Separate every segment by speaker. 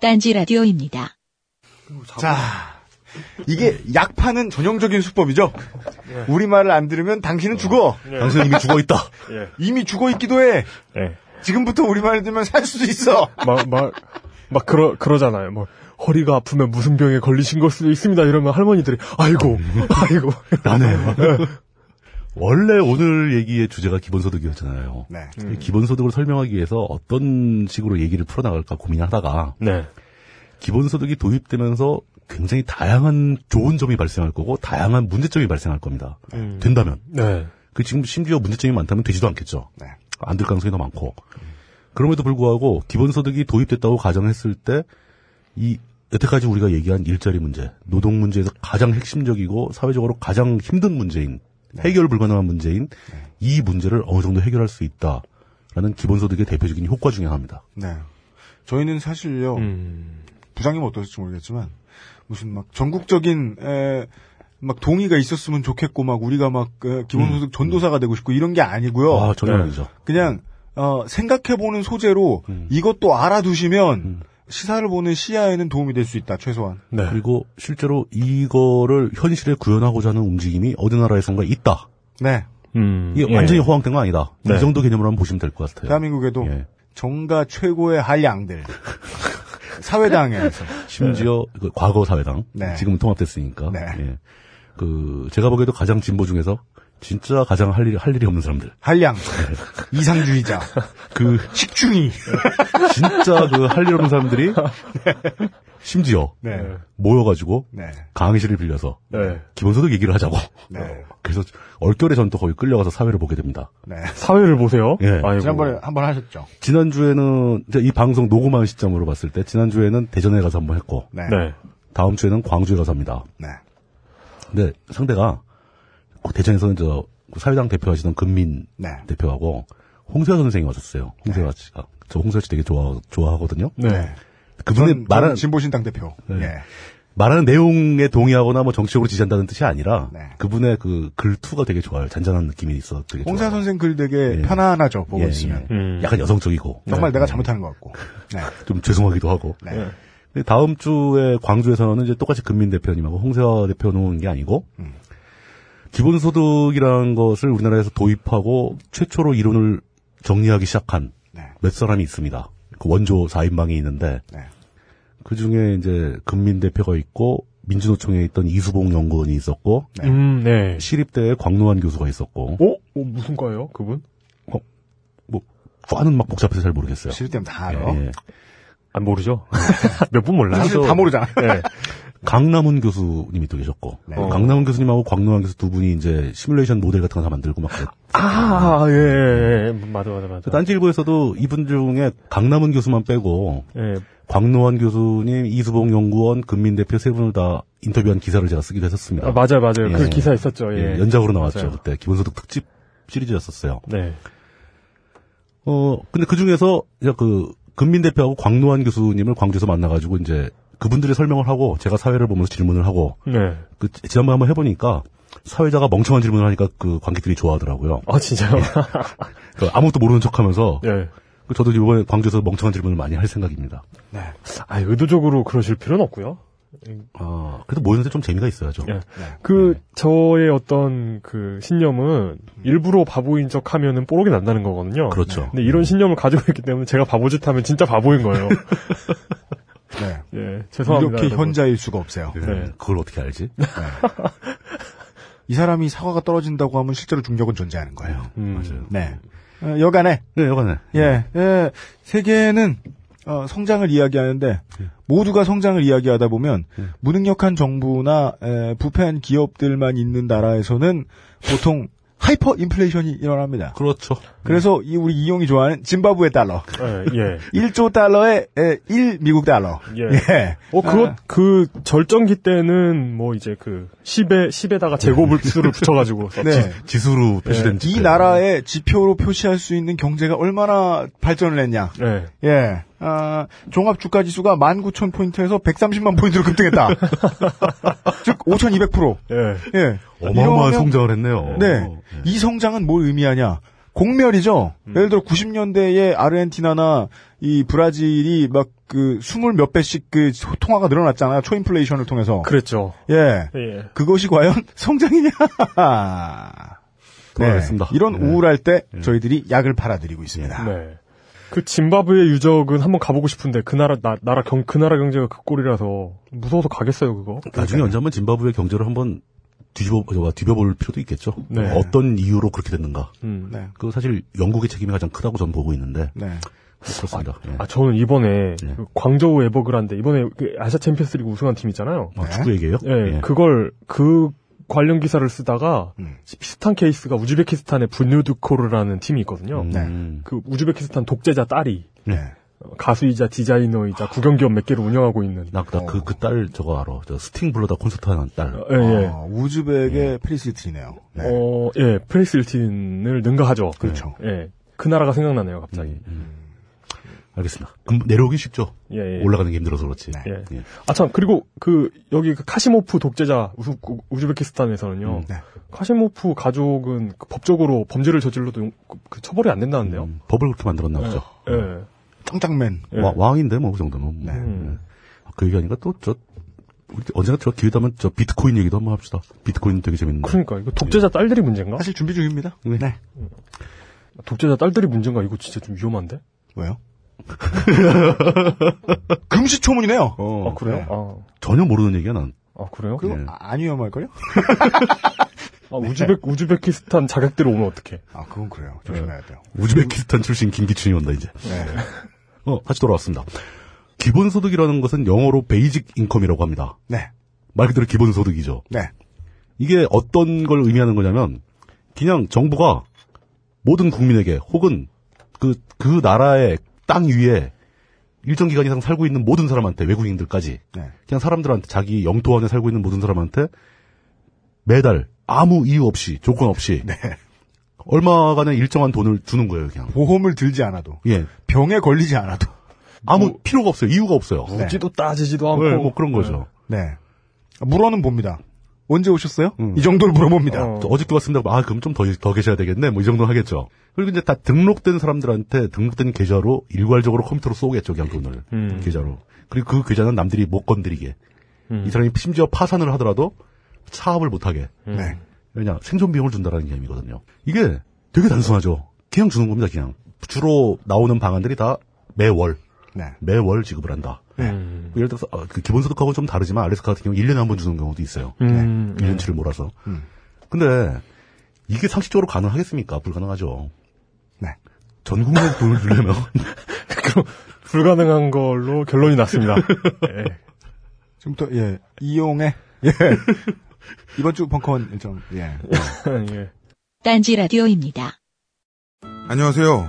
Speaker 1: 딴지 라디오입니다.
Speaker 2: 자, 이게 약 파는 전형적인 수법이죠. 우리 말을 안 들으면 당신은 죽어.
Speaker 3: 당신은 이미 죽어 있다.
Speaker 4: 예.
Speaker 2: 이미 죽어 있기도 해.
Speaker 4: 예.
Speaker 2: 지금부터 우리 말을 들으면 살 수도 있어.
Speaker 4: 막, 막, 막, 그러, 그러잖아요. 뭐, 허리가 아프면 무슨 병에 걸리신 걸 수도 있습니다. 이러면 할머니들이, 아이고, 아이고.
Speaker 3: 나네. 원래 오늘 얘기의 주제가 기본소득이었잖아요.
Speaker 2: 네.
Speaker 3: 이 기본소득을 설명하기 위해서 어떤 식으로 얘기를 풀어나갈까 고민하다가
Speaker 4: 네.
Speaker 3: 기본소득이 도입되면서 굉장히 다양한 좋은 점이 발생할 거고 다양한 문제점이 발생할 겁니다. 된다면.
Speaker 4: 네.
Speaker 3: 그 지금 심지어 문제점이 많다면 되지도 않겠죠.
Speaker 2: 네.
Speaker 3: 안 될 가능성이 더 많고. 그럼에도 불구하고 기본소득이 도입됐다고 가정했을 때 이 여태까지 우리가 얘기한 일자리 문제, 노동 문제에서 가장 핵심적이고 사회적으로 가장 힘든 문제인
Speaker 4: 네.
Speaker 3: 해결 불가능한 문제인 이 문제를 어느 정도 해결할 수 있다라는 기본소득의 대표적인 효과 중에 하나입니다.
Speaker 2: 네. 저희는 사실요,
Speaker 4: 음.
Speaker 2: 부장님 어떠실지 모르겠지만, 무슨 막 전국적인, 에, 막 동의가 있었으면 좋겠고, 막 우리가 막 에, 기본소득 전도사가 되고 싶고 이런 게 아니고요.
Speaker 3: 아 전혀
Speaker 4: 네.
Speaker 3: 아니죠.
Speaker 2: 그냥 어, 생각해보는 소재로 이것도 알아두시면 시사를 보는 시야에는 도움이 될 수 있다 최소한.
Speaker 4: 네.
Speaker 3: 그리고 실제로 이거를 현실에 구현하고자 하는 움직임이 어느 나라에선가 있다.
Speaker 2: 네.
Speaker 4: 음.
Speaker 3: 이게
Speaker 4: 예.
Speaker 3: 완전히 허황된 건 아니다.
Speaker 4: 네.
Speaker 3: 이 정도 개념으로 한번 보시면 될 것 같아요.
Speaker 2: 대한민국에도
Speaker 3: 예.
Speaker 2: 정가 최고의 한량들 사회당에서
Speaker 3: 심지어 그 과거 사회당
Speaker 2: 네.
Speaker 3: 지금은 통합됐으니까
Speaker 2: 네.
Speaker 3: 예. 그 제가 보기에도 가장 진보 중에서 진짜 가장 할 일이 할 일이 없는 사람들
Speaker 2: 한량
Speaker 4: 예.
Speaker 2: 이상주의자
Speaker 3: 그
Speaker 2: 식중이
Speaker 3: 진짜 그 할 일 없는 사람들이 심지어
Speaker 2: 네.
Speaker 3: 모여가지고
Speaker 2: 네.
Speaker 3: 강의실을 빌려서
Speaker 4: 네.
Speaker 3: 기본소득 얘기를 하자고
Speaker 2: 네.
Speaker 3: 그래서 얼결에 전 또 거기 끌려가서 사회를 보게 됩니다.
Speaker 2: 네.
Speaker 4: 사회를 보세요.
Speaker 3: 예.
Speaker 4: 아이고.
Speaker 2: 지난번에 한 번 하셨죠.
Speaker 3: 지난주에는 이제 이 방송 녹음한 시점으로 봤을 때 지난주에는 대전에 가서 한번 했고
Speaker 2: 네. 네.
Speaker 4: 네.
Speaker 3: 다음 주에는 광주에 가서 합니다. 근데 상대가 그 대전에서는 저그 사회당 대표하시던 금민
Speaker 2: 네.
Speaker 3: 대표하고 홍세화 선생이 왔었어요. 홍세화 씨가 저 홍세화 씨 되게 좋아 좋아하거든요.
Speaker 4: 네.
Speaker 3: 그분의
Speaker 2: 전- 전
Speaker 3: 말하는
Speaker 2: 진보신당 대표. 예.
Speaker 3: 말하는 내용에 동의하거나 뭐 정치적으로 지지한다는 뜻이 아니라
Speaker 2: 네.
Speaker 3: 그분의 그 글투가 되게 좋아요. 잔잔한 느낌이 있어 되게
Speaker 2: 홍사
Speaker 3: 좋아요.
Speaker 2: 선생 글 되게
Speaker 3: 예.
Speaker 2: 편안하죠 보고
Speaker 3: 예,
Speaker 2: 있으면.
Speaker 3: 예.
Speaker 4: 음.
Speaker 3: 약간 여성적이고
Speaker 2: 정말 내가 잘못하는 것 같고. 네.
Speaker 3: 좀 죄송하기도 하고.
Speaker 2: 네.
Speaker 4: 예.
Speaker 2: 네.
Speaker 3: 근데 다음 주에 광주에서는 이제 똑같이 금민 대표님하고 홍세화 대표 놓은 게 아니고 기본소득이라는 것을 우리나라에서 도입하고 최초로 이론을 정리하기 시작한
Speaker 2: 네.
Speaker 3: 몇 사람이 있습니다. 그 원조 4인방이 있는데
Speaker 2: 네.
Speaker 3: 그 중에 이제 금민 대표가 있고 민주노총에 있던 이수봉 연구원이 있었고
Speaker 2: 네.
Speaker 4: 음, 네.
Speaker 3: 시립대에 광노환 과수가 있었고
Speaker 4: 어? 어, 무슨 과예요, 그분?
Speaker 3: 뭐 과는 막 복잡해서 잘 모르겠어요.
Speaker 2: 실 때면 다
Speaker 3: 예,
Speaker 2: 알아.
Speaker 3: 예.
Speaker 4: 아, 모르죠. 몇 분 몰라요.
Speaker 2: 사실 다 모르잖아.
Speaker 4: 네.
Speaker 3: 강남훈 교수님이 또 계셨고
Speaker 2: 네.
Speaker 3: 어, 강남훈 교수님하고 광노환 교수 두 분이 이제 시뮬레이션 모델 같은 거 다 만들고 막 그랬-
Speaker 4: 아, 예, 예, 예. 맞아, 맞아,
Speaker 3: 저
Speaker 4: 맞아.
Speaker 3: 딴지일보에서도 그 이분 중에 강남훈 교수만 빼고
Speaker 4: 예.
Speaker 3: 광노환 교수님, 이수봉 연구원, 금민 대표 세 분을 다 인터뷰한 기사를 제가 쓰기도 했었습니다.
Speaker 4: 아, 맞아요, 맞아요.
Speaker 3: 예.
Speaker 4: 그 기사 있었죠, 예.
Speaker 3: 예, 연작으로 나왔죠
Speaker 4: 맞아요.
Speaker 3: 그때 기본소득 특집 시리즈였었어요.
Speaker 4: 네.
Speaker 3: 어 근데 그 중에서 이제 그 금민 대표하고 광노환 교수님을 광주에서 만나가지고 이제 그분들이 설명을 하고 제가 사회를 보면서 질문을 하고
Speaker 4: 네.
Speaker 3: 그 지난번 에 한번 해보니까 사회자가 멍청한 질문을 하니까 그 관객들이 좋아하더라고요.
Speaker 4: 아, 진짜요?
Speaker 3: 그 아무것도 모르는 척하면서
Speaker 4: 예.
Speaker 3: 그 저도 이번에 광주에서 멍청한 질문을 많이 할 생각입니다.
Speaker 2: 네.
Speaker 4: 아, 의도적으로 그러실 필요는 없고요.
Speaker 3: 아, 그래도 모였는데 좀 재미가 있어야죠.
Speaker 2: 네.
Speaker 4: 예. 그 저의 어떤 그 신념은
Speaker 2: 음.
Speaker 4: 일부러 바보인 척 하면은 뽀록이 난다는 거거든요.
Speaker 3: 그렇죠.
Speaker 2: 음.
Speaker 4: 근데 이런 신념을 가지고 있기 때문에 제가 바보짓 하면 진짜 바보인 거예요.
Speaker 2: 네.
Speaker 4: 예. 죄송합니다.
Speaker 2: 이렇게
Speaker 4: 여러분.
Speaker 2: 현자일 수가 없어요.
Speaker 3: 예,
Speaker 4: 네.
Speaker 3: 그걸 어떻게 알지?
Speaker 2: 이 사람이 사과가 떨어진다고 하면 실제로 중력은 존재하는 거예요.
Speaker 4: 음.
Speaker 3: 맞아요.
Speaker 2: 네. 어, 여간에
Speaker 3: 네, 여간에.
Speaker 2: 예, 예, 세계는 어, 성장을 이야기하는데
Speaker 4: 예.
Speaker 2: 모두가 성장을 이야기하다 보면 무능력한 정부나 에, 부패한 기업들만 있는 나라에서는 보통 하이퍼 인플레이션이 일어납니다.
Speaker 3: 그렇죠.
Speaker 2: 그래서 이 우리 이용이 좋아하는 짐바브웨 달러
Speaker 4: 예. 예.
Speaker 2: 1조 달러에 에, 1 미국 달러.
Speaker 4: 예.
Speaker 2: 예.
Speaker 4: 어, 그거, 그, 절정기 때는, 뭐, 이제 그, 10에, 10에다가 제곱을 수를 붙여가지고.
Speaker 2: 네.
Speaker 3: 지수로 표시된
Speaker 2: 이
Speaker 3: 지표.
Speaker 2: 나라의 지표로 표시할 수 있는 경제가 얼마나 발전을 했냐.
Speaker 4: 네.
Speaker 2: 예. 아, 종합 주가 지수가 19,000포인트에서 130만 포인트로 급등했다. 즉 5,200%.
Speaker 4: 예.
Speaker 2: 예.
Speaker 3: 어마어마한
Speaker 2: 이러면-
Speaker 3: 예. 성장을 했네요.
Speaker 2: 네. 이 성장은 뭘 의미하냐? 공멸이죠.
Speaker 3: 음.
Speaker 2: 예를 들어 90년대에 아르헨티나나 이 브라질이 막 그 스물 몇 배씩 그 통화가 늘어났잖아요. 초인플레이션을 통해서.
Speaker 4: 그랬죠.
Speaker 2: 예.
Speaker 4: 예.
Speaker 2: 그것이 과연 성장이냐?
Speaker 3: 돌아가겠습니다.
Speaker 2: 이런
Speaker 3: 네.
Speaker 2: 우울할 때 저희들이 약을 팔아드리고 있습니다.
Speaker 4: 네. 그 짐바브웨 유적은 한번 가보고 싶은데 그 나라 나, 나라 경, 그 나라 경제가 그 꼴이라서 무서워서 가겠어요 그거.
Speaker 3: 나중에 언제 한번 짐바브웨 경제를 한번 뒤집어 어, 뒤벼볼 필요도 있겠죠.
Speaker 4: 네.
Speaker 3: 어떤 이유로 그렇게 됐는가.
Speaker 4: 음.
Speaker 2: 네.
Speaker 3: 그 사실 영국의 책임이 가장 크다고 저는 보고 있는데
Speaker 2: 네.
Speaker 3: 그렇습니다. 예.
Speaker 4: 아 저는 이번에
Speaker 3: 네.
Speaker 4: 그 광저우 에버그란데 이번에 그 아시아 챔피언스리그 우승한 팀 있잖아요.
Speaker 3: 아, 축구 얘기예요?
Speaker 4: 예,
Speaker 3: 예.
Speaker 4: 그걸 그 관련 기사를 쓰다가
Speaker 2: 음.
Speaker 4: 비슷한 케이스가 우즈베키스탄의 분유드코르라는 팀이 있거든요.
Speaker 3: 음,
Speaker 4: 그 우즈베키스탄 독재자 딸이
Speaker 2: 네.
Speaker 4: 어, 가수이자 디자이너이자 구경기업 몇 개를 운영하고 있는.
Speaker 3: 나그딸 그, 그 딸 저거 알아. 저 스팅 불러다 콘서트 하는 딸.
Speaker 4: 예, 예.
Speaker 2: 어, 우즈벡의 프리스리트이네요. 네.
Speaker 4: 어, 예, 프레이스 일틴을 능가하죠.
Speaker 2: 그렇죠.
Speaker 4: 예. 그 나라가 생각나네요, 갑자기.
Speaker 3: 음. 알겠습니다. 그럼 내려오기 쉽죠.
Speaker 4: 예, 예.
Speaker 3: 올라가는 게 힘들어서 그렇지.
Speaker 2: 네.
Speaker 4: 예.
Speaker 3: 예.
Speaker 4: 아, 참, 그리고 그, 여기 그 카시모프 독재자 우스- 우- 우즈베키스탄에서는요.
Speaker 3: 음,
Speaker 2: 네.
Speaker 4: 카시모프 가족은 그 법적으로 범죄를 저질러도 용- 그- 그 처벌이 안 된다는데요.
Speaker 3: 음, 법을 그렇게 만들었나 보죠.
Speaker 4: 예.
Speaker 2: 청장맨.
Speaker 4: 예.
Speaker 3: 와- 왕인데 뭐 그 정도면. 뭐.
Speaker 4: 음.
Speaker 3: 예. 그 얘기하니까 또 저 우리 언젠가 저 기회되면 저 비트코인 얘기도 한번 합시다. 비트코인 되게 재밌는데.
Speaker 4: 그러니까, 이거 독재자 딸들이 문제인가?
Speaker 2: 사실 준비 중입니다. 네.
Speaker 4: 독재자 딸들이 문제인가? 이거 진짜 좀 위험한데?
Speaker 2: 왜요? 금시초문이네요.
Speaker 3: 어,
Speaker 4: 아, 그래요?
Speaker 2: 네.
Speaker 4: 아,
Speaker 3: 전혀 모르는 얘기야 난.
Speaker 4: 아, 그래요?
Speaker 2: 그거
Speaker 3: 네.
Speaker 2: 아- 안 위험할걸요?
Speaker 4: 아, 우즈베, 우즈베키스탄 자객들 오면 어떡해.
Speaker 2: 아, 그건 그래요. 조심해야 돼요.
Speaker 4: 그-
Speaker 3: 우즈베키스탄 출신 김기춘이 온다 이제.
Speaker 2: 네.
Speaker 3: 어, 다시 돌아왔습니다. 기본소득이라는 것은 영어로 베이직 인컴이라고 합니다.
Speaker 2: 네.
Speaker 3: 말 그대로 기본소득이죠.
Speaker 2: 네.
Speaker 3: 이게 어떤 걸 의미하는 거냐면 그냥 정부가 모든 국민에게 혹은 그, 그 나라의 땅 위에 일정 기간 이상 살고 있는 모든 사람한테 외국인들까지
Speaker 2: 네.
Speaker 3: 그냥 사람들한테 자기 영토 안에 살고 있는 모든 사람한테 매달 아무 이유 없이 조건 없이
Speaker 2: 네.
Speaker 3: 얼마간의 일정한 돈을 주는 거예요 그냥
Speaker 2: 보험을 들지 않아도
Speaker 3: 예
Speaker 2: 병에 걸리지 않아도
Speaker 3: 아무 필요가 없어요 이유가 없어요
Speaker 2: 네.
Speaker 4: 묻지도 따지지도 않고.
Speaker 3: 네, 뭐 그런 거죠
Speaker 2: 네. 물어는 봅니다. 언제 오셨어요?
Speaker 3: 음.
Speaker 2: 이 정도를 물어봅니다.
Speaker 4: 어.
Speaker 3: 저 어저께 왔습니다. 아, 그럼 좀 더, 더 계셔야 되겠네. 뭐, 이 정도 하겠죠. 그리고 이제 다 등록된 사람들한테 등록된 계좌로 일괄적으로 컴퓨터로 쏘겠죠, 그냥 돈을.
Speaker 4: 음.
Speaker 3: 계좌로. 그리고 그 계좌는 남들이 못 건드리게.
Speaker 4: 음.
Speaker 3: 이 사람이 심지어 파산을 하더라도 차업을 못하게.
Speaker 2: 네.
Speaker 3: 왜냐, 생존 비용을 준다라는 개념이거든요. 이게 되게 단순하죠. 그냥 주는 겁니다, 그냥. 주로 나오는 방안들이 다 매월,
Speaker 2: 네.
Speaker 3: 매월 지급을 한다.
Speaker 4: 음.
Speaker 3: 예를 들어서, 아, 그 기본소득하고 좀 다르지만, 알래스카 같은 경우 1년에 한 번 주는 경우도 있어요.
Speaker 4: 음.
Speaker 3: 1년치를 몰아서.
Speaker 2: 음.
Speaker 3: 근데 이게 상식적으로 가능하겠습니까? 불가능하죠.
Speaker 2: 네.
Speaker 3: 전 국민 돈을 주려면
Speaker 4: 그럼 불가능한 걸로 결론이 났습니다. 예.
Speaker 2: 지금부터 예. 이용해. 예. 이번 주 벙커원 일정. 예.
Speaker 4: 예.
Speaker 1: 딴지 라디오입니다.
Speaker 5: 안녕하세요.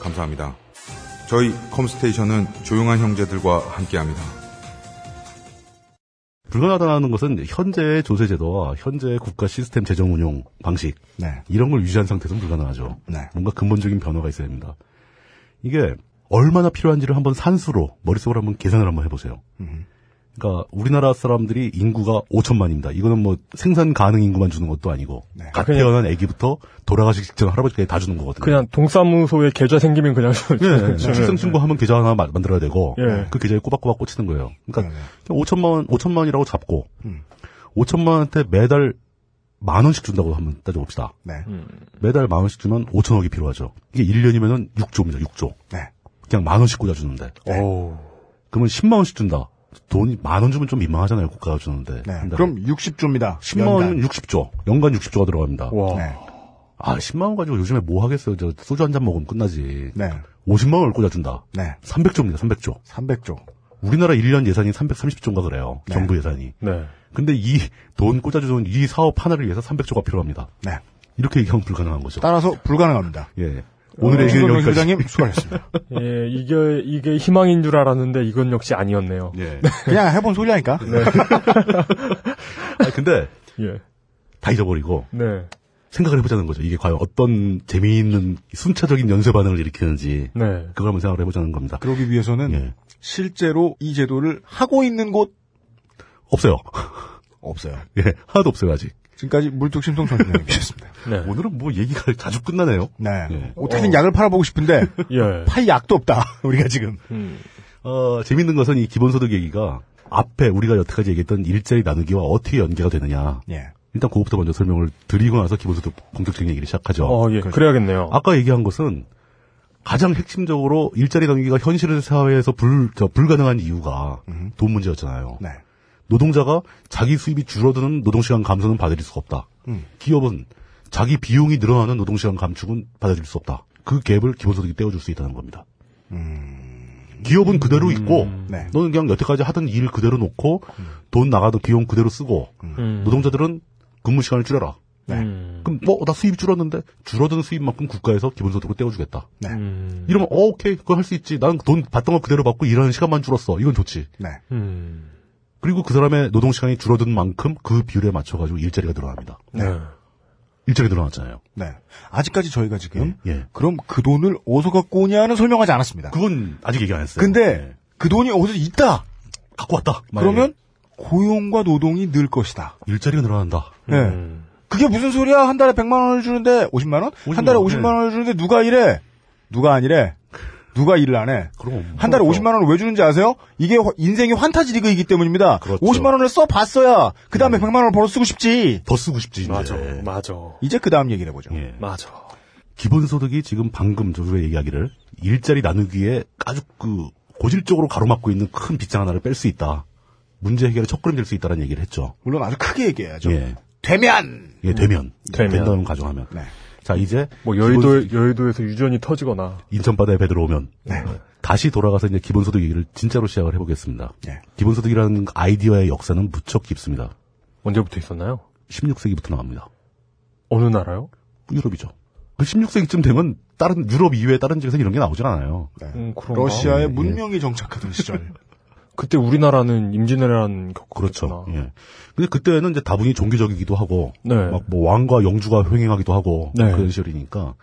Speaker 5: 감사합니다. 저희 컴스테이션은 조용한 형제들과 함께합니다.
Speaker 3: 불가능하다는 것은 현재의 조세 제도와 현재의 국가 시스템 재정 운용 방식
Speaker 2: 네.
Speaker 3: 이런 걸 유지한 상태에서는 불가능하죠.
Speaker 2: 네.
Speaker 3: 뭔가 근본적인 변화가 있어야 됩니다. 이게 얼마나 필요한지를 한번 산수로 머릿속으로 한번 계산을 한번 해보세요.
Speaker 2: 음.
Speaker 3: 그러니까 우리나라 사람들이 인구가 5천만입니다. 이거는 뭐 생산 가능 인구만 주는 것도 아니고
Speaker 2: 네.
Speaker 3: 갓 태어난 아기부터 돌아가시기 직전 할아버지까지 다 주는 거거든요.
Speaker 4: 그냥 동사무소에 계좌 생기면 그냥
Speaker 2: 네.
Speaker 3: 예,
Speaker 4: 예.
Speaker 3: 출생신고 하면 계좌 하나 마- 만들어야 되고
Speaker 4: 예.
Speaker 3: 그 계좌에 꼬박꼬박 꽂히는 거예요. 그러니까
Speaker 2: 네,
Speaker 3: 5천만 원, 5천만 원이라고 잡고
Speaker 2: 음.
Speaker 3: 5천만 원한테 매달 만 원씩 준다고 한번 따져봅시다.
Speaker 2: 네.
Speaker 4: 음.
Speaker 3: 매달 만 원씩 주면 5천억이 필요하죠. 이게 1년이면은 6조입니다. 6조.
Speaker 2: 네.
Speaker 3: 그냥 만 원씩 꽂아주는데.
Speaker 4: 오.
Speaker 3: 그러면 10만 원씩 준다. 돈이 만 원 주면 좀 민망하잖아요. 국가가 주는데.
Speaker 2: 네.
Speaker 3: 한 달에.
Speaker 2: 그럼 60조입니다.
Speaker 3: 10만 원이면 60조. 연간 60조가 들어갑니다.
Speaker 4: 와.
Speaker 2: 네.
Speaker 3: 아, 10만 원 가지고 요즘에 뭐 하겠어요. 저 소주 한 잔 먹으면 끝나지.
Speaker 2: 네.
Speaker 3: 50만 원을 꽂아준다.
Speaker 2: 네.
Speaker 3: 300조입니다. 300조.
Speaker 2: 300조.
Speaker 3: 우리나라 1년 예산이 330조인가 그래요. 정부 예산이.
Speaker 4: 네.
Speaker 3: 근데 이 돈 꽂아주는 이 사업 하나를 위해서 300조가 필요합니다.
Speaker 2: 네.
Speaker 3: 이렇게 얘기하면 불가능한 거죠.
Speaker 2: 따라서 어, 불가능합니다.
Speaker 3: 예. 오늘의 얘기는
Speaker 2: 김선동
Speaker 3: 여기까지.
Speaker 2: 소장님 수고하셨습니다.
Speaker 4: 예, 이게, 이게 희망인 줄 알았는데 이건 역시 아니었네요.
Speaker 3: 예.
Speaker 2: 그냥 해본 소리라니까.
Speaker 3: 아 근데
Speaker 4: 예.
Speaker 3: 다 잊어버리고
Speaker 4: 네.
Speaker 3: 생각을 해보자는 거죠. 이게 과연 어떤 재미있는 순차적인 연쇄 반응을 일으키는지
Speaker 4: 네.
Speaker 3: 그걸 한번 생각을 해보자는 겁니다.
Speaker 2: 그러기 위해서는
Speaker 3: 예.
Speaker 2: 실제로 이 제도를 하고 있는 곳
Speaker 3: 없어요.
Speaker 2: 없어요.
Speaker 3: 예, 하나도 없어요 아직.
Speaker 2: 지금까지 물뚝심송 전장님이셨습니다.
Speaker 4: 네.
Speaker 3: 오늘은 뭐 얘기가 자주 끝나네요.
Speaker 2: 네.
Speaker 3: 예.
Speaker 2: 어떻게든 약을 팔아보고 싶은데
Speaker 4: 예.
Speaker 2: 팔 약도 없다. 우리가 지금.
Speaker 4: 음.
Speaker 3: 어, 재밌는 것은 이 기본소득 얘기가 앞에 우리가 여태까지 얘기했던 일자리 나누기와 어떻게 연계가 되느냐.
Speaker 2: 예.
Speaker 3: 일단 그것부터 먼저 설명을 드리고 나서 기본소득 본격적인 얘기를 시작하죠.
Speaker 4: 어, 예. 그래야겠네요.
Speaker 3: 아까 얘기한 것은 가장 핵심적으로 일자리 나누기가 현실 사회에서 불, 저, 불가능한 이유가 돈 문제였잖아요.
Speaker 2: 네.
Speaker 3: 노동자가 자기 수입이 줄어드는 노동시간 감소는 받아들일 수가 없다. 기업은 자기 비용이 늘어나는 노동시간 감축은 받아들일 수 없다. 그 갭을 기본소득이 떼어줄 수 있다는 겁니다. 기업은
Speaker 4: 음.
Speaker 3: 그대로 있고
Speaker 2: 네.
Speaker 3: 너는 그냥 여태까지 하던 일 그대로 놓고 돈 나가도 비용 그대로 쓰고
Speaker 4: 음.
Speaker 3: 노동자들은 근무 시간을 줄여라.
Speaker 2: 네.
Speaker 4: 음.
Speaker 3: 그럼 뭐 나 수입 줄었는데 줄어든 수입만큼 국가에서 기본소득으로 떼어주겠다.
Speaker 4: 음.
Speaker 3: 이러면 어, 오케이 그거 할 수 있지. 나는 돈 받던 거 그대로 받고 일하는 시간만 줄었어. 이건 좋지.
Speaker 2: 네.
Speaker 4: 음.
Speaker 3: 그리고 그 사람의 노동 시간이 줄어든 만큼 그 비율에 맞춰가지고 일자리가 늘어납니다.
Speaker 4: 네.
Speaker 3: 일자리 늘어났잖아요.
Speaker 2: 네. 아직까지 저희가 지금
Speaker 3: 예, 예.
Speaker 2: 그럼 그 돈을 어디서 갖고 오냐는 설명하지 않았습니다.
Speaker 3: 그건 아직 얘기 안 했어요.
Speaker 2: 근데
Speaker 3: 예.
Speaker 2: 그 돈이 어디서 있다.
Speaker 3: 갖고 왔다.
Speaker 2: 그러면 고용과 노동이 늘 것이다.
Speaker 3: 만약에 일자리가 늘어난다.
Speaker 2: 예.
Speaker 4: 음.
Speaker 2: 그게 무슨 소리야? 한 달에 100만 원을 주는데 50만 원?
Speaker 3: 50만
Speaker 2: 한 달에
Speaker 3: 원, 네.
Speaker 2: 50만 원을 주는데 누가 일해? 누가 안 일해? 누가 일을 안 해?
Speaker 3: 그럼
Speaker 2: 한 달에
Speaker 3: 그렇죠.
Speaker 2: 50만 원을 왜 주는지 아세요? 이게 화- 인생이 환타지 리그이기 때문입니다.
Speaker 3: 그렇죠.
Speaker 2: 50만 원을 써 봤어야 그 다음에 100만 원을 벌어 쓰고 싶지.
Speaker 3: 더 쓰고 싶지 이제.
Speaker 4: 맞아. 맞아.
Speaker 2: 이제 그 다음 얘기를 해보죠.
Speaker 3: 예.
Speaker 4: 맞아.
Speaker 3: 기본소득이 지금 방금 저의 얘기하기를 일자리 나누기에 아주 그 고질적으로 가로막고 있는 큰 빗장 하나를 뺄 수 있다. 문제 해결의 첫걸음 될 수 있다는 얘기를 했죠.
Speaker 2: 물론 아주 크게 얘기해야죠. 음.
Speaker 3: 예.
Speaker 2: 그렇죠. 되면
Speaker 3: 예, 되면.
Speaker 4: 되면.
Speaker 3: 된다는 가정하면.
Speaker 2: 네.
Speaker 3: 자, 이제.
Speaker 4: 뭐 여의도
Speaker 3: 기본-
Speaker 4: 여의도에서 유전이 터지거나
Speaker 3: 인천바다에 배 들어오면. 다시 돌아가서 이제 기본소득 얘기를 진짜로 시작을 해보겠습니다.
Speaker 2: 예.
Speaker 3: 기본소득이라는 아이디어의 역사는 무척 깊습니다.
Speaker 4: 언제부터 있었나요?
Speaker 3: 16세기부터 나옵니다.
Speaker 4: 어느 나라요?
Speaker 3: 유럽이죠. 그 16세기쯤 되면 다른, 유럽 이외의 다른 지역에서 이런 게 나오질 않아요.
Speaker 4: 음, 그런가?
Speaker 2: 러시아의
Speaker 3: 예.
Speaker 2: 문명이 정착하던 시절.
Speaker 4: 그때 우리나라는 임진왜란 겪고
Speaker 3: 그렇죠.
Speaker 4: 그랬구나.
Speaker 3: 예. 근데 그때는 이제 다분히 종교적이기도 하고,
Speaker 4: 네.
Speaker 3: 막 뭐 왕과 영주가 횡행하기도 하고
Speaker 4: 네.
Speaker 3: 그런 시절이니까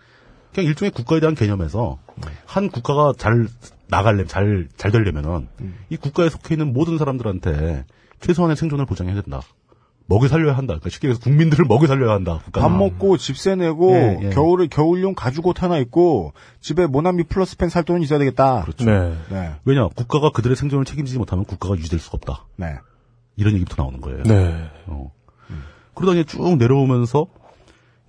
Speaker 3: 그냥 일종의 국가에 대한 개념에서 한 국가가 잘 나갈래 잘잘 되려면은
Speaker 4: 음.
Speaker 3: 이 국가에 속해 있는 모든 사람들한테 최소한의 생존을 보장해야 된다. 먹여 살려야 한다. 그러니까 쉽게 얘기해서 국민들을 먹여 살려야 한다. 국가는.
Speaker 2: 밥 먹고 집 세내고
Speaker 3: 그러니까. 예, 예.
Speaker 2: 겨울에 겨울용 가죽 옷 하나 입고 집에 모나미 플러스 펜 살 돈이 있어야 되겠다.
Speaker 3: 그렇죠.
Speaker 4: 네.
Speaker 2: 네.
Speaker 3: 왜냐 국가가 그들의 생존을 책임지지 못하면 국가가 유지될 수가 없다.
Speaker 2: 네.
Speaker 3: 이런 얘기부터 나오는 거예요.
Speaker 4: 네.
Speaker 3: 어. 그러다 이제 쭉 내려오면서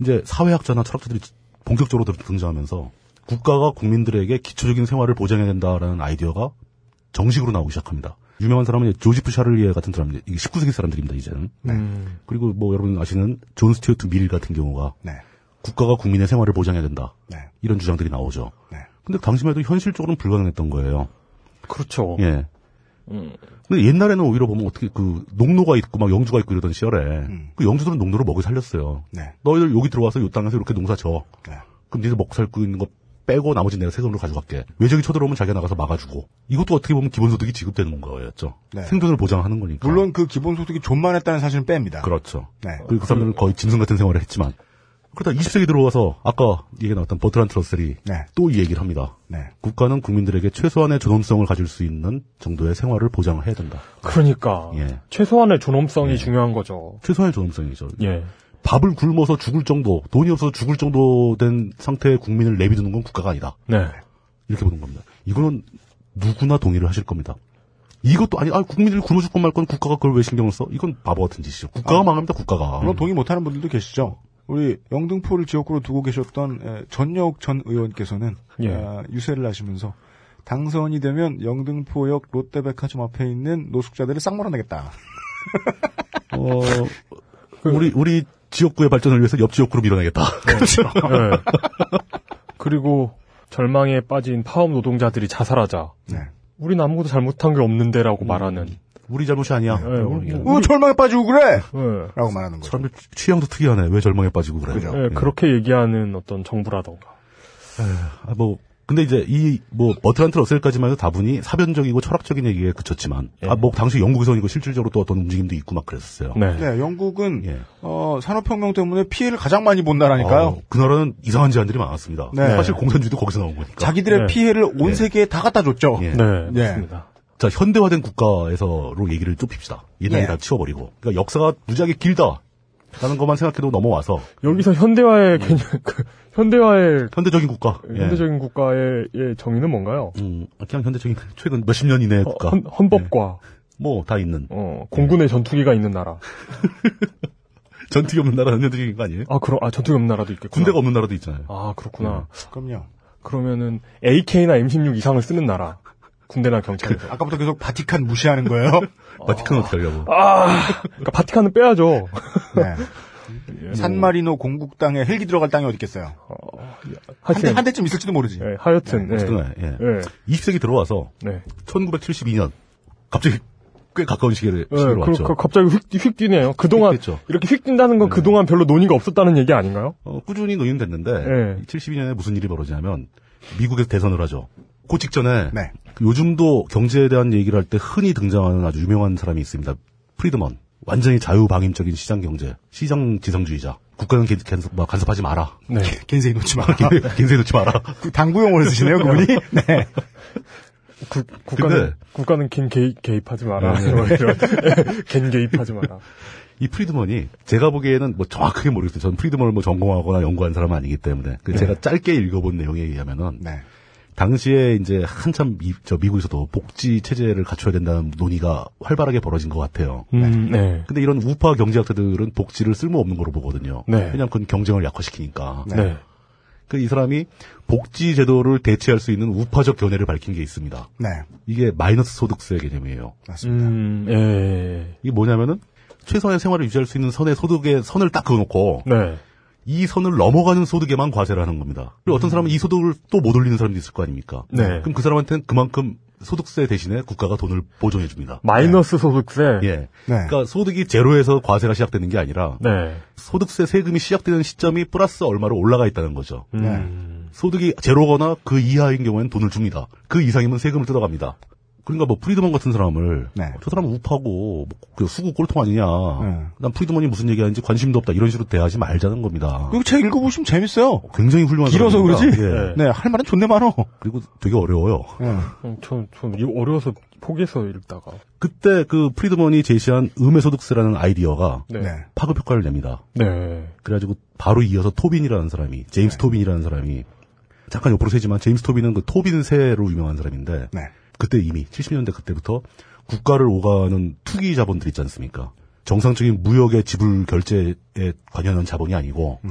Speaker 3: 이제 사회학자나 철학자들이 본격적으로 들- 등장하면서 국가가 국민들에게 기초적인 생활을 보장해야 된다라는 아이디어가 정식으로 나오기 시작합니다. 유명한 사람은 이제 조지프 샤를리에 같은 사람, 이게 19세기 사람들입니다, 이제는.
Speaker 4: 음.
Speaker 3: 그리고 뭐 여러분 아시는 존 스튜어트 밀 같은 경우가
Speaker 2: 네.
Speaker 3: 국가가 국민의 생활을 보장해야 된다.
Speaker 2: 네.
Speaker 3: 이런 주장들이 나오죠.
Speaker 2: 네.
Speaker 3: 근데 당시만 해도 현실적으로는 불가능했던 거예요.
Speaker 4: 그렇죠.
Speaker 3: 예.
Speaker 4: 음.
Speaker 3: 근데 옛날에는 오히려 보면 어떻게 그 농노가 있고 막 영주가 있고 이러던 시절에 그 영주들은 농노로 먹여 살렸어요.
Speaker 2: 음. 네.
Speaker 3: 너희들 여기 들어와서 이 땅에서 이렇게 농사 져.
Speaker 2: 네.
Speaker 3: 그럼 니들 먹고 살고 있는 거 빼고 나머지 내가 세금으로 가져갈게. 외적이 쳐들어오면 자기가 나가서 막아주고. 이것도 어떻게 보면 기본소득이 지급되는 거였죠.
Speaker 2: 네.
Speaker 3: 생존을 보장하는 거니까.
Speaker 2: 물론 그 기본소득이 존만했다는 사실은 뺍니다.
Speaker 3: 그렇죠.
Speaker 2: 네.
Speaker 3: 그리고 그 사람들은 거의 짐승 같은 생활을 했지만. 그러다 20세기 들어와서 아까 얘기 나왔던 버트란트 러셀이
Speaker 2: 네.
Speaker 3: 또 이 얘기를 합니다.
Speaker 2: 네.
Speaker 3: 국가는 국민들에게 최소한의 존엄성을 가질 수 있는 정도의 생활을 보장해야 된다.
Speaker 4: 그러니까
Speaker 3: 예.
Speaker 4: 최소한의 존엄성이 중요한 거죠.
Speaker 3: 최소한의 존엄성이죠.
Speaker 4: 예.
Speaker 3: 밥을 굶어서 죽을 정도, 돈이 없어서 죽을 정도 된 상태의 국민을 내비두는 건 국가가 아니다.
Speaker 4: 네.
Speaker 3: 이렇게 보는 겁니다. 이거는 누구나 동의를 하실 겁니다. 이것도 아니, 아, 국민들이 굶어 죽고 말 건 국가가 그걸 왜 신경을 써? 이건 바보 같은 짓이죠. 국가가 망합니다, 국가가.
Speaker 2: 물론 동의 못하는 분들도 계시죠. 우리 영등포를 지역구로 두고 계셨던 에, 예, 전역 전 의원께서는
Speaker 4: 예.
Speaker 2: 아, 유세를 하시면서 당선이 되면 영등포역 롯데백화점 앞에 있는 노숙자들을 싹 몰아내겠다.
Speaker 3: 어, 우리, 우리 지역구의 발전을 위해서 옆 지역구로 밀어내겠다.
Speaker 4: 예. 그리고 절망에 빠진 파업 노동자들이 자살하자.
Speaker 2: 네.
Speaker 4: 우린 아무것도 잘못한 게
Speaker 3: 음,
Speaker 4: 없는데라고 말하는.
Speaker 3: 우리 잘못이 아니야.
Speaker 4: 예, 우리-
Speaker 3: 예.
Speaker 2: 어, 절망에 빠지고 그래!
Speaker 4: 예.
Speaker 2: 라고 말하는 거죠.
Speaker 3: 사람들 취향도 특이하네. 왜 절망에 빠지고 그래.
Speaker 2: 그죠.
Speaker 4: 예, 그렇게 얘기하는 어떤 정부라던가.
Speaker 3: 아, 뭐, 근데 이제 이, 뭐, 버트란트 러셀까지만 해도 다분히 사변적이고 철학적인 얘기에 그쳤지만, 아, 뭐, 당시 영국에서는 이거 실질적으로 또 어떤 움직임도 있고 막 그랬었어요.
Speaker 4: 네.
Speaker 2: 네, 영국은
Speaker 3: 예.
Speaker 2: 어, 산업혁명 때문에 피해를 가장 많이 본 나라니까요.
Speaker 3: 어, 그 나라는 이상한 제안들이 많았습니다.
Speaker 2: 네.
Speaker 3: 사실 공산주의도 거기서 나온 거니까.
Speaker 2: 그러니까. 자기들의
Speaker 4: 네.
Speaker 2: 피해를 온 세계에 다 갖다 줬죠.
Speaker 3: 예.
Speaker 4: 네,
Speaker 2: 예.
Speaker 4: 맞습니다.
Speaker 3: 자, 현대화된 국가에서로 얘기를 좁힙시다. 옛날이
Speaker 2: 예.
Speaker 3: 다 치워버리고. 그러니까 역사가 무지하게 길다. 라는 것만 생각해도 넘어와서,
Speaker 4: 여기서 현대화의
Speaker 3: 네.
Speaker 4: 개념, 그, 현대화의,
Speaker 3: 현대적인 국가. 예.
Speaker 4: 현대적인 국가의 예, 정의는 뭔가요?
Speaker 3: 음, 그냥 현대적인, 최근 몇십 년 이내의 국가.
Speaker 4: 헌, 헌법과
Speaker 3: 뭐 다 있는.
Speaker 4: 어, 공군의 전투기가 있는 나라.
Speaker 3: 전투기 없는 나라는 현대적인 거 아니에요?
Speaker 4: 아, 그럼 아 전투기 없는 나라도 있겠구나.
Speaker 3: 군대가 없는 네. 나라도 있잖아요.
Speaker 4: 아, 그렇구나.
Speaker 2: 그럼요.
Speaker 4: 그러면은 AK나 M16 이상을 쓰는 나라. 군대나 경찰에서.
Speaker 2: 아까부터 계속 바티칸 무시하는 거예요.
Speaker 3: 바티칸 어떻게 하려고.
Speaker 4: 그러니까 바티칸은 빼야죠.
Speaker 2: 네. 산마리노 공국땅에 헬기 들어갈 땅이 어디 있겠어요? 한, 대,
Speaker 4: 하여튼,
Speaker 2: 한 대쯤 있을지도 모르지.
Speaker 4: 예, 하여튼, 예,
Speaker 3: 그동안, 예.
Speaker 4: 예,
Speaker 3: 20세기 들어와서
Speaker 4: 네.
Speaker 3: 1972년 갑자기 꽤 가까운 시기를
Speaker 4: 예,
Speaker 3: 시기로
Speaker 4: 그,
Speaker 3: 왔죠.
Speaker 4: 그, 갑자기 휙, 휙 뛰네요. 그동안,
Speaker 3: 휙 뛰죠. 네.
Speaker 4: 이렇게 휙 뛴다는 건 그동안 별로 논의가 없었다는 얘기 아닌가요?
Speaker 3: 어, 꾸준히 논의됐는데
Speaker 4: 예.
Speaker 3: 72년에 무슨 일이 벌어지냐면 미국에서 대선을 하죠. 그 직전에
Speaker 2: 네.
Speaker 3: 그 요즘도 경제에 대한 얘기를 할 때 흔히 등장하는 아주 유명한 사람이 있습니다. 프리드먼. 완전히 자유방임적인 시장 경제, 시장 지성주의자. 국가는 개- 간섭, 뭐, 간섭하지 마라.
Speaker 4: 네.
Speaker 2: 겐세이 놓지 마.
Speaker 3: 겐세 놓지 마라.
Speaker 2: 그 당구 용어를 쓰시네요, 그분이. 네.
Speaker 4: 구- 국가는,
Speaker 3: 근데- 네,
Speaker 4: 국가는 긴 개입, 개입하지 마라. 뭐 이런, 이런. 긴 개입하지 마라.
Speaker 3: 이 프리드먼이 제가 보기에는 뭐 정확하게 모르겠어요. 저는 프리드먼을 뭐 전공하거나 연구한 사람은 아니기 때문에
Speaker 4: 네.
Speaker 3: 그 제가 짧게 읽어본 내용에 의하면은
Speaker 2: 네.
Speaker 3: 당시에 이제 한참 미, 저 미국에서도 복지 체제를 갖춰야 된다는 논의가 활발하게 벌어진 것 같아요.
Speaker 4: 음, 네.
Speaker 3: 근데 이런 우파 경제학자들은 복지를 쓸모없는 거로 보거든요.
Speaker 4: 네.
Speaker 3: 왜냐하면 그건 경쟁을 약화시키니까.
Speaker 2: 네.
Speaker 4: 네.
Speaker 3: 그 이 사람이 복지 제도를 대체할 수 있는 우파적 견해를 밝힌 게 있습니다.
Speaker 2: 네.
Speaker 3: 이게 마이너스 소득세 개념이에요.
Speaker 2: 맞습니다.
Speaker 4: 음, 예.
Speaker 3: 이게 뭐냐면은 최소한의 생활을 유지할 수 있는 선의 소득의 선을 딱 그어놓고
Speaker 4: 네.
Speaker 3: 이 선을 넘어가는 소득에만 과세를 하는 겁니다. 그리고
Speaker 2: 음.
Speaker 3: 어떤 사람은 이 소득을 또 못 올리는 사람도 있을 거 아닙니까?
Speaker 4: 네.
Speaker 3: 그럼 그 사람한테는 그만큼 소득세 대신에 국가가 돈을 보존해 줍니다.
Speaker 4: 마이너스 소득세.
Speaker 3: 예.
Speaker 2: 네.
Speaker 3: 그러니까 소득이 제로에서 과세가 시작되는 게 아니라
Speaker 4: 네.
Speaker 3: 소득세 세금이 시작되는 시점이 플러스 얼마로 올라가 있다는 거죠.
Speaker 4: 음,
Speaker 3: 소득이 제로거나 그 이하인 경우에는 돈을 줍니다. 그 이상이면 세금을 뜯어갑니다. 그러니까 뭐 프리드먼 같은 사람을
Speaker 2: 네.
Speaker 3: 저 사람은 우파고 뭐그 수구 꼴통 아니냐.
Speaker 2: 네.
Speaker 3: 난 프리드먼이 무슨 얘기하는지 관심도 없다. 이런 식으로 대하지 말자는 겁니다.
Speaker 2: 이거 책 읽어보시면 재밌어요.
Speaker 3: 굉장히
Speaker 2: 그
Speaker 3: 훌륭한
Speaker 2: 길어서
Speaker 3: 사람입니다.
Speaker 2: 그러지?
Speaker 3: 예.
Speaker 2: 네. 할 말은 존내 많어.
Speaker 3: 그리고 되게 어려워요.
Speaker 4: 음, 전, 전, 이거 어려워서 포기해서 읽다가.
Speaker 3: 그때 그 프리드먼이 제시한 음의 소득세라는 아이디어가
Speaker 4: 네.
Speaker 2: 네.
Speaker 4: 네.
Speaker 3: 파급 효과를 냅니다. 그래가지고 바로 이어서 토빈이라는 사람이 제임스 토빈이라는 사람이 잠깐 옆으로 세지만 제임스 토빈은 그 토빈세로 유명한 사람인데
Speaker 2: 네.
Speaker 3: 그때 이미 70년대 그때부터 국가를 오가는 투기 자본들 있지 않습니까? 정상적인 무역의 지불 결제에 관여하는 자본이 아니고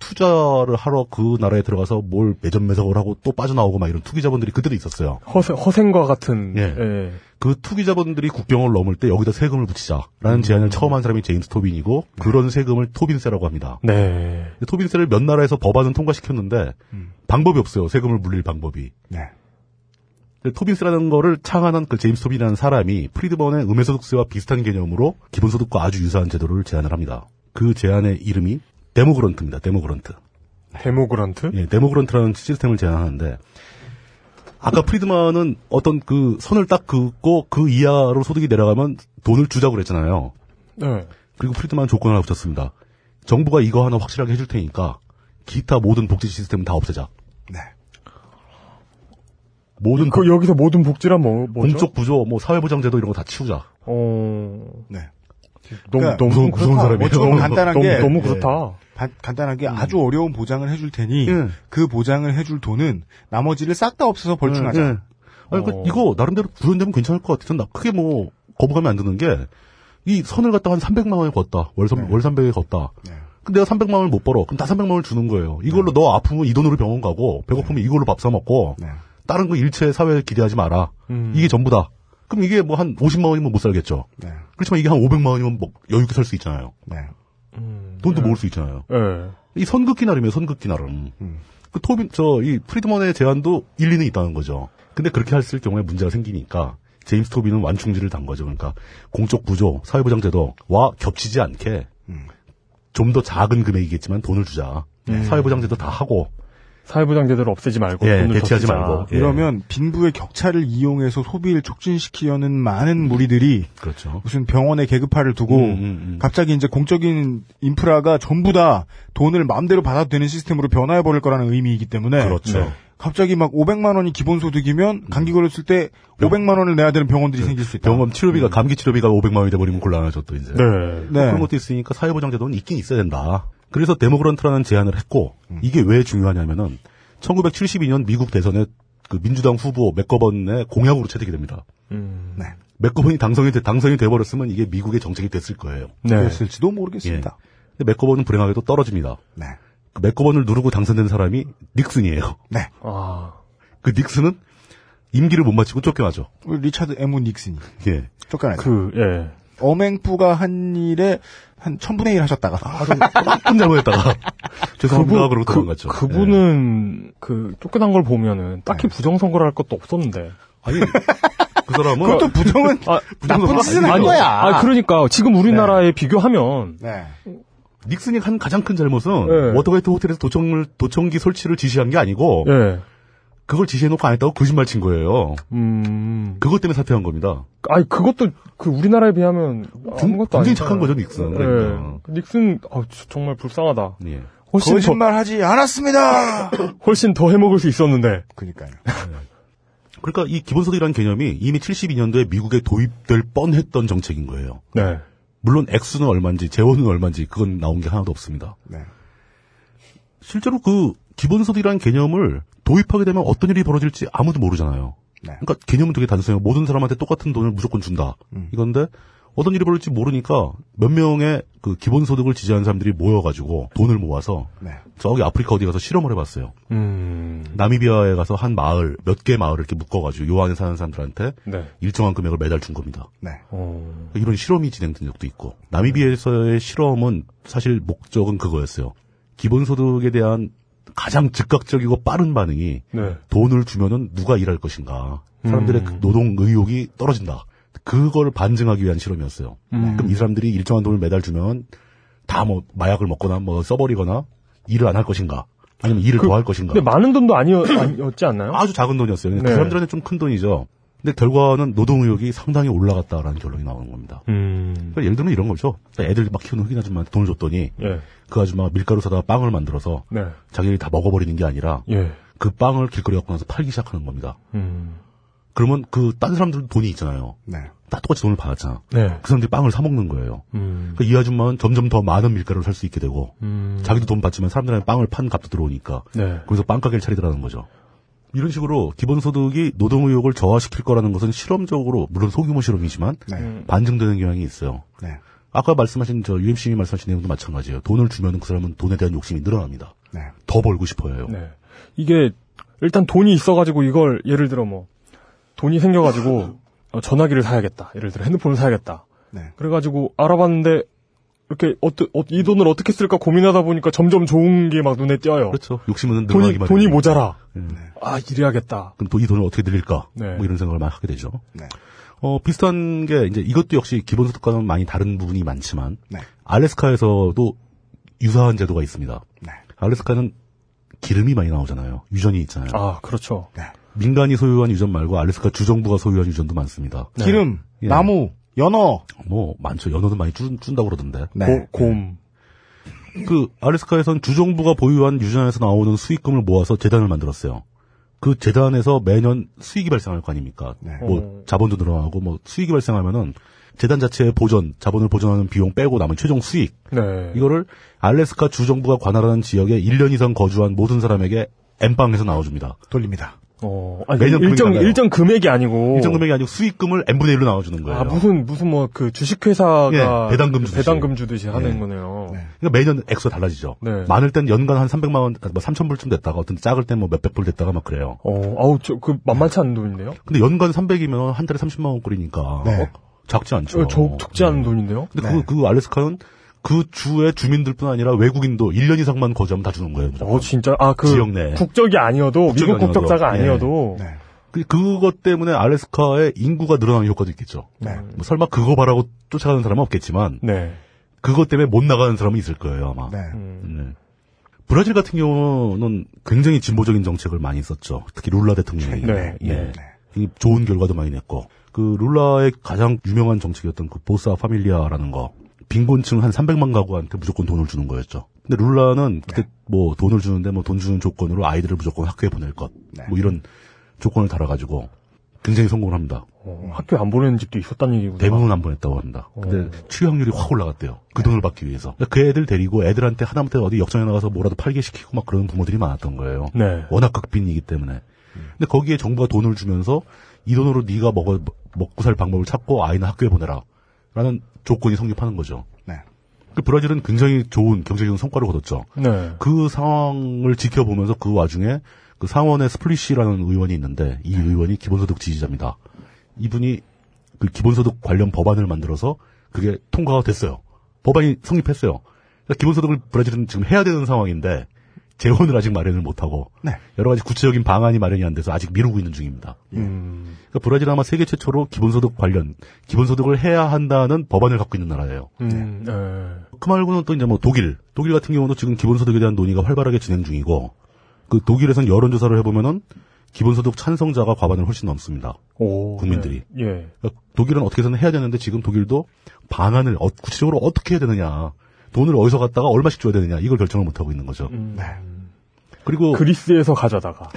Speaker 3: 투자를 하러 그 나라에 들어가서 뭘 매점 매석을 하고 또 빠져나오고 막 이런 투기 자본들이 그때도 있었어요.
Speaker 4: 허세, 허생과 같은.
Speaker 3: 예.
Speaker 4: 예.
Speaker 3: 그 투기 자본들이 국경을 넘을 때 여기다 세금을 붙이자라는 제안을 처음 한 사람이 제임스 토빈이고 그런 세금을 토빈세라고 합니다.
Speaker 4: 네.
Speaker 3: 근데 토빈세를 몇 나라에서 법안은 통과시켰는데 방법이 없어요. 세금을 물릴 방법이.
Speaker 2: 네.
Speaker 3: 근데 토빈스라는 거를 창안한 그 제임스 토빈이라는 사람이 프리드먼의 음해소득세와 비슷한 개념으로 기본소득과 아주 유사한 제도를 제안을 합니다. 그 제안의 이름이 데모그런트입니다. 데모그런트.
Speaker 4: 데모그란트?
Speaker 3: 예, 데모그런트라는 시스템을 제안하는데 아까 프리드먼은 어떤 그 선을 딱 긋고 그 이하로 소득이 내려가면 돈을 주자고 그랬잖아요.
Speaker 4: 네.
Speaker 3: 그리고 프리드만 조건을 붙였습니다. 정부가 이거 하나 확실하게 해줄 테니까 기타 모든 복지 시스템은 다 없애자.
Speaker 2: 네.
Speaker 3: 모든
Speaker 4: 그 여기서 모든 복지란 뭐, 뭐죠?
Speaker 3: 그러니까 공적 구조, 뭐 사회보장제도 이런 거 다 치우자.
Speaker 4: 어, 너무,
Speaker 2: 네. 그러니까
Speaker 4: 너무
Speaker 3: 무서운- 무서운
Speaker 4: 그렇다. 뭐
Speaker 3: 사람이에요.
Speaker 2: 어쩌면 간단한
Speaker 4: 너무,
Speaker 2: 게-
Speaker 4: 너무 그렇다.
Speaker 2: 바- 간단하게 아주 어려운 보장을 해줄 테니
Speaker 3: 음.
Speaker 2: 그 보장을 해줄 돈은 나머지를 싹 다 없애서 벌충하자.
Speaker 3: 예. 아니, 그,
Speaker 4: 어.
Speaker 3: 이거 나름대로 구현되면 괜찮을 것 같아요. 나 크게 뭐 거부감이 안 드는 게 이 선을 갖다 한 300만 원에 걷다. 월, 삼- 월 300에 걷다.
Speaker 2: 네.
Speaker 3: 근데 내가 300만 원을 못 벌어. 그럼 나 300만 원을 주는 거예요. 이걸로 너 아프면 이 돈으로 병원 가고 배고프면 이걸로 밥 사 먹고
Speaker 2: 네.
Speaker 3: 다른 거 일체 사회에 기대하지 마라.
Speaker 4: 음.
Speaker 3: 이게 전부다. 그럼 이게 뭐 한 50만 원이면 못 살겠죠.
Speaker 2: 네.
Speaker 3: 그렇지만 이게 한 500만 원이면 뭐 여유 있게 살 수 있잖아요.
Speaker 2: 네.
Speaker 4: 음.
Speaker 3: 돈도 모을 수 있잖아요.
Speaker 4: 예.
Speaker 3: 이 선극기 나름이에요, 선극기 나름. 그 토빈, 저, 이 프리드먼의 제안도 일리는 있다는 거죠. 근데 그렇게 했을 경우에 문제가 생기니까, 제임스 토빈은 완충지를 단 거죠. 그러니까, 공적 구조, 사회보장제도와 겹치지 않게, 좀 더 작은 금액이겠지만 돈을 주자. 사회보장제도 다 하고,
Speaker 4: 사회보장제도를 없애지 말고
Speaker 3: 예,
Speaker 4: 돈을 더
Speaker 3: 대체하지
Speaker 4: 쓰자.
Speaker 3: 말고. 예.
Speaker 2: 이러면 빈부의 격차를 이용해서 소비를 촉진시키려는 많은 무리들이
Speaker 3: 그렇죠.
Speaker 2: 무슨 병원에 계급화를 두고
Speaker 3: 음, 음, 음.
Speaker 2: 갑자기 이제 공적인 인프라가 전부 다 돈을 마음대로 받아도 되는 시스템으로 변화해 버릴 거라는 의미이기 때문에
Speaker 3: 그렇죠. 음.
Speaker 2: 네. 갑자기 막 500만 원이 기본 소득이면 감기 걸렸을 때
Speaker 3: 병-
Speaker 2: 500만 원을 내야 되는 병원들이 생길 수 있다.
Speaker 3: 병원 치료비가, 감기 치료비가 500만 원이 돼버리면 곤란하죠, 또 이제.
Speaker 4: 네.
Speaker 2: 네.
Speaker 3: 그런 것도 있으니까 사회보장제도는 있긴 있어야 된다. 그래서 데모그런트라는 제안을 했고
Speaker 2: 음.
Speaker 3: 이게 왜 중요하냐면은 1972년 미국 대선에 그 민주당 후보 맥거번의 공약으로 채택이 됩니다.
Speaker 4: 음.
Speaker 2: 네.
Speaker 3: 맥거번이 당선이 돼, 당선이 돼버렸으면 이게 미국의 정책이 됐을 거예요.
Speaker 4: 네.
Speaker 2: 됐을지도 모르겠습니다.
Speaker 3: 근데 맥거번은 불행하게도 떨어집니다.
Speaker 2: 네.
Speaker 3: 그 맥거번을 누르고 당선된 사람이 닉슨이에요.
Speaker 2: 네.
Speaker 4: 아.
Speaker 3: 그 닉슨은 임기를 못 마치고 쫓겨나죠.
Speaker 2: 우리 리차드 에무 닉슨이
Speaker 3: 예.
Speaker 2: 쫓겨나요.
Speaker 4: 그, 예.
Speaker 2: 엄행부가 한 일에 한 천분의 일 하셨다가
Speaker 3: 아, 조금 잘못했다가 죄송합니다 그러고 도망갔죠. 예.
Speaker 4: 그분은 그 쫓겨난 걸 보면은 딱히 부정선거를 할 것도 없었는데.
Speaker 3: 아니 그 사람은
Speaker 2: 그것도 부정은
Speaker 4: 아,
Speaker 2: 나쁜 짓은 한
Speaker 4: 아니,
Speaker 2: 거야.
Speaker 4: 아, 그러니까 지금 우리나라에 비교하면
Speaker 2: 네.
Speaker 3: 닉슨이 한 가장 큰 잘못은
Speaker 4: 예.
Speaker 3: 워터게이트 호텔에서 도청을 도청기 설치를 지시한 게 아니고
Speaker 4: 예.
Speaker 3: 그걸 지시해놓고 안 했다고 거짓말 친 거예요.
Speaker 4: 음.
Speaker 3: 그것 때문에 사퇴한 겁니다.
Speaker 4: 아니 그것도 그 우리나라에 비하면 아무것도
Speaker 3: 굉장히
Speaker 4: 아니잖아요.
Speaker 3: 착한 거죠 닉슨.
Speaker 4: 예.
Speaker 3: 그러니까.
Speaker 4: 닉슨 아, 저- 정말 불쌍하다.
Speaker 3: 예.
Speaker 4: 훨씬
Speaker 2: 거짓말하지 않았습니다.
Speaker 4: 더 훨씬 더 해먹을 수 있었는데.
Speaker 2: 그러니까요.
Speaker 3: 그러니까 이 기본소득이라는 개념이 이미 72년도에 미국에 도입될 뻔했던 정책인 거예요.
Speaker 4: 네.
Speaker 3: 물론 액수는 얼마인지 재원은 얼마인지 그건 나온 게 하나도 없습니다.
Speaker 2: 네.
Speaker 3: 실제로 그 기본소득이라는 개념을 도입하게 되면 어떤 일이 벌어질지 아무도 모르잖아요.
Speaker 2: 네.
Speaker 3: 그러니까 개념은 되게 단순해요. 모든 사람한테 똑같은 돈을 무조건 준다.
Speaker 2: 음.
Speaker 3: 이건데 어떤 일이 벌어질지 모르니까 몇 명의 그 기본소득을 지지하는 사람들이 모여가지고 돈을 모아서
Speaker 2: 네.
Speaker 3: 저기 아프리카 어디 가서 실험을 해봤어요.
Speaker 4: 음.
Speaker 3: 나미비아에 가서 한 마을 몇 개 마을을 이렇게 묶어가지고 요 안에 사는 사람들한테
Speaker 4: 네.
Speaker 3: 일정한 금액을 매달 준 겁니다.
Speaker 2: 네.
Speaker 4: 어.
Speaker 3: 이런 실험이 진행된 적도 있고 나미비에서의 실험은 사실 목적은 그거였어요. 기본소득에 대한 가장 즉각적이고 빠른 반응이
Speaker 4: 네.
Speaker 3: 돈을 주면은 누가 일할 것인가 사람들의
Speaker 4: 음.
Speaker 3: 그 노동 의욕이 떨어진다. 그걸 반증하기 위한 실험이었어요.
Speaker 4: 음.
Speaker 3: 그럼 이 사람들이 일정한 돈을 매달 주면 다 뭐 마약을 먹거나 뭐 써버리거나 일을 안 할 것인가 아니면 일을 더 할 것인가
Speaker 4: 그 근데 많은 돈도 아니었, 아니었지 않나요?
Speaker 3: 아주 작은 돈이었어요. 근데
Speaker 4: 네.
Speaker 3: 그 사람들한테 좀 큰 돈이죠. 근데 결과는 노동 의욕이 상당히 올라갔다라는 결론이 나오는 겁니다.
Speaker 4: 음.
Speaker 3: 그러니까 예를 들면 이런 거죠. 애들 막 키우는 흑인 아줌마한테 돈을 줬더니
Speaker 4: 예.
Speaker 3: 그 아줌마가 밀가루 사다가 빵을 만들어서
Speaker 4: 네.
Speaker 3: 자기들이 다 먹어버리는 게 아니라
Speaker 4: 예.
Speaker 3: 그 빵을 길거리 갖고 나서 팔기 시작하는 겁니다.
Speaker 4: 음.
Speaker 3: 그러면 그 딴 사람들도 돈이 있잖아요.
Speaker 2: 네.
Speaker 3: 다 똑같이 돈을 받았잖아.
Speaker 4: 네.
Speaker 3: 그 사람들이 빵을 사먹는 거예요.
Speaker 4: 음.
Speaker 3: 그러니까 이 아줌마는 점점 더 많은 밀가루를 살 수 있게 되고
Speaker 4: 음.
Speaker 3: 자기도 돈 받지만 사람들한테 빵을 판 값도 들어오니까
Speaker 4: 네.
Speaker 3: 그래서 빵가게를 차리더라는 거죠. 이런 식으로 기본소득이 노동 의욕을 저하시킬 거라는 것은 실험적으로 물론 소규모 실험이지만
Speaker 2: 네.
Speaker 3: 반증되는 경향이 있어요.
Speaker 2: 네.
Speaker 3: 아까 말씀하신 저 UMC님이 말씀하신 내용도 마찬가지예요. 돈을 주면 그 사람은 돈에 대한 욕심이 늘어납니다.
Speaker 2: 네.
Speaker 3: 더 벌고 싶어요.
Speaker 4: 네. 이게 일단 돈이 있어가지고 이걸 예를 들어 뭐 돈이 생겨가지고 어, 전화기를 사야겠다. 예를 들어 핸드폰을 사야겠다.
Speaker 2: 네.
Speaker 4: 그래가지고 알아봤는데 이렇게 어떠, 어, 이 돈을 어떻게 쓸까 고민하다 보니까 점점 좋은 게 막 눈에 띄어요.
Speaker 3: 그렇죠.
Speaker 4: 돈이
Speaker 3: 욕심은 늘어나기 마련.
Speaker 4: 돈이 모자라.
Speaker 3: 네.
Speaker 4: 아 이래야겠다.
Speaker 3: 그럼 또 이 돈을 어떻게 늘릴까?
Speaker 4: 네.
Speaker 3: 뭐 이런 생각을 많이 하게 되죠.
Speaker 2: 네.
Speaker 3: 어, 비슷한 게 이제 이것도 역시 기본소득과는 많이 다른 부분이 많지만
Speaker 2: 네.
Speaker 3: 알래스카에서도 유사한 제도가 있습니다.
Speaker 2: 네.
Speaker 3: 알래스카는 기름이 많이 나오잖아요. 유전이 있잖아요.
Speaker 4: 아 그렇죠.
Speaker 3: 민간이 소유한 유전 말고 알래스카 주정부가 소유한 유전도 많습니다.
Speaker 2: 네. 기름,
Speaker 3: 예.
Speaker 2: 나무, 연어.
Speaker 3: 뭐 많죠. 연어도 많이 준, 준다고 그러던데.
Speaker 2: 네.
Speaker 4: 고- 곰.
Speaker 3: 그 알래스카에선 주정부가 보유한 유전에서 나오는 수익금을 모아서 재단을 만들었어요. 그 재단에서 매년 수익이 발생할 거 아닙니까?
Speaker 2: 네.
Speaker 3: 뭐 자본도 늘어나고 뭐 수익이 발생하면은 재단 자체의 보전, 자본을 보전하는 비용 빼고 남은 최종 수익
Speaker 4: 네.
Speaker 3: 이거를 알래스카 주정부가 관할하는 지역에 1년 이상 거주한 모든 사람에게 엠빵에서 나눠줍니다.
Speaker 2: 돌립니다.
Speaker 4: 어, 아니,
Speaker 3: 매년
Speaker 4: 일정
Speaker 3: 금액이 달라요.
Speaker 4: 일정 금액이 아니고
Speaker 3: 일정 금액이 아니고 수익금을 n분의 1로 나눠주는 거예요.
Speaker 4: 아 무슨 무슨 뭐 그 주식회사가 그
Speaker 3: 예, 배당금 주듯이.
Speaker 4: 배당금 주듯이 하는
Speaker 3: 예.
Speaker 4: 거네요.
Speaker 3: 그러니까 매년 액수가 달라지죠.
Speaker 4: 네.
Speaker 3: 많을 땐 연간 한 300만 원, 뭐 3천 불쯤 됐다가 어떤 작을 땐 뭐 몇백 불 됐다가 막 그래요.
Speaker 4: 어, 아우 저 그 만만치 않은 돈인데요.
Speaker 3: 근데 연간 300이면 한 달에 30만 원꼴이니까
Speaker 2: 네.
Speaker 3: 어? 작지 않죠.
Speaker 4: 저, 저 적지 않은 돈인데요.
Speaker 3: 근데
Speaker 2: 네.
Speaker 3: 그, 그 알래스카는 그 주의 주민들뿐 아니라 외국인도 1년 이상만 거주하면 다 주는 거예요. 무조건.
Speaker 4: 어 진짜 아 그
Speaker 3: 지역 내.
Speaker 4: 국적이 아니어도
Speaker 3: 국적이
Speaker 4: 미국
Speaker 3: 아니어도.
Speaker 4: 국적자가
Speaker 3: 예.
Speaker 4: 아니어도
Speaker 2: 네.
Speaker 3: 그, 그것 때문에 알래스카의 인구가 늘어나는 효과도 있겠죠.
Speaker 2: 네.
Speaker 3: 뭐 설마 그거 바라고 쫓아가는 사람은 없겠지만
Speaker 4: 네.
Speaker 3: 그것 때문에 못 나가는 사람은 있을 거예요 아마.
Speaker 2: 네.
Speaker 4: 음.
Speaker 3: 네. 브라질 같은 경우는 굉장히 진보적인 정책을 많이 썼죠. 특히 룰라 대통령이.
Speaker 4: 네,
Speaker 3: 예. 굉장히 좋은 결과도 많이 냈고. 그 룰라의 가장 유명한 정책이었던 그 보사 파밀리아라는 거. 빈곤층 한 300만 가구한테 무조건 돈을 주는 거였죠. 근데 룰라는 그때
Speaker 4: 네.
Speaker 3: 뭐 돈을 주는데 뭐 돈 주는 조건으로 아이들을 무조건 학교에 보낼 것.
Speaker 4: 네.
Speaker 3: 뭐 이런 조건을 달아가지고 굉장히 성공을 합니다.
Speaker 4: 어, 학교 안 보내는 집도 있었다는 얘기구나.
Speaker 3: 대부분 어. 안 보냈다고 합니다. 근데 취업률이 확 올라갔대요. 그 돈을 받기 위해서. 그러니까 그 애들 데리고 애들한테 하다못해 어디 역전에 나가서 뭐라도 팔게 시키고 막 그런 부모들이 많았던 거예요.
Speaker 4: 네.
Speaker 3: 워낙 극빈이기 때문에. 근데 거기에 정부가 돈을 주면서 이 돈으로 네가 먹어 먹고 살 방법을 찾고 아이는 학교에 보내라라는 조건이 성립하는 거죠.
Speaker 2: 네.
Speaker 3: 그 브라질은 굉장히 좋은 경제적인 성과를 거뒀죠.
Speaker 4: 네.
Speaker 3: 그 상황을 지켜보면서 그 와중에 그 상원의 스플리시라는 의원이 있는데 이 의원이 기본소득 지지자입니다. 이분이 그 기본소득 관련 법안을 만들어서 그게 통과가 됐어요. 법안이 성립했어요. 그러니까 기본소득을 브라질은 지금 해야 되는 상황인데 재원을 아직 마련을 못하고
Speaker 2: 네.
Speaker 3: 여러 가지 구체적인 방안이 마련이 안 돼서 아직 미루고 있는 중입니다.
Speaker 4: 음.
Speaker 3: 그러니까 브라질은 아마 세계 최초로 기본소득 관련 기본소득을 해야 한다는 법안을 갖고 있는 나라예요.
Speaker 4: 음. 네.
Speaker 3: 그 말고는 또 이제 뭐 독일, 독일 같은 경우도 지금 기본소득에 대한 논의가 활발하게 진행 중이고, 그 독일에선 여론조사를 해보면은 기본소득 찬성자가 과반을 훨씬 넘습니다.
Speaker 4: 오.
Speaker 3: 국민들이.
Speaker 4: 네. 예.
Speaker 3: 그러니까 독일은 어떻게든 해야 되는데 지금 독일도 방안을 어- 구체적으로 어떻게 해야 되느냐, 돈을 어디서 갖다가 얼마씩 줘야 되느냐 이걸 결정을 못 하고 있는 거죠.
Speaker 4: 음.
Speaker 3: 그리고
Speaker 4: 그리스에서 가져다가.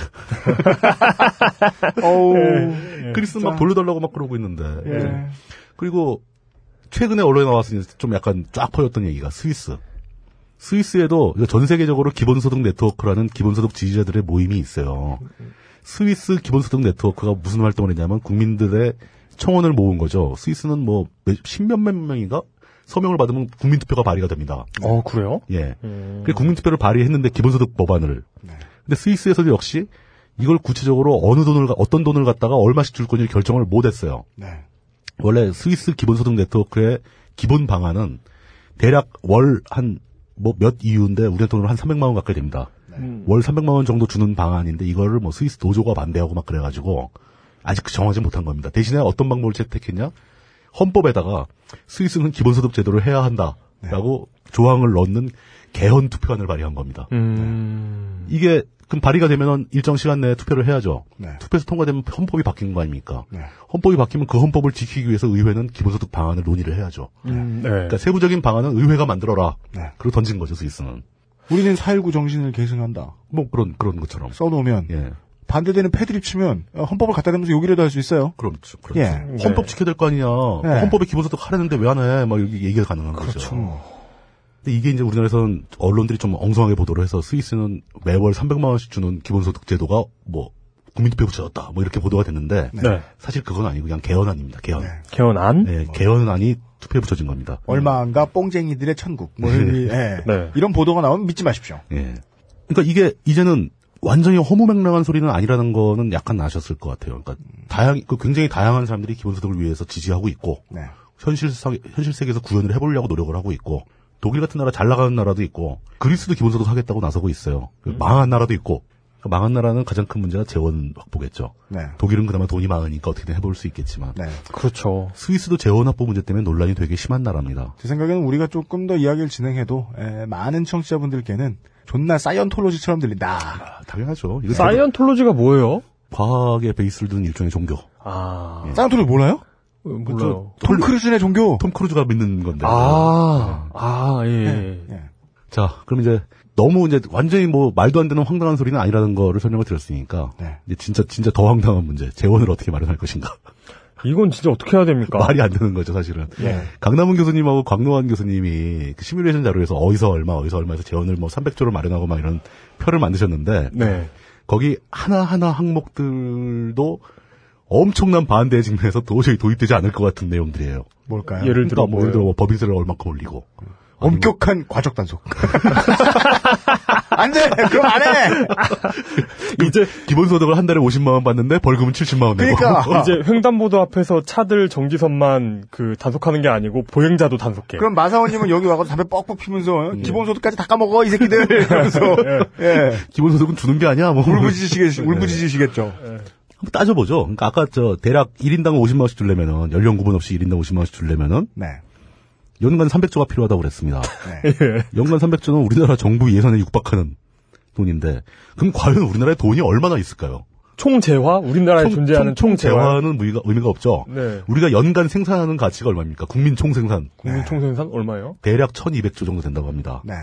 Speaker 3: 네.
Speaker 2: 어우. 네.
Speaker 3: 그리스 막 돌려달라고 막 그러고 있는데. 예. 그리고 최근에 언론에 나왔으니 좀 약간 쫙 퍼졌던 얘기가 스위스. 스위스에도 전 세계적으로 기본소득 네트워크라는 기본소득 지지자들의 모임이 있어요. 스위스 기본소득 네트워크가 무슨 활동을 했냐면 국민들의 청원을 모은 거죠. 스위스는 뭐 십몇몇 명인가 서명을 받으면 국민투표가 발의가 됩니다.
Speaker 4: 어, 그래요?
Speaker 3: 예.
Speaker 4: 음.
Speaker 3: 그 국민투표를 발의했는데 기본소득 법안을. 근데 스위스에서도 역시 이걸 구체적으로 어느 돈을 가- 어떤 돈을 갖다가 얼마씩 줄 건지 결정을 못했어요.
Speaker 2: 네.
Speaker 3: 원래 스위스 기본소득 네트워크의 기본 방안은 대략 월 한 뭐 몇 이유인데 우리 돈으로 한 300만 원 가까이 됩니다.
Speaker 4: 음.
Speaker 3: 월 300만 원 정도 주는 방안인데 이거를 뭐 스위스 도조가 반대하고 막 그래가지고 아직 정하지 못한 겁니다. 대신에 어떤 방법을 채택했냐? 헌법에다가 스위스는 기본소득 제도를 해야 한다라고 조항을 넣는 개헌 투표안을 발의한 겁니다.
Speaker 4: 음.
Speaker 3: 이게 그럼 발의가 되면 일정 시간 내에 투표를 해야죠.
Speaker 2: 네.
Speaker 3: 투표에서 통과되면 헌법이 바뀌는 거 아닙니까?
Speaker 2: 네.
Speaker 3: 헌법이 바뀌면 그 헌법을 지키기 위해서 의회는 기본소득 방안을 논의를 해야죠.
Speaker 4: 음, 네.
Speaker 3: 그러니까 세부적인 방안은 의회가 만들어라.
Speaker 2: 네.
Speaker 3: 그리고 던진 거죠 스위스는.
Speaker 2: 우리는 4.19 정신을 계승한다.
Speaker 3: 뭐 그런 그런 것처럼.
Speaker 2: 써놓으면
Speaker 3: 예.
Speaker 2: 반대되는 패드립 치면 어, 헌법을 갖다 대면서 욕이라도 할 수 있어요.
Speaker 3: 그렇죠. 그렇죠.
Speaker 2: 예.
Speaker 3: 헌법 지켜야 될 거 아니냐.
Speaker 2: 네.
Speaker 3: 헌법에 기본소득 하라는데 왜 안 해? 막 이렇게 얘기가 가능한
Speaker 2: 그렇죠.
Speaker 3: 거죠.
Speaker 2: 음.
Speaker 3: 근데 이게 이제 우리나라에서는 언론들이 좀 엉성하게 보도를 해서 스위스는 매월 300만 원씩 주는 기본소득 제도가 뭐 국민투표에 붙여졌다. 뭐 이렇게 보도가 됐는데
Speaker 4: 네.
Speaker 3: 사실 그건 아니고 그냥 개헌안입니다. 개헌.
Speaker 2: 네.
Speaker 4: 개헌안?
Speaker 3: 예, 개헌안이 투표에 붙여진 겁니다.
Speaker 2: 얼마 안가 뽕쟁이들의 천국. 뭐 이런, 이- 예.
Speaker 4: 네.
Speaker 2: 이런 보도가 나오면 믿지 마십시오.
Speaker 3: 예. 그러니까 이게 이제는 완전히 허무맹랑한 소리는 아니라는 거는 약간 아셨을 것 같아요. 그러니까 다양, 그 굉장히 다양한 사람들이 기본소득을 위해서 지지하고 있고
Speaker 2: 네.
Speaker 3: 현실 상 현실 세계에서 구현을 해보려고 노력을 하고 있고 독일 같은 나라 잘 나가는 나라도 있고 그리스도 기본소득 하겠다고 나서고 있어요. 그 망한 나라도 있고 그러니까 망한 나라는 가장 큰 문제가 재원 확보겠죠.
Speaker 2: 네.
Speaker 3: 독일은 그나마 돈이 많으니까 어떻게든 해볼 수 있겠지만
Speaker 2: 네.
Speaker 4: 그렇죠.
Speaker 3: 스위스도 재원 확보 문제 때문에 논란이 되게 심한 나라입니다.
Speaker 2: 제 생각에는 우리가 조금 더 이야기를 진행해도 에, 많은 청취자분들께는 존나 사이언톨로지처럼 들린다.
Speaker 3: 아, 당연하죠. 이거
Speaker 4: 사이언톨로지가 뭐예요?
Speaker 3: 과학의 베이스를 둔 일종의 종교.
Speaker 4: 아,
Speaker 3: 예.
Speaker 2: 사이언톨로지 몰라요?
Speaker 4: 몰라요.
Speaker 2: 톰 크루즈네 종교.
Speaker 3: 톰 크루즈가 믿는 건데. 네.
Speaker 4: 아, 아, 예. 예.
Speaker 2: 예.
Speaker 3: 자, 그럼 이제 너무 이제 완전히 뭐 말도 안 되는 황당한 소리는 아니라는 거를 설명을 드렸으니까
Speaker 2: 네.
Speaker 3: 이제 진짜 진짜 더 황당한 문제 재원을 어떻게 마련할 것인가
Speaker 4: 이건 진짜 어떻게 해야 됩니까?
Speaker 3: 말이 안 되는 거죠 사실은
Speaker 2: 예.
Speaker 3: 강남훈 교수님하고 광노환 교수님이 그 시뮬레이션 자료에서 어디서 얼마 어디서 얼마에서 재원을 뭐 300조를 마련하고 막 이런 표를 만드셨는데
Speaker 4: 네.
Speaker 3: 거기 하나하나 항목들도 엄청난 반대에 직면해서 도저히 도입되지 않을 것 같은 내용들이에요.
Speaker 2: 뭘까요?
Speaker 4: 예를 들어
Speaker 3: 그러니까 뭐 예를 들어
Speaker 4: 뭐예요?
Speaker 3: 뭐 법인세를 얼마큼 올리고
Speaker 2: 엄격한 과적 단속. 안 돼! 그럼 안 해!
Speaker 4: 그
Speaker 3: 이제 기본소득을 한 달에 50만 원 받는데 벌금은 70만 원 내고
Speaker 2: 그러니까.
Speaker 4: 이제 횡단보도 앞에서 차들 정지선만 그 단속하는 게 아니고 보행자도 단속해.
Speaker 2: 그럼 마사오님은 여기 와서 담배 뻑뻑 피면서 기본소득까지 다 까먹어, 이 새끼들! 이러면서. 예.
Speaker 3: 기본소득은 주는 게 아니야 뭐
Speaker 2: 울부짖으시겠, 울부짖으시겠죠.
Speaker 3: 한번 따져보죠. 그러니까 아까 저 대략 1인당 50만 원씩 주려면은 연령 구분 없이 1인당 50만 원씩 주려면은
Speaker 2: 네.
Speaker 3: 연간 300조가 필요하다고 그랬습니다. 예.
Speaker 2: 네.
Speaker 3: 연간 300조는 우리나라 정부 예산에 육박하는 돈인데 그럼 과연 우리나라에 돈이 얼마나 있을까요?
Speaker 4: 총재화? 우리나라에 존재하는 총재화.
Speaker 3: 재화는 의미가, 의미가 없죠.
Speaker 4: 네.
Speaker 3: 우리가 연간 생산하는 가치가 얼마입니까? 국민 총생산
Speaker 4: 국민 총생산 얼마예요?
Speaker 3: 대략 1,200조 정도 된다고 합니다.
Speaker 2: 네.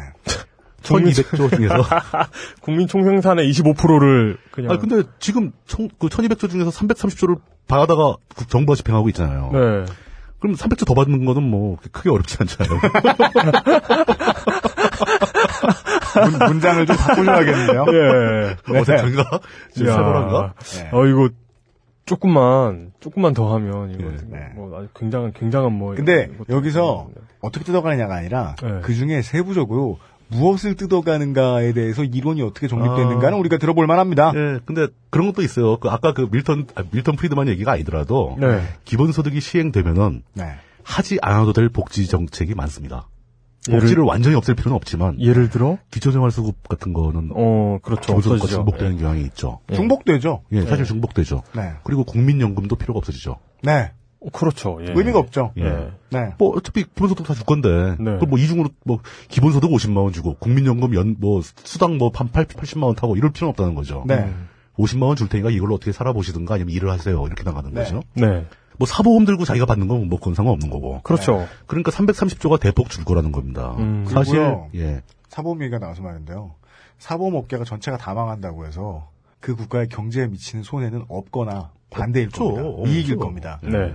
Speaker 3: 1,200조 중에서
Speaker 4: 국민 총생산의 25%를 그냥
Speaker 3: 아니 근데 지금 총, 그 1,200조 중에서 330조를 받아다가 국- 정부가 집행하고 있잖아요.
Speaker 4: 네.
Speaker 3: 그럼 300조 더 받는 거는 뭐 크게 어렵지 않잖아요.
Speaker 2: 문, 문장을 좀 바꾸셔야겠는데요.
Speaker 4: 예.
Speaker 3: 어색한가? 뭐 지금
Speaker 4: 이야.
Speaker 3: 살벌한가?
Speaker 2: 네.
Speaker 4: 어 이거 조금만 조금만 더 하면 이거
Speaker 3: 예.
Speaker 2: 네.
Speaker 4: 뭐 아주 굉장한 굉장한 뭐
Speaker 2: 근데
Speaker 4: 이것도
Speaker 2: 여기서
Speaker 4: 있는데.
Speaker 2: 어떻게 뜯어가느냐가 아니라
Speaker 4: 네.
Speaker 2: 그 중에 세부적으로 무엇을 뜯어가는가에 대해서 이론이 어떻게 정립되는가는 우리가 들어볼 만합니다.
Speaker 3: 예, 근데 그런 것도 있어요. 그 아까 그 밀턴 아, 밀턴 프리드만 얘기가 아니더라도
Speaker 4: 네.
Speaker 3: 기본소득이 시행되면은
Speaker 2: 네.
Speaker 3: 하지 않아도 될 복지 정책이 많습니다.
Speaker 4: 예를-
Speaker 3: 복지를 완전히 없앨 필요는 없지만
Speaker 4: 예를 들어
Speaker 3: 기초생활수급 같은 거는
Speaker 4: 어 그렇죠.
Speaker 3: 기본소득과
Speaker 4: 없어지죠.
Speaker 3: 아, 중복되는 경향이 있죠.
Speaker 2: 중복되죠.
Speaker 3: 예, 사실 중복되죠.
Speaker 2: 네.
Speaker 3: 그리고 국민연금도 필요가 없어지죠.
Speaker 2: 네.
Speaker 4: 어, 그렇죠. 예.
Speaker 2: 의미가 없죠.
Speaker 3: 예.
Speaker 4: 예.
Speaker 2: 네.
Speaker 3: 뭐 어차피 기본소득 다 줄 건데
Speaker 4: 네.
Speaker 3: 또 뭐 이중으로 뭐 기본소득 50만 원 주고 국민연금 연 뭐 수당 뭐한 80만 원 타고 이럴 필요는 없다는 거죠.
Speaker 2: 네.
Speaker 3: 50만 원 줄 테니까 이걸로 어떻게 살아보시든가 아니면 일을 하세요 이렇게 나가는
Speaker 2: 네.
Speaker 3: 거죠.
Speaker 4: 네.
Speaker 3: 뭐 사보험 들고 자기가 받는 건 뭐 그건 상관없는 거고.
Speaker 4: 그렇죠.
Speaker 3: 그러니까 330조가 대폭 줄 거라는 겁니다.
Speaker 4: 음.
Speaker 3: 사실
Speaker 2: 그리고요.
Speaker 3: 예.
Speaker 2: 사보험 얘기가 나와서 말인데요. 사보험 업계가 전체가 다 망한다고 해서 그 국가의 경제에 미치는 손해는 없거나 반대일
Speaker 3: 없죠.
Speaker 2: 겁니다. 이익일
Speaker 3: 없죠.
Speaker 2: 겁니다.
Speaker 4: 네.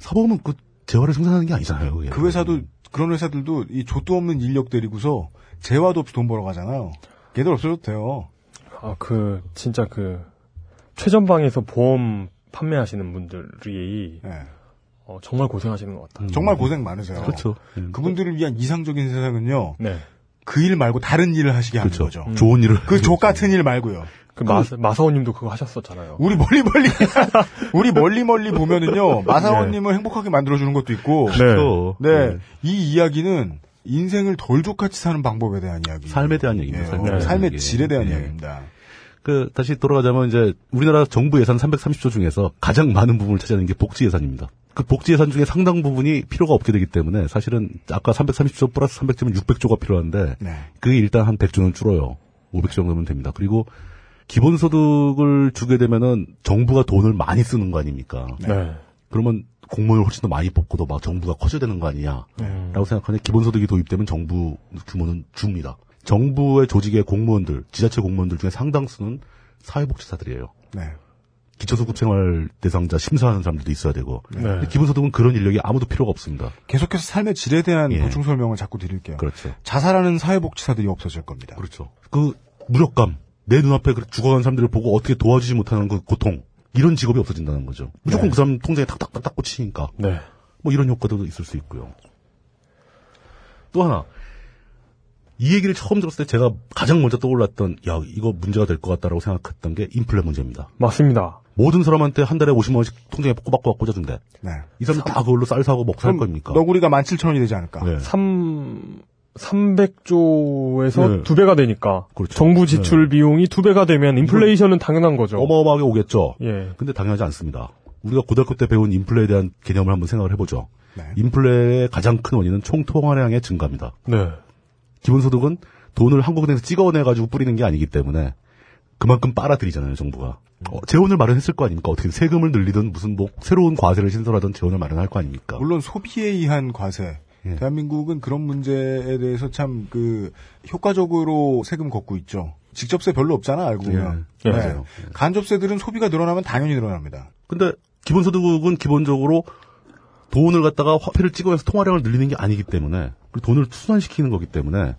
Speaker 3: 사보험은 그 재화를 생산하는 게 아니잖아요. 그게. 음.
Speaker 2: 그 회사도 그런 회사들도 이 족도 없는 인력 데리고서 재화도 없이 돈 벌어가잖아요. 걔들 없어도 돼요.
Speaker 4: 아 그 진짜 그 최전방에서 보험 판매하시는 분들이
Speaker 2: 예.
Speaker 4: 어, 정말 고생하시는 것 같아요.
Speaker 2: 정말 고생 많으세요.
Speaker 3: 그렇죠. 음.
Speaker 2: 그분들을 위한 이상적인 세상은요.
Speaker 4: 네.
Speaker 2: 그 일 말고 다른 일을 하시게 하는
Speaker 3: 그렇죠.
Speaker 2: 거죠.
Speaker 3: 좋은 일을
Speaker 2: 그 족 같은 일 말고요.
Speaker 4: 그 마, 마사오님도 그거 하셨었잖아요.
Speaker 2: 우리 멀리 멀리 우리 멀리 멀리 보면은요. 마사원님을
Speaker 3: 예.
Speaker 2: 행복하게 만들어주는 것도 있고.
Speaker 3: 그렇죠.
Speaker 2: 네. 이 이야기는 인생을 덜 족같이 사는 방법에 대한 이야기.
Speaker 3: 삶에 대한
Speaker 2: 예,
Speaker 3: 얘기입니다.
Speaker 2: 어,
Speaker 3: 대한
Speaker 2: 삶의
Speaker 3: 얘기.
Speaker 2: 질에 대한
Speaker 3: 예.
Speaker 2: 이야기입니다.
Speaker 3: 그 다시 돌아가자면 이제 우리나라 정부 예산 330조 중에서 가장 많은 부분을 차지하는 게 복지 예산입니다. 그 복지 예산 중에 상당 부분이 필요가 없게 되기 때문에 사실은 아까 330조 플러스 300조면 600조가 필요한데
Speaker 2: 네.
Speaker 3: 그게 일단 한 100조는 줄어요. 500조 정도면 됩니다. 그리고 기본소득을 주게 되면은 정부가 돈을 많이 쓰는 거 아닙니까?
Speaker 4: 네.
Speaker 3: 그러면 공무원을 훨씬 더 많이 뽑고 도막 정부가 커져야 되는 거 아니냐라고 생각하는데 기본소득이 도입되면 정부 규모는 줍니다. 정부의 조직의 공무원들, 지자체 공무원들 중에 상당수는 사회복지사들이에요.
Speaker 2: 네.
Speaker 3: 기초소득생활 대상자 심사하는 사람들도 있어야 되고
Speaker 4: 네.
Speaker 3: 근데 기본소득은 그런 인력이 아무도 필요가 없습니다.
Speaker 2: 계속해서 삶의 질에 대한
Speaker 3: 예.
Speaker 2: 보충 설명을 자꾸 드릴게요.
Speaker 3: 그렇죠.
Speaker 2: 자살하는 사회복지사들이 없어질 겁니다.
Speaker 3: 그렇죠. 그 무력감, 내 눈앞에 그 죽어가는 사람들을 보고 어떻게 도와주지 못하는 그 고통, 이런 직업이 없어진다는 거죠. 무조건 그 사람 통장에 탁탁탁탁 꽂히니까
Speaker 4: 네.
Speaker 3: 뭐 이런 효과도 있을 수 있고요. 또 하나, 이 얘기를 처음 들었을 때 제가 가장 먼저 떠올랐던 야 이거 문제가 될 것 같다라고 생각했던 게 인플레 문제입니다.
Speaker 4: 맞습니다.
Speaker 3: 모든 사람한테 한 달에 50만 원씩 통장에 꼬박꼬박 꽂아준대.
Speaker 2: 네.
Speaker 3: 이 사람 다 그걸로 쌀 사고 먹고 살
Speaker 2: 그럼
Speaker 3: 겁니까?
Speaker 2: 너구리가 17,000원이 되지 않을까?
Speaker 3: 그러니까. 네.
Speaker 4: 3 300조에서
Speaker 3: 네.
Speaker 4: 두 배가 되니까
Speaker 3: 그렇죠.
Speaker 4: 정부 지출 비용이 두 배가 되면 인플레이션은 당연한 거죠.
Speaker 3: 어마어마하게 오겠죠.
Speaker 4: 예.
Speaker 3: 근데 당연하지 않습니다. 우리가 고등학교 때 배운 인플레에 대한 개념을 한번 생각을 해보죠.
Speaker 2: 네.
Speaker 3: 인플레의 가장 큰 원인은 총 통화량의 증가입니다.
Speaker 4: 네.
Speaker 3: 기본소득은 돈을 한국은행에서 찍어내가지고 뿌리는 게 아니기 때문에 그만큼 빨아들이잖아요, 정부가.
Speaker 4: 음.
Speaker 3: 어, 재원을 마련했을 거 아닙니까? 어떻게 세금을 늘리든 무슨 뭐 새로운 과세를 신설하든 재원을 마련할 거 아닙니까?
Speaker 2: 물론 소비에 의한 과세.
Speaker 3: 예.
Speaker 2: 대한민국은 그런 문제에 대해서 참 그 효과적으로 세금 걷고 있죠. 직접세 별로 없잖아 알고 보면.
Speaker 4: 예,
Speaker 2: 네.
Speaker 3: 맞아요.
Speaker 2: 간접세들은 소비가 늘어나면 당연히 늘어납니다.
Speaker 3: 근데 기본소득은 기본적으로 돈을 갖다가 화폐를 찍어내서 통화량을 늘리는 게 아니기 때문에 그리고 돈을 순환시키는 거기 때문에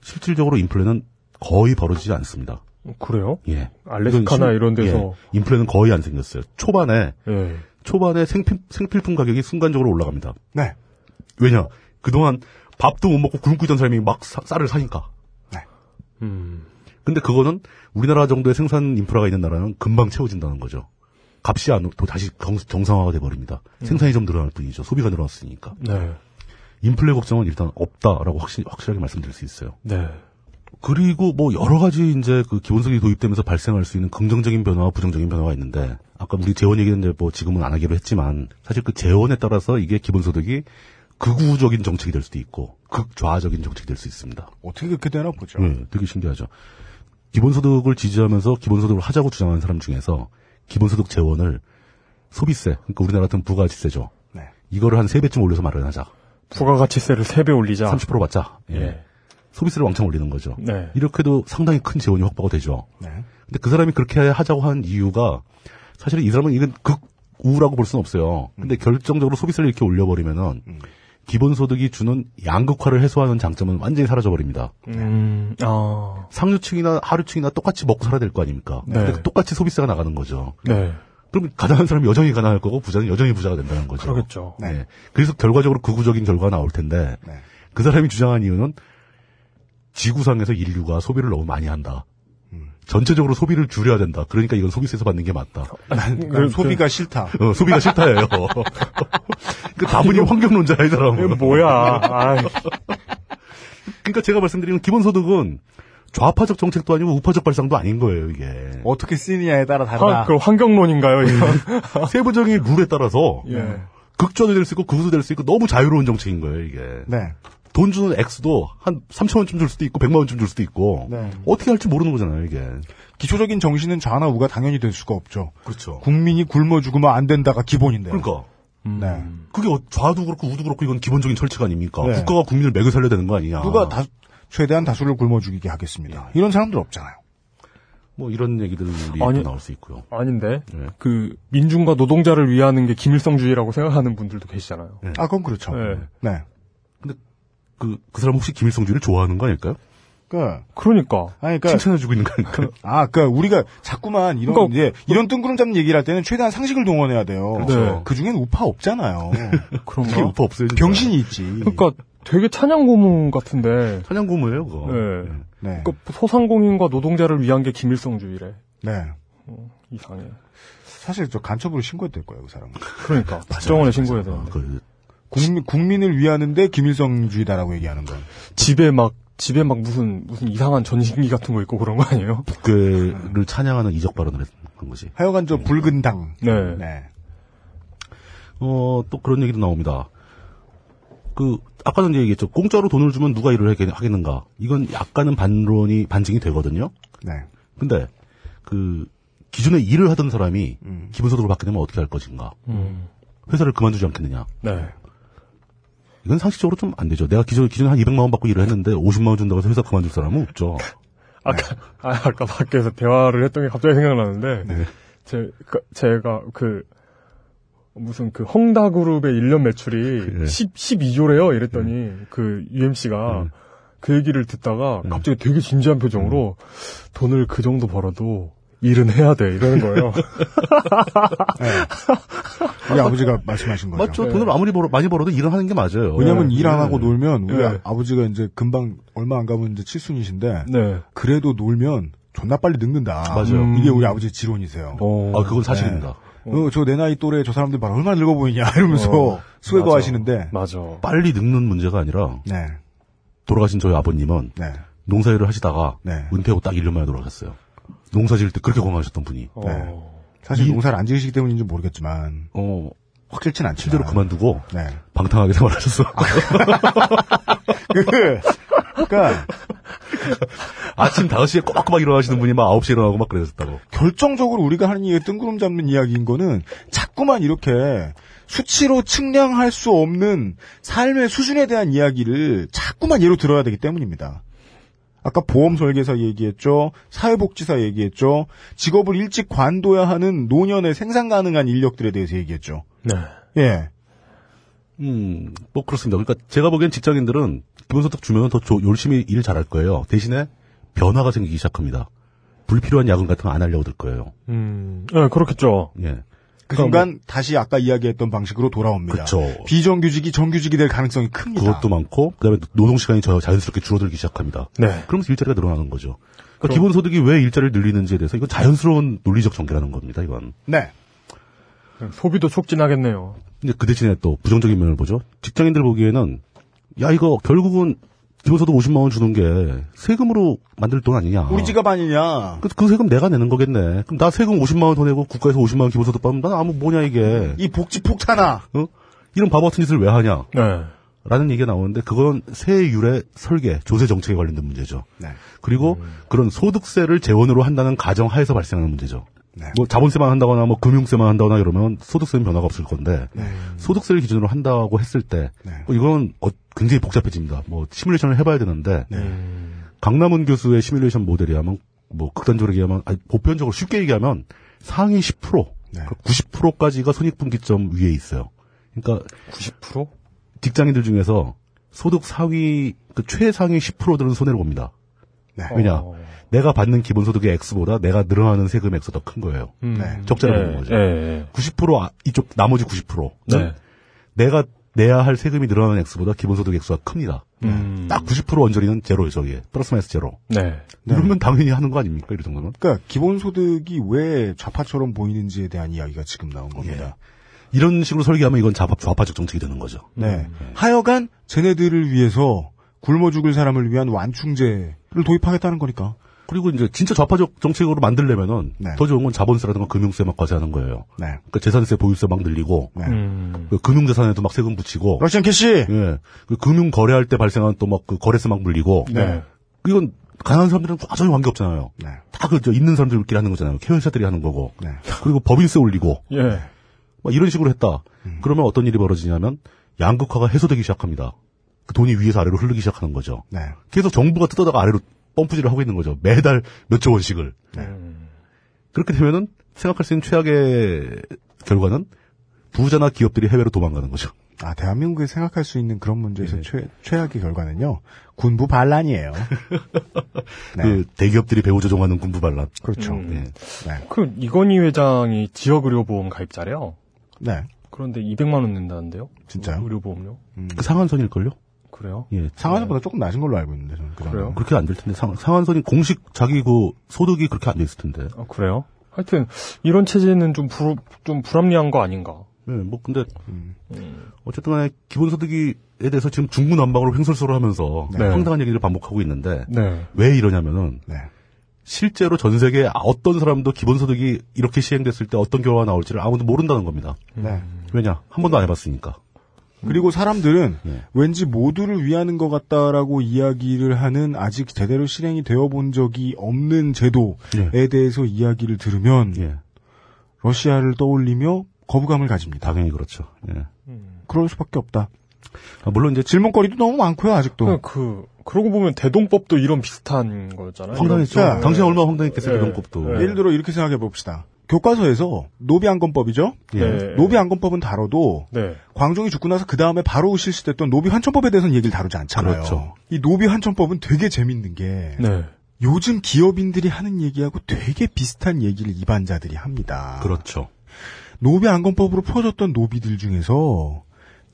Speaker 3: 실질적으로 인플레는 거의 벌어지지 않습니다.
Speaker 4: 그래요?
Speaker 3: 예.
Speaker 4: 알래스카나
Speaker 3: 이건
Speaker 4: 이런
Speaker 3: 심-
Speaker 4: 데서.
Speaker 3: 예, 인플레는 거의 안 생겼어요. 초반에
Speaker 4: 예.
Speaker 3: 초반에 생필, 생필품 가격이 순간적으로 올라갑니다.
Speaker 2: 네.
Speaker 3: 왜냐? 그동안 밥도 못 먹고 굶고 있던 사람이 막 사- 쌀을 사니까.
Speaker 4: 음.
Speaker 3: 근데 그거는 우리나라 정도의 생산 인프라가 있는 나라는 금방 채워진다는 거죠. 값이 안, 또 다시 정, 정상화가 돼버립니다. 생산이 좀 늘어날 뿐이죠. 소비가 늘어났으니까.
Speaker 4: 네.
Speaker 3: 인플레 걱정은 일단 없다라고 확실, 확실하게 말씀드릴 수 있어요.
Speaker 4: 네.
Speaker 3: 그리고 뭐 여러 가지 이제 그 기본소득이 도입되면서 발생할 수 있는 긍정적인 변화와 부정적인 변화가 있는데 아까 우리 재원 얘기했는데 뭐 지금은 안 하기로 했지만 사실 그 재원에 따라서 이게 기본소득이 극우적인 정책이 될 수도 있고 극좌적인 정책이 될 수 있습니다.
Speaker 2: 어떻게 그렇게 되나 보죠.
Speaker 3: 네, 되게 신기하죠. 기본소득을 지지하면서 기본소득을 하자고 주장하는 사람 중에서 기본소득 재원을 소비세, 그러니까 우리나라 같은 부가지세죠.
Speaker 2: 네.
Speaker 3: 이거를 한 세배쯤 올려서 마련하자.
Speaker 4: 부가가치세를 3배 올리자.
Speaker 3: 30% 받자. 예.
Speaker 2: 네.
Speaker 4: 예.
Speaker 3: 소비세를 왕창 올리는 거죠.
Speaker 4: 네.
Speaker 3: 이렇게도 상당히 큰 재원이 확보가 되죠.
Speaker 2: 네.
Speaker 3: 근데 그 사람이 그렇게 하자고 한 이유가 사실 이 사람은 이건 극우라고 볼 수는 없어요.
Speaker 2: 음.
Speaker 3: 근데 결정적으로 소비세를 이렇게 올려버리면은 기본소득이 주는 양극화를 해소하는 장점은 완전히 사라져버립니다.
Speaker 4: 음. 아.
Speaker 3: 상류층이나 하류층이나 똑같이 먹고 살아야 될 거 아닙니까?
Speaker 4: 네.
Speaker 3: 근데 똑같이 소비세가 나가는 거죠.
Speaker 4: 네.
Speaker 3: 그럼 가난한 사람이 여전히 가난할 거고 부자는 여전히 부자가 된다는 거죠.
Speaker 4: 그러겠죠.
Speaker 3: 네. 그래서 결과적으로 극우적인 결과가 나올 텐데
Speaker 2: 네.
Speaker 3: 그 사람이 주장한 이유는 지구상에서 인류가 소비를 너무 많이 한다.
Speaker 4: 음.
Speaker 3: 전체적으로 소비를 줄여야 된다. 그러니까 이건 소비세에서 받는 게 맞다.
Speaker 2: 난, 난
Speaker 4: 그-
Speaker 2: 소비가 싫다.
Speaker 3: 어, 소비가 싫다예요. 그 다분히 환경론자야 이
Speaker 4: 이게
Speaker 3: 사람은.
Speaker 4: 뭐야. 아,
Speaker 3: 그러니까 제가 말씀드리는 기본소득은 좌파적 정책도 아니고 우파적 발상도 아닌 거예요 이게.
Speaker 2: 어떻게 쓰느냐에 따라 다르다.
Speaker 4: 환, 그 환경론인가요, 이건?
Speaker 3: 아. 세부적인 룰에 따라서
Speaker 4: 예.
Speaker 3: 극좌도 될 수 있고 극우도 될 수 있고 너무 자유로운 정책인 거예요 이게.
Speaker 2: 네.
Speaker 3: 돈 주는 액수도 한 3천 원쯤 줄 수도 있고 100만 원쯤 줄 수도 있고
Speaker 2: 네.
Speaker 3: 어떻게 할지 모르는 거잖아요 이게.
Speaker 2: 기초적인 정신은 좌나 우가 당연히 될 수가 없죠.
Speaker 3: 그렇죠.
Speaker 2: 국민이 굶어 죽으면 안 된다가 기본인데.
Speaker 3: 그러니까
Speaker 2: 네.
Speaker 4: 음.
Speaker 3: 그게 어- 좌도 그렇고 우도 그렇고 이건 기본적인 철칙 아닙니까?
Speaker 2: 네.
Speaker 3: 국가가 국민을 매겨 살려야 되는 거 아니냐?
Speaker 2: 누가 다 최대한 다수를 굶어 죽이게
Speaker 4: 예.
Speaker 2: 하겠습니다. 이런 사람들 없잖아요.
Speaker 3: 뭐 이런 얘기들은 우리
Speaker 4: 아니-
Speaker 3: 또 나올 수 있고요.
Speaker 4: 아닌데.
Speaker 3: 네.
Speaker 4: 그, 민중과 노동자를 위하는 게 김일성주의라고 생각하는 분들도 계시잖아요.
Speaker 2: 아, 그건 그렇죠.
Speaker 4: 네.
Speaker 2: 네.
Speaker 3: 그, 그 사람 혹시 김일성주의를 좋아하는 거 아닐까요?
Speaker 2: 그,
Speaker 4: 그러니까.
Speaker 2: 아니, 그니까,
Speaker 3: 칭찬해주고 있는 거 아닐까요?
Speaker 2: 아, 그니까, 우리가 자꾸만 이런,
Speaker 4: 그러니까-
Speaker 2: 이제, 이런 뜬구름 잡는 얘기를 할 때는 최대한 상식을 동원해야 돼요.
Speaker 4: 그렇죠.
Speaker 2: 그 중엔 우파 없잖아요.
Speaker 3: 그게
Speaker 4: 그런가?
Speaker 3: 우파 없어요. 진짜.
Speaker 2: 병신이 있지.
Speaker 4: 그러니까 되게 찬양 고문 같은데.
Speaker 3: 사냥고무예요 그거.
Speaker 4: 예.
Speaker 2: 네.
Speaker 4: 그러니까 소상공인과 노동자를 위한 게 김일성주의래.
Speaker 2: 네.
Speaker 4: 이상해.
Speaker 2: 사실 저 간첩으로 신고해도 될 거예요, 그 사람은.
Speaker 4: 그러니까 국정원에 신고해야
Speaker 3: 아,
Speaker 4: 되는데
Speaker 3: 그
Speaker 2: 국민, 국민을 위하는데 김일성주의다라고 얘기하는 건.
Speaker 4: 집에 막 집에 막 무슨 무슨 이상한 전신기 같은 거 있고 그런 거 아니에요?
Speaker 3: 국회를 찬양하는 이적 발언을 했- 한 거지.
Speaker 2: 하여간 저 붉은 당.
Speaker 4: 네.
Speaker 2: 네.
Speaker 3: 어, 또 그런 얘기도 나옵니다. 그, 아까도 이제 얘기했죠. 공짜로 돈을 주면 누가 일을 하겠- 하겠는가. 이건 약간은 반론이, 반증이 되거든요.
Speaker 2: 네.
Speaker 3: 근데, 그, 기존에 일을 하던 사람이
Speaker 2: 음.
Speaker 3: 기본소득을 받게 되면 어떻게 할 것인가.
Speaker 4: 음.
Speaker 3: 회사를 그만두지 않겠느냐.
Speaker 4: 네.
Speaker 3: 이건 상식적으로 좀 안 되죠. 내가 기존, 기존에 한 200만원 받고 일을 했는데 50만원 준다고 해서 회사 그만둘 사람은 없죠.
Speaker 4: 아까 아, 아까 밖에서 대화를 했던 게 갑자기 생각나는데
Speaker 3: 네.
Speaker 4: 제 그, 제가 그 무슨 그 헝다 그룹의 1년 매출이
Speaker 3: 예. 네.
Speaker 4: 10 12조래요 이랬더니 그 UMC가 그 얘기를 듣다가 갑자기 되게 진지한 표정으로
Speaker 3: 음.
Speaker 4: 돈을 그 정도 벌어도 일은 해야 돼 이러는 거예요.
Speaker 2: 우리 아버지가 말씀하신 거죠.
Speaker 3: 맞죠. 돈을 아무리 벌어, 많이 벌어도 일을 하는 게 맞아요.
Speaker 2: 네. 왜냐면 일 안
Speaker 3: 네.
Speaker 2: 하고 놀면 우리
Speaker 4: 네.
Speaker 2: 아버지가 이제 금방 얼마 안 가면 이제 칠순이신데
Speaker 4: 네.
Speaker 2: 그래도 놀면 존나 빨리 늙는다. 음.
Speaker 3: 맞아요.
Speaker 2: 이게 우리 아버지 의 지론이세요.
Speaker 4: 어.
Speaker 3: 아, 그건 사실입니다.
Speaker 2: 어, 저 내 나이 또래 저 사람들 봐라 얼마나 늙어 보이냐 이러면서
Speaker 4: 어,
Speaker 2: 스웨거
Speaker 4: 맞아.
Speaker 2: 하시는데
Speaker 4: 맞아.
Speaker 3: 빨리 늙는 문제가 아니라
Speaker 2: 네,
Speaker 3: 돌아가신 저희 아버님은
Speaker 2: 네,
Speaker 3: 농사일을 하시다가
Speaker 2: 네.
Speaker 3: 은퇴하고 딱 1년 만에 돌아가셨어요. 농사 지을 때 그렇게 건강하셨던 분이
Speaker 4: 어.
Speaker 2: 사실
Speaker 3: 이-
Speaker 2: 농사를 안 지으시기 때문인지 모르겠지만
Speaker 3: 어
Speaker 2: 확실치는 않지만
Speaker 3: 실제로 그만두고
Speaker 2: 네,
Speaker 3: 방탕하게 생활하셨어.
Speaker 2: 그러니까
Speaker 3: 아침 5시에 꼬박꼬박 일어나시는 분이 막 9시에 일어나고 막 그러셨다고.
Speaker 2: 결정적으로 우리가 하는 이 뜬구름 잡는 이야기인 거는 자꾸만 이렇게 수치로 측량할 수 없는 삶의 수준에 대한 이야기를 자꾸만 예로 들어야 되기 때문입니다. 아까 보험 설계사 얘기했죠. 사회복지사 얘기했죠. 직업을 일찍 관둬야 하는 노년의 생산 가능한 인력들에 대해서 얘기했죠.
Speaker 4: 네.
Speaker 2: 예.
Speaker 3: 음, 뭐 그렇습니다. 그러니까 제가 보기엔 직장인들은 기본소득 주면 더 조- 열심히 일 잘할 거예요. 대신에 변화가 생기기 시작합니다. 불필요한 야근 같은 거 안 하려고 들 거예요.
Speaker 4: 음, 네, 그렇겠죠.
Speaker 3: 예.
Speaker 2: 그 순간 다시 아까 이야기했던 방식으로 돌아옵니다.
Speaker 3: 그쵸.
Speaker 2: 비정규직이 정규직이 될 가능성이 큽니다.
Speaker 3: 그것도 많고, 그 다음에 노동시간이 저- 자연스럽게 줄어들기 시작합니다.
Speaker 4: 네.
Speaker 3: 그러면서 일자리가 늘어나는 거죠. 그러니까 기본소득이 왜 일자리를 늘리는지에 대해서 이건 자연스러운 논리적 전개라는 겁니다, 이건.
Speaker 2: 네.
Speaker 3: 네.
Speaker 4: 소비도 촉진하겠네요.
Speaker 3: 근데 그 대신에 또 부정적인 면을 보죠. 직장인들 보기에는 야 이거 결국은 기본소득 50만 원 주는 게 세금으로 만들 돈 아니냐.
Speaker 2: 우리 지갑 아니냐.
Speaker 3: 그, 그 세금 내가 내는 거겠네. 그럼 나 세금 50만 원 더 내고 국가에서 50만 원 기본소득 받으면 난 아무 뭐냐 이게.
Speaker 2: 이 복지 폭탄아.
Speaker 3: 어? 이런 바보 같은 짓을 왜 하냐.
Speaker 4: 네.
Speaker 3: 라는 얘기가 나오는데 그건 세율의 설계, 조세 정책에 관련된 문제죠.
Speaker 2: 네.
Speaker 3: 그리고 그런 소득세를 재원으로 한다는 가정 하에서 발생하는 문제죠.
Speaker 2: 네.
Speaker 3: 뭐 자본세만 한다거나 뭐 금융세만 한다거나 이러면 소득세는 변화가 없을 건데 소득세를 기준으로 한다고 했을 때
Speaker 2: 네.
Speaker 3: 뭐 이건 어, 굉장히 복잡해집니다. 뭐 시뮬레이션을 해봐야 되는데
Speaker 2: 네.
Speaker 4: 음.
Speaker 3: 강남은 교수의 시뮬레이션 모델이 하면 뭐 극단적으로 얘기하면 아니, 보편적으로 쉽게 얘기하면 상위 그10%
Speaker 2: 네.
Speaker 3: 90%까지가 손익분기점 위에 있어요. 그러니까
Speaker 4: 90%?
Speaker 3: 직장인들 중에서 소득 상위 그 최상위 10%들은 손해를 봅니다.
Speaker 2: 네.
Speaker 3: 왜냐
Speaker 4: 어.
Speaker 3: 내가 받는 기본소득의 x보다 내가 늘어나는 세금 x가 더 큰 거예요.
Speaker 4: 음.
Speaker 2: 네.
Speaker 3: 적자를 보는 거죠.
Speaker 4: 예, 예.
Speaker 3: 90% 아- 이쪽 나머지 90%는
Speaker 4: 네.
Speaker 3: 내가 내야 할 세금이 늘어나는 x보다 기본소득 x가 큽니다.
Speaker 4: 음.
Speaker 3: 딱 90% 언저리는 제로예요, 저기에. 플러스 마이너스 제로.
Speaker 4: 네.
Speaker 3: 이러면 당연히 하는 거 아닙니까? 이런 정도면.
Speaker 2: 그러니까 기본소득이 왜 좌파처럼 보이는지에 대한 이야기가 지금 나온 겁니다.
Speaker 3: 이런 식으로 설계하면 이건 좌파, 좌파적 정책이 되는 거죠.
Speaker 2: 네. 하여간 쟤네들을 위해서 굶어 죽을 사람을 위한 완충제를 도입하겠다는 거니까.
Speaker 3: 그리고 이제 진짜 좌파적 정책으로 만들려면은
Speaker 2: 네.
Speaker 3: 더 좋은 건 자본세라든가 금융세 막 과세하는 거예요.
Speaker 2: 네.
Speaker 3: 그러니까 재산세, 보유세 막 늘리고
Speaker 2: 네.
Speaker 4: 음.
Speaker 3: 그 금융자산에도 막 세금 붙이고
Speaker 2: 러시안 캐시.
Speaker 3: 예. 그 금융 거래할 때 발생하는 또 막 그 거래세 막 물리고
Speaker 4: 네.
Speaker 3: 이건 가난한 사람들은 전혀 관계 없잖아요.
Speaker 2: 네.
Speaker 3: 다 그, 저, 있는 사람들끼리 하는 거잖아요. 케어회사들이 하는 거고.
Speaker 2: 네.
Speaker 3: 그리고 법인세 올리고.
Speaker 4: 예.
Speaker 3: 막 이런 식으로 했다.
Speaker 2: 음.
Speaker 3: 그러면 어떤 일이 벌어지냐면, 양극화가 해소되기 시작합니다. 그 돈이 위에서 아래로 흐르기 시작하는 거죠.
Speaker 2: 네.
Speaker 3: 계속 정부가 뜯어다가 아래로 펌프질을 하고 있는 거죠. 매달 몇조 원씩을. 네. 그렇게 되면은, 생각할 수 있는 최악의 결과는, 부자나 기업들이 해외로 도망가는 거죠.
Speaker 2: 아, 대한민국에 생각할 수 있는 그런 문제에서 최, 최악의 결과는요. 군부 반란이에요. 네.
Speaker 3: 그, 대기업들이 배후 조종하는 군부 반란.
Speaker 2: 그렇죠.
Speaker 3: 예.
Speaker 2: 네.
Speaker 4: 그 이건희 회장이 지역의료보험 가입자래요.
Speaker 2: 네.
Speaker 4: 그런데 200만 원 낸다는데요?
Speaker 2: 진짜요?
Speaker 4: 의료보험료?
Speaker 3: 그 상한선일걸요?
Speaker 4: 그래요?
Speaker 3: 예. 뭐
Speaker 2: 상하자보다 조금 낮은 걸로 알고 있는데 저는 그
Speaker 4: 그래요?
Speaker 3: 그렇게 안 될 텐데, 상, 상한선이 공식 자기 그, 소득이 그렇게 안 돼 있을 텐데.
Speaker 4: 아, 그래요? 하여튼 이런 체제는 좀, 불, 좀 불합리한 거 아닌가?
Speaker 3: 네, 뭐 근데 어쨌든 간에 기본소득에 대해서 지금 중구난방으로 횡설수설하면서
Speaker 4: 네.
Speaker 3: 황당한 얘기를 반복하고 있는데
Speaker 4: 네.
Speaker 3: 왜 이러냐면은
Speaker 2: 네.
Speaker 3: 실제로 전 세계 어떤 사람도 기본소득이 이렇게 시행됐을 때 어떤 결과가 나올지를 아무도 모른다는 겁니다.
Speaker 2: 네.
Speaker 3: 왜냐 한 번도 안 해봤으니까.
Speaker 2: 그리고 사람들은
Speaker 3: 네.
Speaker 2: 왠지 모두를 위하는 것 같다라고 이야기를 하는 아직 제대로 실행이 되어 본 적이 없는 제도에
Speaker 3: 예.
Speaker 2: 대해서 이야기를 들으면
Speaker 3: 예,
Speaker 2: 러시아를 떠올리며 거부감을 가집니다.
Speaker 3: 당연히 그렇죠. 예.
Speaker 2: 그럴 수밖에 없다.
Speaker 3: 아, 물론 이제 네.
Speaker 2: 질문거리도 너무 많고요, 아직도.
Speaker 4: 그, 그 그러고 보면 대동법도 이런 비슷한 거였잖아요.
Speaker 3: 황당했죠.
Speaker 2: 네.
Speaker 3: 당신 얼마나 황당했겠어요
Speaker 4: 네.
Speaker 3: 이런 것도.
Speaker 4: 네.
Speaker 2: 예를 들어 이렇게 생각해 봅시다. 교과서에서 노비안건법이죠?
Speaker 3: 예.
Speaker 4: 네.
Speaker 2: 노비안건법은 다뤄도
Speaker 4: 네.
Speaker 2: 광종이 죽고 나서 그 다음에 바로 실시됐던 노비환천법에 대해서는 얘기를 다루지 않잖아요.
Speaker 3: 그렇죠.
Speaker 2: 이 노비환천법은 되게 재밌는 게
Speaker 4: 네.
Speaker 2: 요즘 기업인들이 하는 얘기하고 되게 비슷한 얘기를 입안자들이 합니다.
Speaker 3: 그렇죠.
Speaker 2: 노비안건법으로 풀어졌던 노비들 중에서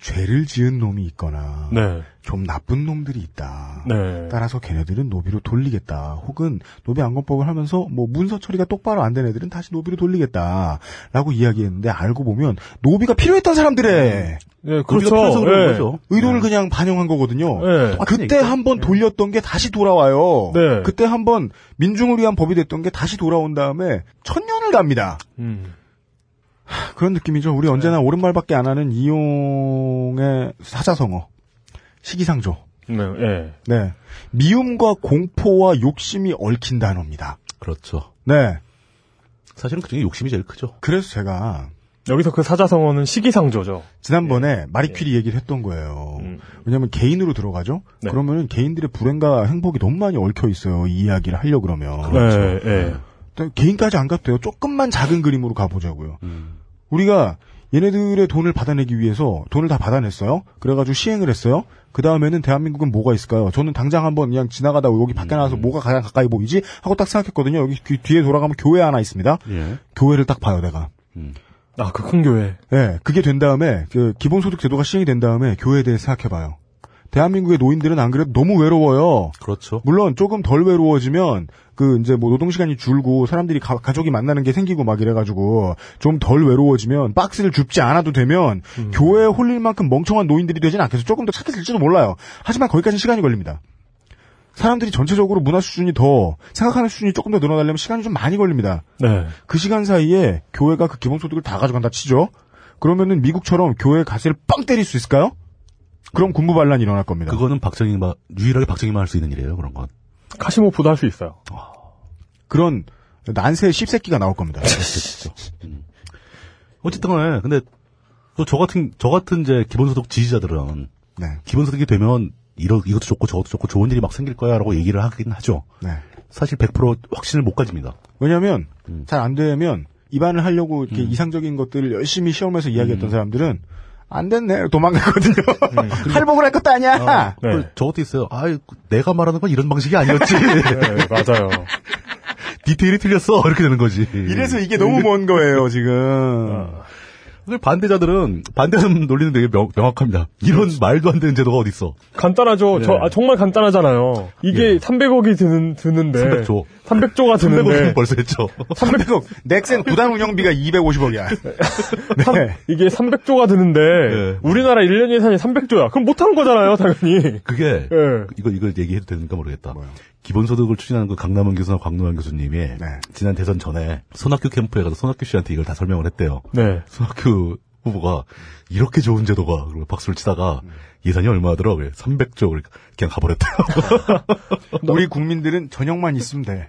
Speaker 2: 죄를 지은 놈이 있거나
Speaker 4: 네.
Speaker 2: 좀 나쁜 놈들이 있다.
Speaker 4: 네.
Speaker 2: 따라서 걔네들은 노비로 돌리겠다. 혹은 노비 안건법을 하면서 뭐 문서 처리가 똑바로 안 된 애들은 다시 노비로 돌리겠다라고 이야기했는데 알고 보면 노비가 필요했던 사람들의
Speaker 4: 네,
Speaker 3: 그렇죠. 네.
Speaker 4: 그렇죠.
Speaker 3: 그래서 그런
Speaker 4: 예.
Speaker 3: 거죠.
Speaker 2: 의도를 그냥 반영한 거거든요.
Speaker 4: 예.
Speaker 2: 아, 그때 한 번 돌렸던 게 다시 돌아와요.
Speaker 4: 네.
Speaker 2: 그때 한 번 민중을 위한 법이 됐던 게 다시 돌아온 다음에 천년을 갑니다.
Speaker 4: 음.
Speaker 2: 그런 느낌이죠. 우리
Speaker 3: 네.
Speaker 2: 언제나 옳은 말밖에 안 하는 이용의 사자성어, 시기상조.
Speaker 4: 네. 예.
Speaker 2: 네. 미움과 공포와 욕심이 얽힌 단어입니다.
Speaker 3: 그렇죠.
Speaker 2: 네.
Speaker 3: 사실은 그중에 욕심이 제일 크죠.
Speaker 2: 그래서 제가
Speaker 4: 여기서 그 사자성어는 시기상조죠.
Speaker 2: 지난번에 마리퀴리 얘기를 했던 거예요.
Speaker 4: 예. 음.
Speaker 2: 왜냐하면 개인으로 들어가죠.
Speaker 4: 네.
Speaker 2: 그러면은 개인들의 불행과 행복이 너무 많이 얽혀 있어요. 이 이야기를 하려 그러면
Speaker 3: 그렇죠.
Speaker 2: 네.
Speaker 4: 예. 예.
Speaker 3: 네.
Speaker 4: 음.
Speaker 2: 일단 개인까지 안 가도 돼요. 조금만 작은 그림으로 가보자고요. 우리가 얘네들의 돈을 받아내기 위해서 돈을 다 받아냈어요. 그래가지고 시행을 했어요. 그 다음에는 대한민국은 뭐가 있을까요? 저는 당장 한번 그냥 지나가다 여기 밖에 나와서
Speaker 4: 음.
Speaker 2: 뭐가 가장 가까이 보이지? 하고 딱 생각했거든요. 여기 귀- 뒤에 돌아가면 교회 하나 있습니다.
Speaker 3: 예.
Speaker 2: 교회를 딱 봐요, 내가.
Speaker 4: 아, 그 큰 교회.
Speaker 2: 예, 그게 된 다음에 그 기본소득 제도가 시행이 된 다음에 교회에 대해 생각해봐요. 대한민국의 노인들은 안 그래도 너무 외로워요.
Speaker 3: 그렇죠.
Speaker 2: 물론 조금 덜 외로워지면 그 이제 뭐 노동 시간이 줄고 사람들이 가, 족이 만나는 게 생기고 막 이래가지고 좀 덜 외로워지면 박스를 줍지 않아도 되면 교회에 홀릴 만큼 멍청한 노인들이 되진 않겠어 조금 더 착해질지도 몰라요. 하지만 거기까지는 시간이 걸립니다. 사람들이 전체적으로 문화 수준이 더 생각하는 수준이 조금 더 늘어나려면 시간이 좀 많이 걸립니다.
Speaker 4: 네.
Speaker 2: 그 시간 사이에 교회가 그 기본소득을 다 가져간다 치죠. 그러면은 미국처럼 교회 가세를 빵 때릴 수 있을까요? 그럼 군부 반란이 일어날 겁니다.
Speaker 3: 그거는 박정희만 유일하게 박정희만 할 수 있는 일이에요. 그런 건.
Speaker 4: 카시모프도 할 수 있어요.
Speaker 2: 그런 난세 10세끼가 나올 겁니다.
Speaker 3: 어쨌든 간에 근데 또저 같은 저 같은 이제 기본소득 지지자들은
Speaker 2: 네.
Speaker 3: 기본소득이 되면 이러, 이것도 좋고 저것도 좋고 좋은 일이 막 생길 거야라고 얘기를 하긴 하죠.
Speaker 2: 네.
Speaker 3: 사실 100% 확신을 못 가집니다.
Speaker 2: 왜냐하면 잘 안 되면 입안을 하려고 이렇게 이상적인 것들을 열심히 시험해서 이야기했던 사람들은 안 음. 됐네 어. 음. 도망갔거든요. 할복을 할 것도 아니야.
Speaker 4: 네.
Speaker 3: 그 저것도 있어요. 아, 내가 말하는 건 이런 방식이 아니었지.
Speaker 4: 네, 맞아요.
Speaker 3: 디테일이 틀렸어. 이렇게 되는 거지.
Speaker 2: 이래서 이게 너무 먼 거예요 지금.
Speaker 3: 근데 반대자들은 반대하는 논리는 되게 명, 확합니다 이런 말도 안 되는 제도가 어디 있어? 네.
Speaker 4: 간단하죠. 저, 아, 정말 간단하잖아요. 이게
Speaker 3: 예.
Speaker 4: 300억이 드는, 드는데.
Speaker 3: 300조.
Speaker 4: 300조가
Speaker 3: 300억은
Speaker 4: 드는데.
Speaker 3: 벌써 했죠.
Speaker 2: 300억 넥센 구단 운영비가 250억이야.
Speaker 4: 삼- 이게 300조가 드는데.
Speaker 3: 네.
Speaker 4: 우리나라 1년 예산이 300조야. 그럼 못하는 거잖아요, 당연히.
Speaker 3: 그게
Speaker 4: 예.
Speaker 3: 이거 이걸 얘기해도 되니까 모르겠다. 기본소득을 추진하는 그 강남원 교수나 광노현 교수님이 지난 대선 전에 손학규 캠프에 가서 손학규 씨한테 이걸 다 설명을 했대요.
Speaker 4: 네.
Speaker 3: 손학규 후보가 이렇게 좋은 제도가 그리고 박수를 치다가 예산이 얼마더라 그래 300조 그러니까 그냥 가버렸대요.
Speaker 2: 우리 국민들은 저녁만 있으면 돼.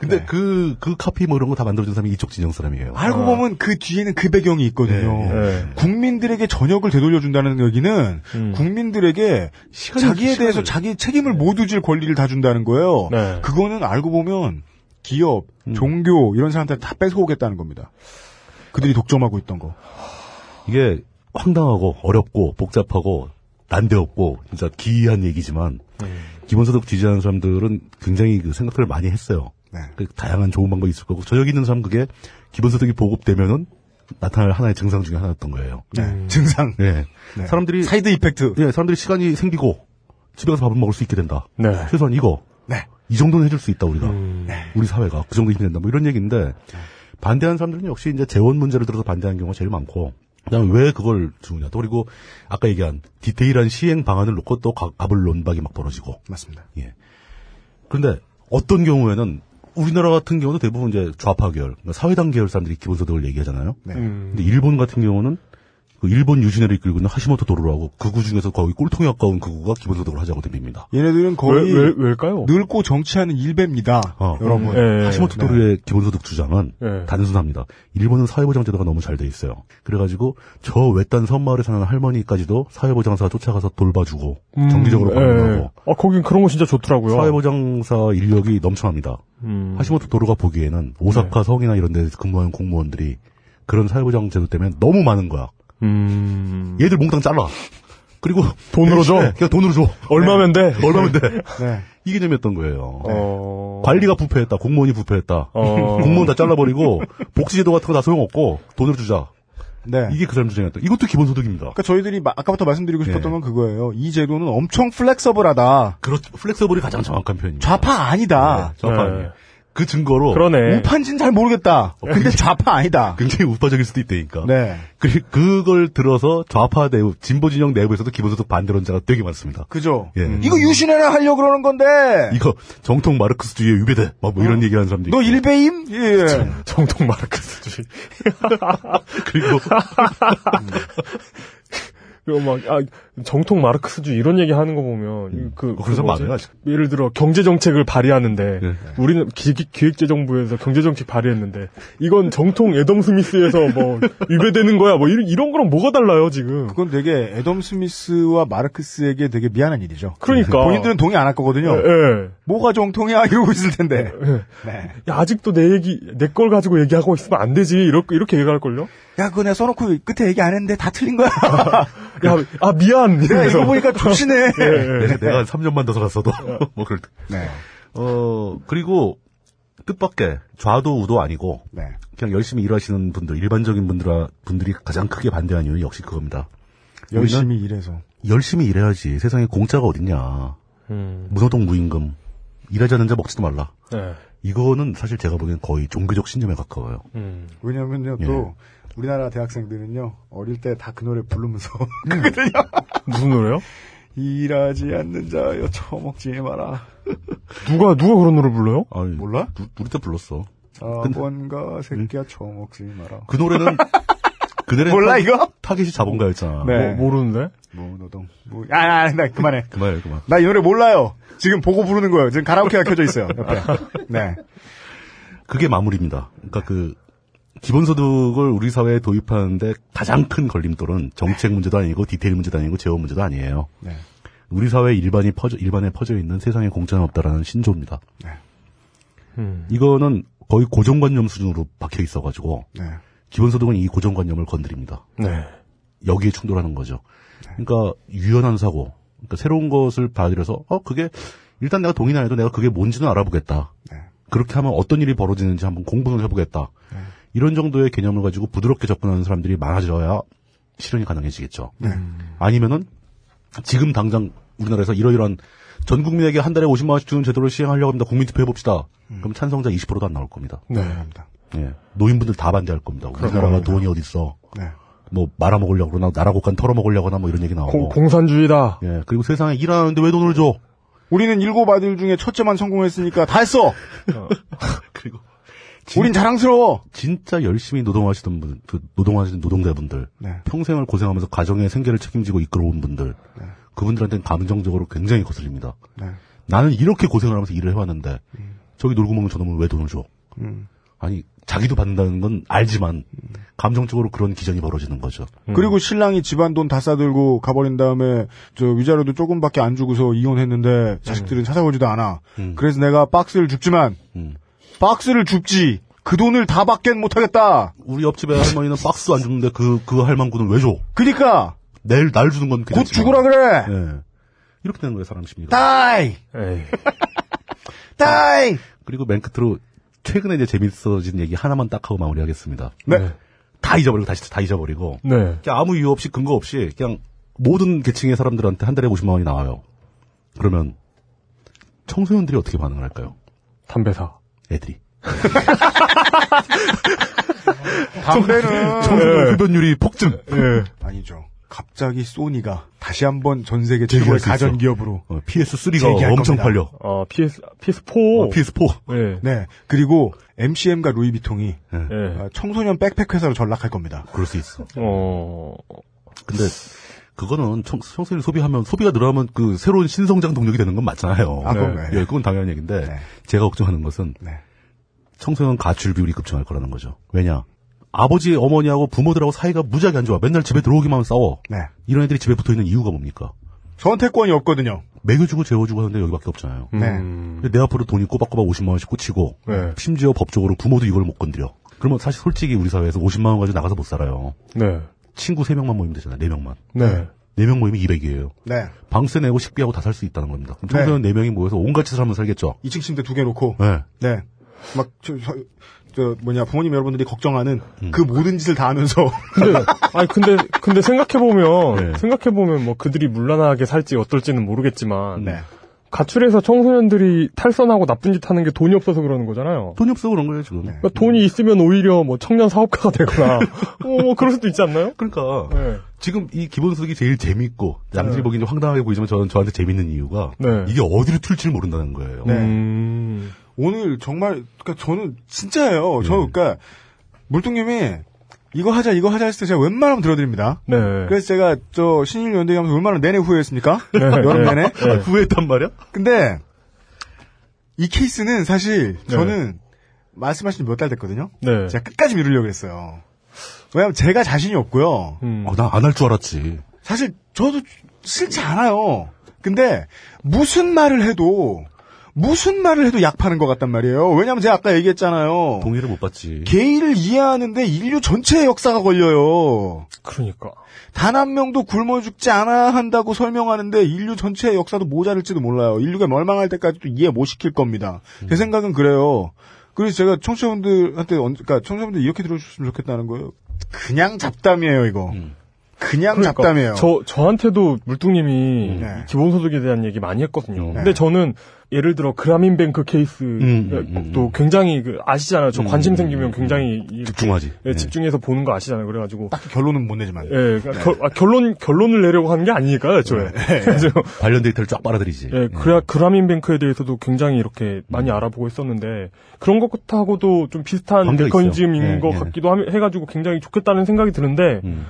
Speaker 3: 근데 그, 그 카피 뭐 이런 거 다 만들어준 사람이 이쪽 진영 사람이에요.
Speaker 2: 알고 보면 그 뒤에는 그 배경이 있거든요.
Speaker 4: 네.
Speaker 2: 국민들에게 전역을 되돌려준다는 여기는
Speaker 4: 음.
Speaker 2: 국민들에게 자기에 대해서 자기 책임을 모두 질 권리를 다 준다는 거예요.
Speaker 4: 네.
Speaker 2: 그거는 알고 보면 기업, 종교 이런 사람들 다 뺏어오겠다는 겁니다. 그들이 독점하고 있던 거.
Speaker 3: 이게 황당하고 어렵고 복잡하고 난데없고 진짜 기이한 얘기지만
Speaker 2: 네.
Speaker 3: 기본소득 지지하는 사람들은 굉장히 그 생각들을 많이 했어요.
Speaker 2: 네.
Speaker 3: 그 다양한 좋은 방법이 있을 거고 저 여기 있는 사람 그게 기본소득이 보급되면은 나타날 하나의 증상 중에 하나였던 거예요.
Speaker 2: 네. 증상. 네.
Speaker 3: 예. 사람들이
Speaker 2: 사이드 이펙트.
Speaker 3: 예, 사람들이 시간이 생기고 집에 가서 밥을 먹을 수 있게 된다.
Speaker 4: 네.
Speaker 3: 최소한 이거
Speaker 2: 네.
Speaker 3: 이 정도는 해줄 수 있다 우리가 우리 사회가 그 정도 힘이 된다 뭐 이런 얘기인데 반대하는 사람들은 역시 이제 재원 문제를 들어서 반대하는 경우가 제일 많고 그다음에 왜 그걸 주느냐 또 그리고 아까 얘기한 디테일한 시행 방안을 놓고 또 가- 갑을 논박이 막 벌어지고
Speaker 2: 맞습니다.
Speaker 3: 예 그런데 어떤 경우에는 우리나라 같은 경우도 대부분 이제 좌파 계열 그러니까 사회당 계열 사람들이 기본소득을 얘기하잖아요
Speaker 2: 네.
Speaker 4: 음.
Speaker 3: 근데 일본 같은 경우는 그 일본 유신회를 이끌고 있는 하시모토 도로라고 극우 중에서 거의 꼴통에 가까운 극우가 기본소득을 하자고 듭니다
Speaker 2: 얘네들은 거의
Speaker 4: 왜, 왜, 왜일까요?
Speaker 2: 늙고 정치하는 일배입니다.
Speaker 3: 어.
Speaker 2: 여러분.
Speaker 4: 예, 예.
Speaker 3: 하시모토 도르의 기본소득 주장은
Speaker 4: 네.
Speaker 3: 단순합니다. 일본은 사회보장제도가 너무 잘 돼 있어요. 그래가지고 저 외딴 섬마을에 사는 할머니까지도 사회보장사 쫓아가서 돌봐주고
Speaker 4: 음,
Speaker 3: 정기적으로 관리하고
Speaker 4: 예. 아, 거긴 그런 거 진짜 좋더라고요.
Speaker 3: 사회보장사 인력이 넘쳐납니다.
Speaker 4: 음. 네.
Speaker 3: 하시모토 도르가 보기에는 오사카 성이나 이런 데 근무하는 공무원들이 그런 사회보장제도 때문에 너무 많은 거야.
Speaker 4: 음.
Speaker 3: 얘들 몽땅 잘라. 그리고
Speaker 4: 돈으로 줘?
Speaker 3: 네, 그냥 돈으로 줘.
Speaker 4: 얼마면 돼?
Speaker 3: 얼마면 돼?
Speaker 2: 네.
Speaker 3: 이 개념이었던 거예요.
Speaker 4: 네. 어.
Speaker 3: 관리가 부패했다. 공무원이 부패했다.
Speaker 4: 어.
Speaker 3: 공무원 다 잘라버리고 복지제도 같은 거 다 소용없고 돈을 주자.
Speaker 2: 네.
Speaker 3: 이게 그 사람 주장이었다. 이것도 기본소득입니다.
Speaker 2: 그러니까 저희들이 마- 아까부터 말씀드리고 싶었던
Speaker 3: 예.
Speaker 2: 건 그거예요. 이 제도는 엄청 플렉서블하다.
Speaker 3: 그렇 플렉서블이 가장 정확한 표현입니다.
Speaker 2: 좌파 아니다.
Speaker 3: 좌파.
Speaker 4: 네.
Speaker 3: 그 증거로
Speaker 4: 그러네.
Speaker 2: 우파인지는 잘 모르겠다. 근데 좌파 아니다.
Speaker 3: 굉장히 우파적일 수도 있다니까.
Speaker 2: 네.
Speaker 3: 그, 그걸 들어서 좌파 내부, 진보 진영 내부에서도 기본소득 반대론자가 되게 많습니다.
Speaker 2: 그죠? 음.
Speaker 3: 예.
Speaker 2: 이거 유신해라 하려고 그러는 건데.
Speaker 3: 이거 정통 마르크스주의의 유배대. 막뭐 이런 얘기하는 사람도
Speaker 2: 네. 너
Speaker 3: 있고.
Speaker 2: 일베임? 예.
Speaker 4: 정통 마르크스주의.
Speaker 3: 그리고
Speaker 4: 그리고 막, 아, 정통 마르크스주의 이런 얘기 하는 거 보면, 그,
Speaker 3: 어, 그런 사람
Speaker 4: 뭐지?
Speaker 3: 많아요, 아직.
Speaker 4: 예를 들어, 경제정책을 발의하는데,
Speaker 3: 네.
Speaker 4: 우리는 기, 획재정부에서 경제정책 발의했는데, 이건 정통 애덤 스미스에서 뭐, 위배되는 거야, 뭐, 이런, 이런 거랑 뭐가 달라요, 지금.
Speaker 2: 그건 되게 애덤 스미스와 마르크스에게 되게 미안한 일이죠.
Speaker 4: 그러니까.
Speaker 2: 본인들은 동의 안 할 거거든요.
Speaker 4: 예.
Speaker 2: 뭐가 정통이야 이러고 있을 텐데. 네.
Speaker 4: 야, 아직도 내 얘기, 내 걸 가지고 얘기하고 있으면 안 되지. 이렇게, 이렇게 얘기할걸요?
Speaker 2: 야, 그거 내가 써놓고 끝에 얘기 안 했는데 다 틀린 거야.
Speaker 4: 야, 아 미안.
Speaker 2: 내가
Speaker 4: 이러면서.
Speaker 2: 이거 보니까 좋시네.
Speaker 3: 내가, 내가 3년만 더 살았어도 뭐 그럴 때.
Speaker 2: 네.
Speaker 3: 어 그리고 뜻밖의 좌도 우도 아니고
Speaker 2: 네.
Speaker 3: 그냥 열심히 일하시는 분들 일반적인 분들아 분들이 가장 크게 반대한 이유 역시 그겁니다.
Speaker 2: 열심히 일해서.
Speaker 3: 열심히 일해야지 세상에 공짜가 어딨냐
Speaker 4: 음,
Speaker 3: 무소득 무임금 일하자는 자 먹지도 말라
Speaker 4: 네.
Speaker 3: 이거는 사실 제가 보기엔 거의 종교적 신념에 가까워요.
Speaker 4: 음.
Speaker 2: 왜냐면요,
Speaker 3: 예.
Speaker 2: 또, 우리나라 대학생들은요, 어릴 때 다 그 노래 부르면서,
Speaker 4: 무슨 노래요?
Speaker 2: 일하지 않는 자여, 처먹지 마라.
Speaker 4: 누가 누가 그런 노래 불러요?
Speaker 3: 아니,
Speaker 2: 몰라?
Speaker 3: 누, 우리 때 불렀어.
Speaker 2: 자본가 새끼야, 처먹지 마라.
Speaker 3: 그 노래는 그 노래
Speaker 2: 몰라, 이거?
Speaker 3: 타겟이 자본가였잖아.
Speaker 2: 네.
Speaker 4: 모, 르는데
Speaker 2: 무노동. 무, 뭐, 야, 야, 나 그만해.
Speaker 3: 그만해 그만.
Speaker 2: 나 이 노래 몰라요. 지금 보고 부르는 거예요. 지금 가라오케가 켜져 있어요. 옆에. 네.
Speaker 3: 그게 마무리입니다. 그러니까 그 기본소득을 우리 사회에 도입하는데 가장 큰 걸림돌은 정책 문제도 아니고 디테일 문제도 아니고 재원 문제도 아니에요.
Speaker 2: 네.
Speaker 3: 우리 사회 일반이 퍼져 일반에 퍼져 있는 세상에 공짜는 없다라는 신조입니다.
Speaker 2: 네.
Speaker 4: 음.
Speaker 3: 이거는 거의 고정관념 수준으로 박혀 있어가지고
Speaker 2: 네.
Speaker 3: 기본소득은 이 고정관념을 건드립니다.
Speaker 4: 네.
Speaker 3: 여기에 충돌하는 거죠.
Speaker 2: 네.
Speaker 3: 그러니까 유연한 사고, 그러니까 새로운 것을 받아들여서 어 그게 일단 내가 동의나 해도 내가 그게 뭔지는 알아보겠다.
Speaker 2: 네.
Speaker 3: 그렇게 하면 어떤 일이 벌어지는지 한번 공부는 해보겠다. 이런 정도의 개념을 가지고 부드럽게 접근하는 사람들이 많아져야 실현이 가능해지겠죠. 아니면은 지금 당장 우리나라에서 이러이러한 전 국민에게 한 달에 50만 원씩 주는 제도를 시행하려고 합니다. 국민 투표 해봅시다. 그럼 찬성자 20%도 안 나올 겁니다.
Speaker 4: 네.
Speaker 3: 예. 노인분들 다 반대할 겁니다. 우리나라가 돈이 어디 있어?
Speaker 2: 네.
Speaker 3: 뭐 말아먹으려고 그러나 나라 곳간 털어먹으려거나 뭐 이런 얘기 나오고.
Speaker 4: 공, 공산주의다.
Speaker 3: 예. 그리고 세상에 일하는데 왜 돈을 줘?
Speaker 2: 우리는 일곱 아들 중에 첫째만 성공했으니까 다 했어.
Speaker 3: 그리고
Speaker 2: 우린 자랑스러워.
Speaker 3: 진짜 열심히 노동하시던 분, 그 노동하시는 노동자분들,
Speaker 2: 네.
Speaker 3: 평생을 고생하면서 가정의 생계를 책임지고 이끌어온 분들, 그분들한테는 감정적으로 굉장히 거슬립니다.
Speaker 2: 네.
Speaker 3: 나는 이렇게 고생을 하면서 일을 해왔는데
Speaker 2: 음.
Speaker 3: 저기 놀고 먹는 저놈은 왜 돈을 줘? 아니 자기도 받는다는 건 알지만
Speaker 2: 음.
Speaker 3: 감정적으로 그런 기전이 벌어지는 거죠.
Speaker 2: 그리고 신랑이 집안 돈 다 싸들고 가버린 다음에 저 위자료도 조금밖에 안 주고서 이혼했는데 자식들은 찾아오지도 않아.
Speaker 3: 음.
Speaker 2: 그래서 내가 박스를 줍지만
Speaker 3: 음.
Speaker 2: 박스를 줍지 그 돈을 다 받겐 못하겠다.
Speaker 3: 우리 옆집에 할머니는 박스 안 주는데 그 그 할망구는 왜 줘?
Speaker 2: 그니까
Speaker 3: 내일 날 주는 건
Speaker 2: 곧
Speaker 3: 괜찮지만.
Speaker 2: 죽으라 그래.
Speaker 3: 예. 이렇게 되는 거예요 사람 심리가.
Speaker 2: 다이
Speaker 4: 에이.
Speaker 2: 다이.
Speaker 3: 그리고 맨 끝으로 최근에 이제 재밌어진 얘기 하나만 딱 하고 마무리하겠습니다.
Speaker 2: 네.
Speaker 3: 다 잊어버리고 다시 다 잊어버리고
Speaker 4: 네.
Speaker 3: 그냥 아무 이유 없이 근거 없이 그냥 모든 계층의 사람들한테 한 달에 50만 원이 나와요. 그러면 청소년들이 어떻게 반응을 할까요?
Speaker 4: 담배사.
Speaker 3: 애들이.
Speaker 2: 담배는
Speaker 3: 청소년 흡연율이 폭증.
Speaker 2: 네.
Speaker 4: 예.
Speaker 2: 아니죠. 갑자기 소니가 다시 한번 전 세계 최고의
Speaker 3: 수 있어.
Speaker 2: 가전 기업으로.
Speaker 3: 어, PS3가
Speaker 2: 제기할
Speaker 3: 엄청
Speaker 2: 겁니다. 어.
Speaker 3: 팔려.
Speaker 4: 아, PS, PS4.
Speaker 3: 어, PS4.
Speaker 4: 예.
Speaker 2: 네. 그리고 MCM과 루이비통이
Speaker 3: 네.
Speaker 4: 예.
Speaker 2: 어, 청소년 백팩 회사로 전락할 겁니다.
Speaker 3: 그럴 수 있어.
Speaker 4: 어,
Speaker 3: 근데 그거는 청, 청소년 소비하면 소비가 늘어나면 그 새로운 신성장 동력이 되는 건 맞잖아요.
Speaker 2: 아, 그건
Speaker 3: 예,
Speaker 2: 네.
Speaker 3: 그건 당연한 얘기인데
Speaker 2: 네.
Speaker 3: 제가 걱정하는 것은
Speaker 2: 네.
Speaker 3: 청소년 가출 비율이 급증할 거라는 거죠. 왜냐? 아버지, 어머니하고 부모들하고 사이가 무지하게 안 좋아. 맨날 집에 들어오기만 하면 싸워.
Speaker 2: 네.
Speaker 3: 이런 애들이 집에 붙어 있는 이유가 뭡니까?
Speaker 2: 선택권이 없거든요.
Speaker 3: 먹여주고 재워주고 하는데 여기밖에 없잖아요.
Speaker 2: 네.
Speaker 3: 근데 내 앞으로 돈이 꼬박꼬박 50만 원씩 꽂히고
Speaker 4: 네.
Speaker 3: 심지어 법적으로 부모도 이걸 못 건드려. 그러면 사실 솔직히 우리 사회에서 50만 원 가지고 나가서 못 살아요.
Speaker 4: 네.
Speaker 3: 친구 3명만 모이면 되잖아요. 4명만.
Speaker 4: 네.
Speaker 3: 4명 모이면 200이에요.
Speaker 2: 네.
Speaker 3: 방세 내고 식비하고 다 살 수 있다는 겁니다. 그럼 청소년 네. 4명이 모여서 온갖 짓을 하면 살겠죠.
Speaker 2: 2층 침대 두 개 놓고.
Speaker 3: 네.
Speaker 2: 네. 막, 저, 저, 저 뭐냐, 부모님 여러분들이 걱정하는 그 모든 짓을 다 하면서.
Speaker 4: 근데, 아니, 근데, 근데 생각해보면,
Speaker 3: 네.
Speaker 4: 생각해보면 뭐 그들이 물란하게 살지 어떨지는 모르겠지만,
Speaker 2: 네.
Speaker 4: 가출해서 청소년들이 탈선하고 나쁜 짓 하는 게 돈이 없어서 그러는 거잖아요.
Speaker 3: 돈이 없어 그런 거예요, 지금.
Speaker 4: 그러니까 돈이 있으면 오히려 뭐 청년 사업가가 되거나, 어, 뭐 그럴 수도 있지 않나요?
Speaker 3: 그러니까
Speaker 4: 네.
Speaker 3: 지금 이 기본소득이 제일 재밌고 남들이 보기엔 좀 황당하게 보이지만 저는 저한테 재밌는 이유가
Speaker 4: 네.
Speaker 3: 이게 어디로 튈지를 모른다는 거예요.
Speaker 2: 네.
Speaker 4: 음.
Speaker 2: 오늘 정말, 그니까 저는 진짜예요. 저, 그니까, 물뚱님이 이거 하자, 이거 하자 했을 때 제가 웬만하면 들어드립니다.
Speaker 4: 네.
Speaker 2: 그래서 제가 저 신일 연대기 하면서 얼마나 내내 후회했습니까? 여름
Speaker 4: 네.
Speaker 2: 내내.
Speaker 3: 아, 후회했단 말이야?
Speaker 2: 근데 이 케이스는 사실 저는 말씀하신 지 몇 달 됐거든요.
Speaker 4: 네.
Speaker 2: 제가 끝까지 미루려고 했어요. 왜냐면 제가 자신이 없고요.
Speaker 4: 음.
Speaker 3: 어, 난안 할 줄 알았지.
Speaker 2: 사실 저도 싫지 않아요. 근데 무슨 말을 해도 무슨 말을 해도 약 파는 것 같단 말이에요. 왜냐면 제가 아까 얘기했잖아요.
Speaker 3: 동의를 못 받지.
Speaker 2: 게이를 이해하는데 인류 전체의 역사가 걸려요.
Speaker 4: 그러니까.
Speaker 2: 단 한 명도 굶어 죽지 않아 한다고 설명하는데 인류 전체의 역사도 모자랄지도 몰라요. 인류가 멸망할 때까지도 이해 못 시킬 겁니다. 제 생각은 그래요. 그래서 제가 청취자분들한테 언- 그러니까 청취자분들 이렇게 들어주셨으면 좋겠다는 거예요. 그냥 잡담이에요 이거. 음. 그냥
Speaker 4: 그러니까
Speaker 2: 잡담이에요.
Speaker 4: 저 저한테도 물뚱님이
Speaker 2: 네.
Speaker 4: 기본소득에 대한 얘기 많이 했거든요.
Speaker 2: 네.
Speaker 4: 근데 저는 예를 들어 그라민뱅크 케이스도 어,
Speaker 3: 음, 음, 음.
Speaker 4: 굉장히 그 아시잖아요. 저 관심
Speaker 3: 음,
Speaker 4: 생기면
Speaker 3: 음,
Speaker 4: 굉장히 이-
Speaker 3: 집중하지. 네.
Speaker 4: 예, 집중해서 보는 거 아시잖아요. 그래가지고
Speaker 2: 딱 결론은 못 내지만.
Speaker 4: 예,
Speaker 3: 네.
Speaker 4: 그러니까 결, 아, 결론 결론을 내려고 하는 게 아니니까요, 저에. 그래서
Speaker 3: 예. 관련 데이터를 쫙 빨아들이지.
Speaker 4: 예, 그래 그라민뱅크에 대해서도 굉장히 이렇게 많이 알아보고 있었는데 그런 것하고도 좀 비슷한
Speaker 3: 관계가 있어요.
Speaker 4: 메커니즘인
Speaker 3: 예,
Speaker 4: 것
Speaker 3: 예.
Speaker 4: 같기도 함- 해가지고 굉장히 좋겠다는 생각이 드는데
Speaker 3: 음.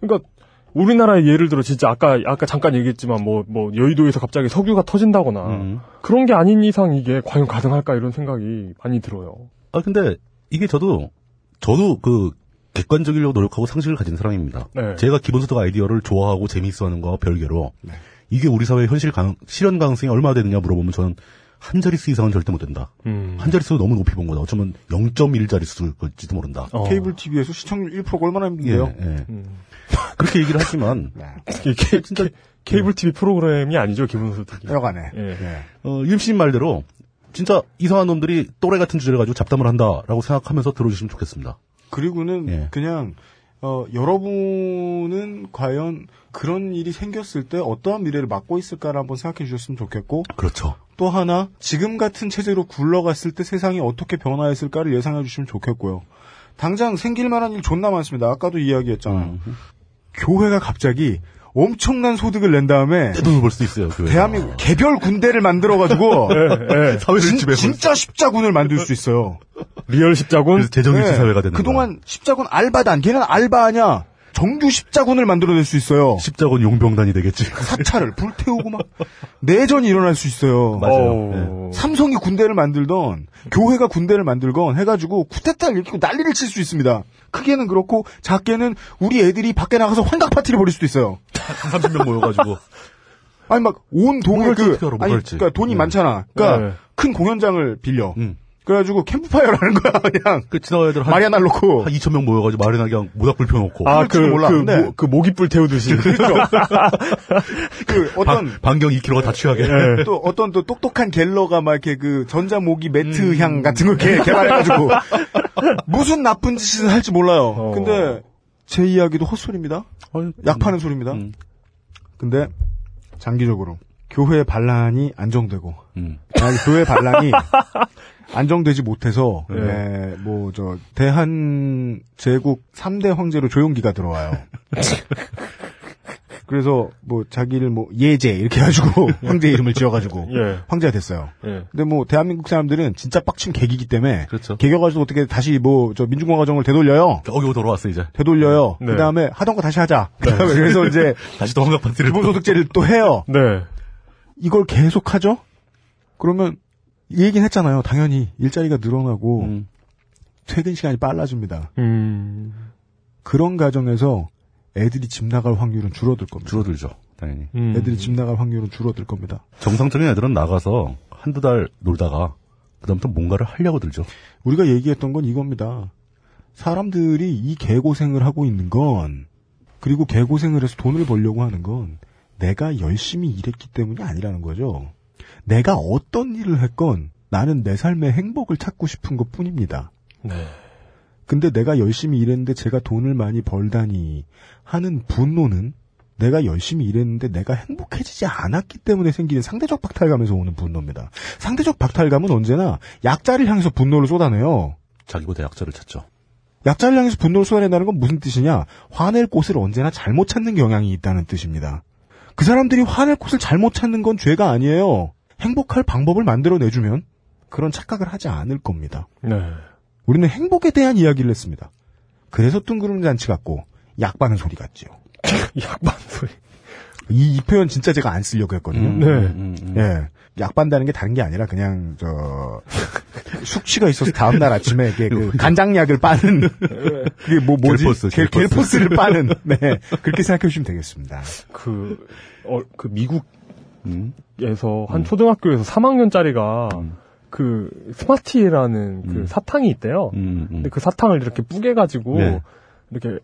Speaker 4: 그러니까 우리나라의 예를 들어 진짜 아까 아까 잠깐 얘기했지만 뭐 뭐 여의도에서 갑자기 석유가 터진다거나
Speaker 3: 음.
Speaker 4: 그런 게 아닌 이상 이게 과연 가능할까 이런 생각이 많이 들어요.
Speaker 3: 아 근데 이게 저도 저도 그 객관적이려고 노력하고 상식을 가진 사람입니다.
Speaker 4: 네.
Speaker 3: 제가 기본소득 아이디어를 좋아하고 재미있어하는 거와 별개로
Speaker 2: 네.
Speaker 3: 이게 우리 사회의 현실 가능 실현 가능성이 얼마나 되느냐 물어보면 저는 한 자릿수 이상은 절대 못 된다.
Speaker 4: 음.
Speaker 3: 한 자릿수 너무 높이 본 거다. 어쩌면 0.1 자릿수일지도 모른다.
Speaker 4: 어.
Speaker 2: 케이블 TV에서 시청률 1%가 얼마나
Speaker 3: 예,
Speaker 2: 힘든데요?
Speaker 3: 예.
Speaker 4: 음.
Speaker 3: 그렇게 얘기를 하지만
Speaker 4: 이게 케,
Speaker 3: 진짜-
Speaker 4: 이블 TV 프로그램이 아니죠 기본소득이.
Speaker 2: 여간에.
Speaker 4: 예.
Speaker 2: 예.
Speaker 3: 어, 유임씨님 말대로 진짜 이상한 놈들이 또래 같은 주제를 가지고 잡담을 한다라고 생각하면서 들어주시면 좋겠습니다.
Speaker 2: 그리고는
Speaker 3: 예.
Speaker 2: 그냥 어, 여러분은 과연 그런 일이 생겼을 때 어떠한 미래를 막고 있을까를 한번 생각해 주셨으면 좋겠고
Speaker 3: 그렇죠.
Speaker 2: 또 하나 지금 같은 체제로 굴러갔을 때 세상이 어떻게 변화했을까를 예상해 주시면 좋겠고요. 당장 생길 만한 일 존나 많습니다. 아까도 이야기했잖아요. 교회가 갑자기 엄청난 소득을 낸 다음에
Speaker 3: 때도 볼수 있어요. 그 교회가.
Speaker 2: 대한민국 개별 군대를 만들어 가지고
Speaker 3: 네.
Speaker 4: 예,
Speaker 3: 사회를 지배하고
Speaker 2: 진짜 십자군을 만들 수 있어요.
Speaker 4: 리얼 십자군.
Speaker 3: 그래서 재정일치
Speaker 2: 네.
Speaker 3: 사회가 되는 거야.
Speaker 2: 그동안 십자군 알바단 걔는 알바냐 정규 십자군을 만들어낼 수 있어요
Speaker 3: 십자군 용병단이 되겠지.
Speaker 2: 사찰을 불태우고 막 내전이 일어날 수 있어요
Speaker 3: 맞아요. 예.
Speaker 4: 어우.
Speaker 2: 삼성이 군대를 만들던 교회가 군대를 만들건 해가지고 쿠데타를 일으키고 난리를 칠 수 있습니다 크게는 그렇고 작게는 우리 애들이 밖에 나가서 환각 파티를 벌일 수도 있어요
Speaker 3: 30명 모여가지고.
Speaker 2: 아니 막 온 돈을
Speaker 3: 뭘
Speaker 2: 그
Speaker 3: 어떻게 알아, 뭘
Speaker 2: 아니
Speaker 3: 할지.
Speaker 2: 그러니까 돈이
Speaker 3: 음.
Speaker 2: 많잖아 그러니까
Speaker 4: 네.
Speaker 2: 큰 공연장을 빌려
Speaker 3: 음.
Speaker 2: 그래가지고 캠프파이어라는 거야 그냥
Speaker 3: 그 지나가 애들 한,
Speaker 2: 마리아날 놓고
Speaker 3: 한 2천 명 모여가지고 마련하 그냥 모닥불 펴놓고.
Speaker 4: 아, 그,
Speaker 2: 그럴지도 몰라.
Speaker 4: 그,
Speaker 2: 네. 그렇죠.
Speaker 4: 모, 그 모깃불 태우듯이.
Speaker 2: 그 어떤
Speaker 3: 방, 반경 2km가 다 취하게.
Speaker 4: 예.
Speaker 2: 또 어떤 또 똑똑한 갤러가 막 이렇게 그 전자모기
Speaker 3: 음.
Speaker 2: 매트 향 같은 걸 개- 개발해가지고 무슨 나쁜 짓을 할지 몰라요.
Speaker 4: 어.
Speaker 2: 근데 제 이야기도 헛소리입니다.
Speaker 3: 아니,
Speaker 2: 약 파는 소리입니다.
Speaker 3: 음.
Speaker 2: 근데 장기적으로 교회 반란이 안정되고
Speaker 3: 음.
Speaker 2: 아니, 교회 반란이 안정되지 못해서
Speaker 4: 네.
Speaker 2: 뭐 저 대한 제국 3대 황제로 조용기가 들어와요. 그래서 뭐 자기를 뭐 예제 이렇게 해가지고 황제 이름을 지어가지고
Speaker 4: 예.
Speaker 2: 황제가 됐어요.
Speaker 4: 예.
Speaker 2: 근데 뭐 대한민국 사람들은 진짜 빡친 개기기 때문에
Speaker 3: 그렇죠.
Speaker 2: 개겨가지고 어떻게 다시 뭐 저 민중공화정을 되돌려요.
Speaker 3: 겨우겨우 돌아왔어, 이제.
Speaker 2: 되돌려요.
Speaker 4: 네.
Speaker 2: 그 다음에 하던 거 다시 하자. 그다음에 그래서 이제
Speaker 3: 다시 또 환갑 파티를.
Speaker 2: 기본소득제를 또 해요.
Speaker 4: 네.
Speaker 2: 이걸 계속 하죠? 그러면 이 얘기는 했잖아요. 당연히 일자리가 늘어나고
Speaker 3: 음.
Speaker 2: 퇴근 시간이 빨라집니다.
Speaker 4: 음.
Speaker 2: 그런 가정에서 애들이 집 나갈 확률은 줄어들 겁니다.
Speaker 3: 줄어들죠. 당연히.
Speaker 4: 음.
Speaker 2: 애들이 집 나갈 확률은 줄어들 겁니다.
Speaker 3: 정상적인 애들은 나가서 한두 달 놀다가 그다음부터 뭔가를 하려고 들죠.
Speaker 2: 우리가 얘기했던 건 이겁니다. 사람들이 이 개고생을 하고 있는 건 그리고 개고생을 해서 돈을 벌려고 하는 건 내가 열심히 일했기 때문이 아니라는 거죠. 내가 어떤 일을 했건 나는 내 삶의 행복을 찾고 싶은 것 뿐입니다.
Speaker 4: 네.
Speaker 2: 근데 내가 열심히 일했는데 제가 돈을 많이 벌다니 하는 분노는 내가 열심히 일했는데 내가 행복해지지 않았기 때문에 생기는 상대적 박탈감에서 오는 분노입니다. 상대적 박탈감은 언제나 약자를 향해서 분노를 쏟아내요.
Speaker 3: 자기보다 약자를 찾죠.
Speaker 2: 약자를 향해서 분노를 쏟아낸다는 건 무슨 뜻이냐? 화낼 곳을 언제나 잘못 찾는 경향이 있다는 뜻입니다. 그 사람들이 화낼 곳을 잘못 찾는 건 죄가 아니에요. 행복할 방법을 만들어내주면 그런 착각을 하지 않을 겁니다.
Speaker 4: 네.
Speaker 2: 우리는 행복에 대한 이야기를 했습니다. 그래서 뜬구름 잔치 같고 약반은 소리 같지요.
Speaker 4: 약반 소리.
Speaker 2: 이, 이 표현 진짜 제가 안 쓰려고 했거든요.
Speaker 3: 음,
Speaker 4: 네.
Speaker 3: 음, 음.
Speaker 2: 예. 약반다는 게 다른 게 아니라 그냥 저 숙취가 있어서 다음 날 아침에 이게 그 간장약을
Speaker 3: 네.
Speaker 2: 빠는 그게 뭐 뭐지?
Speaker 3: 겔포스,
Speaker 2: 겔-
Speaker 3: 겔포스.
Speaker 2: 겔포스를 빠는. 네. 그렇게 생각해 주시면 되겠습니다.
Speaker 4: 그, 어, 그 미국
Speaker 3: 음.
Speaker 4: 에서 한 초등학교에서 3학년짜리가
Speaker 3: 음.
Speaker 4: 그 스마티라는 그
Speaker 3: 음.
Speaker 4: 사탕이 있대요.
Speaker 3: 음, 음.
Speaker 4: 근데 그 사탕을 이렇게 뿌개가지고
Speaker 3: 네.
Speaker 4: 이렇게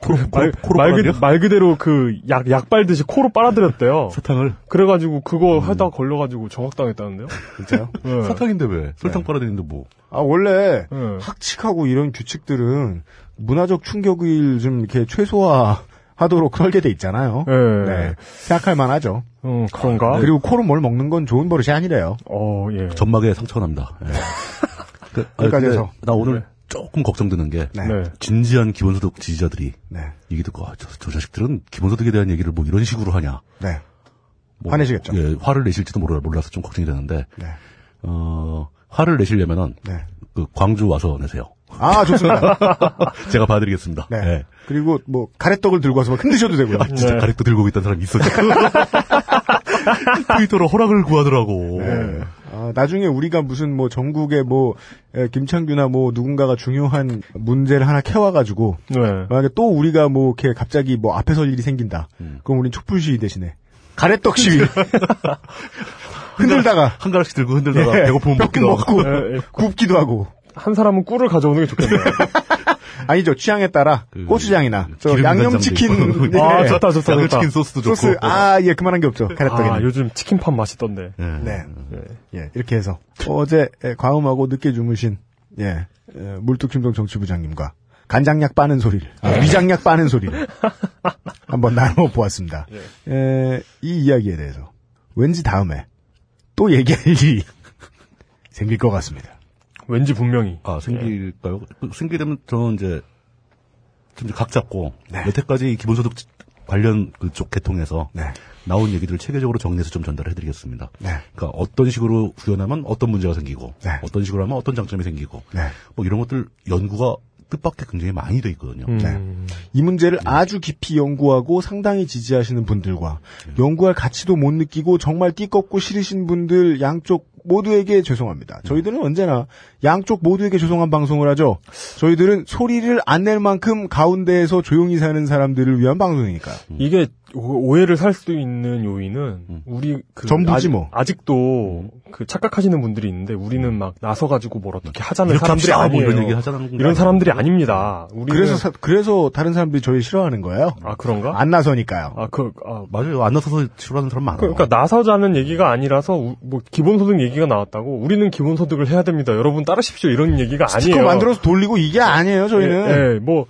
Speaker 3: 코로,
Speaker 4: 말,
Speaker 3: 코로
Speaker 4: 말
Speaker 3: 빨아들여?
Speaker 4: 그, 말 그대로 그 약, 약 빨듯이 코로 빨아들였대요.
Speaker 3: 사탕을
Speaker 4: 그래가지고 그거
Speaker 3: 음.
Speaker 4: 하다 걸려가지고 정확당했다는데요?
Speaker 2: 진짜요?
Speaker 4: 네.
Speaker 3: 사탕인데 왜 설탕 빨아들이는데 뭐
Speaker 2: 아 원래
Speaker 4: 네.
Speaker 2: 학칙하고 이런 규칙들은 문화적 충격을 좀 이렇게 최소화하도록 설계돼 있잖아요.
Speaker 4: 네.
Speaker 2: 네. 생각할 만하죠.
Speaker 4: 어,
Speaker 3: 아,
Speaker 4: 그런가?
Speaker 2: 아, 그리고 코로 뭘 먹는 건 좋은 버릇이 아니래요.
Speaker 4: 어, 예.
Speaker 3: 점막에 상처가 납니다. 예. 그, 아니,
Speaker 2: 여기까지
Speaker 3: 근데
Speaker 2: 해서.
Speaker 3: 나 오늘 조금 걱정되는 게
Speaker 2: 네.
Speaker 4: 네.
Speaker 3: 진지한 기본소득 지지자들이
Speaker 2: 네.
Speaker 3: 이게 듣고 아, 저, 저 자식들은 기본소득에 대한 얘기를 뭐 이런 식으로 하냐.
Speaker 2: 네.
Speaker 3: 뭐,
Speaker 2: 화내시겠죠.
Speaker 3: 예, 화를 내실지도 몰라, 몰라서 좀 걱정이 되는데
Speaker 2: 네.
Speaker 3: 어, 화를 내시려면은
Speaker 2: 네.
Speaker 3: 그 광주 와서 내세요.
Speaker 2: 아, 좋습니다.
Speaker 3: 제가 봐드리겠습니다.
Speaker 2: 네.
Speaker 3: 예.
Speaker 2: 그리고 뭐 가래떡을 들고 와서 막 흔드셔도 되고요.
Speaker 3: 아, 진짜
Speaker 4: 네.
Speaker 3: 가래떡 들고 있다는 사람이 있어. 지금. 트위터로 허락을 구하더라고.
Speaker 2: 아, 나중에 우리가 무슨 뭐 전국에 뭐 에, 김창규나 뭐 누군가가 중요한 문제를 하나 캐와가지고
Speaker 4: 네.
Speaker 2: 만약에 또 우리가 뭐 이렇게 갑자기 뭐 앞에 설 일이 생긴다. 그럼 우린 촛불 시위 대신에 가래떡 시위 흔들다가
Speaker 3: 한 가락씩 들고 흔들다가
Speaker 2: 예,
Speaker 3: 배고프면
Speaker 2: 뼈
Speaker 3: 먹기도 하고.
Speaker 2: 먹고
Speaker 4: 예, 예.
Speaker 2: 굽기도 하고
Speaker 4: 한 사람은 꿀을 가져오는 게 좋겠네요.
Speaker 2: 아니죠 취향에 따라
Speaker 3: 그,
Speaker 2: 고추장이나 저
Speaker 3: 기름 된장도
Speaker 2: 양념치킨
Speaker 3: 있고.
Speaker 4: 아,
Speaker 2: 예.
Speaker 4: 좋다, 좋다, 좋다.
Speaker 3: 양념치킨 소스도 좋고.
Speaker 2: 소스 아 예 그만한 게 없죠 가래떡에는
Speaker 4: 아, 요즘 치킨팝 맛있던데.
Speaker 3: 예.
Speaker 2: 네. 예, 이렇게 해서 어제 예, 과음하고 늦게 주무신 예, 예, 물뚝심동 정치부장님과 간장약 빠는 소리를 아,
Speaker 3: 네.
Speaker 2: 위장약 빠는 소리를 한번 나눠 보았습니다.
Speaker 3: 네.
Speaker 2: 예, 이 이야기에 대해서 왠지 다음에 또 얘기할 일이 생길 것 같습니다.
Speaker 4: 왠지 분명히.
Speaker 3: 아, 생길까요? 그 생기려면 저는 이제 좀 각 잡고
Speaker 4: 네.
Speaker 3: 여태까지 이 기본소득 관련 그쪽 계통에서
Speaker 2: 네.
Speaker 3: 나온 얘기들을 체계적으로 정리해서 좀 전달해드리겠습니다.
Speaker 2: 네.
Speaker 3: 그러니까 어떤 식으로 구현하면 어떤 문제가 생기고
Speaker 2: 네.
Speaker 3: 어떤 식으로 하면 어떤 장점이 생기고
Speaker 2: 네.
Speaker 3: 뭐 이런 것들 연구가 뜻밖의 굉장히 많이 돼 있거든요.
Speaker 4: 음.
Speaker 2: 네. 이 문제를 아주 깊이 연구하고 상당히 지지하시는 분들과 연구할 가치도 못 느끼고 정말 띠껍고 싫으신 분들 양쪽 모두에게 죄송합니다. 저희들은 언제나 양쪽 모두에게 죄송한 방송을 하죠. 저희들은 소리를 안 낼 만큼 가운데에서 조용히 사는 사람들을 위한 방송이니까요.
Speaker 4: 이게 오- 오해를 살 수도 있는 요인은
Speaker 3: 음.
Speaker 4: 우리 그
Speaker 2: 전부지 뭐.
Speaker 4: 아, 직도그 착각하시는 분들이 있는데 우리는 막 나서 가지고 뭘 어떻게 하자는
Speaker 3: 이렇게
Speaker 4: 사람들이
Speaker 3: 합시다, 뭐
Speaker 4: 아니에요.
Speaker 3: 이런 얘기 하자는 건
Speaker 4: 이런 사람들이 아닙니다. 우리는
Speaker 2: 네. 그래서 사- 그래서 다른 사람들이 저희 싫어하는 거예요.
Speaker 4: 아 그런가?
Speaker 2: 안 나서니까요.
Speaker 4: 아 그 아,
Speaker 3: 맞아요. 안 나서서 싫어하는 사람 많아요.
Speaker 4: 그러니까 나서자는 얘기가 아니라서 우- 뭐 기본소득 얘기가 나왔다고 우리는 기본소득을 해야 됩니다. 여러분 따르십시오 이런 얘기가
Speaker 2: 스티커
Speaker 4: 아니에요.
Speaker 2: 만들어서 돌리고 이게 아니에요. 저희는
Speaker 4: 예, 예, 뭐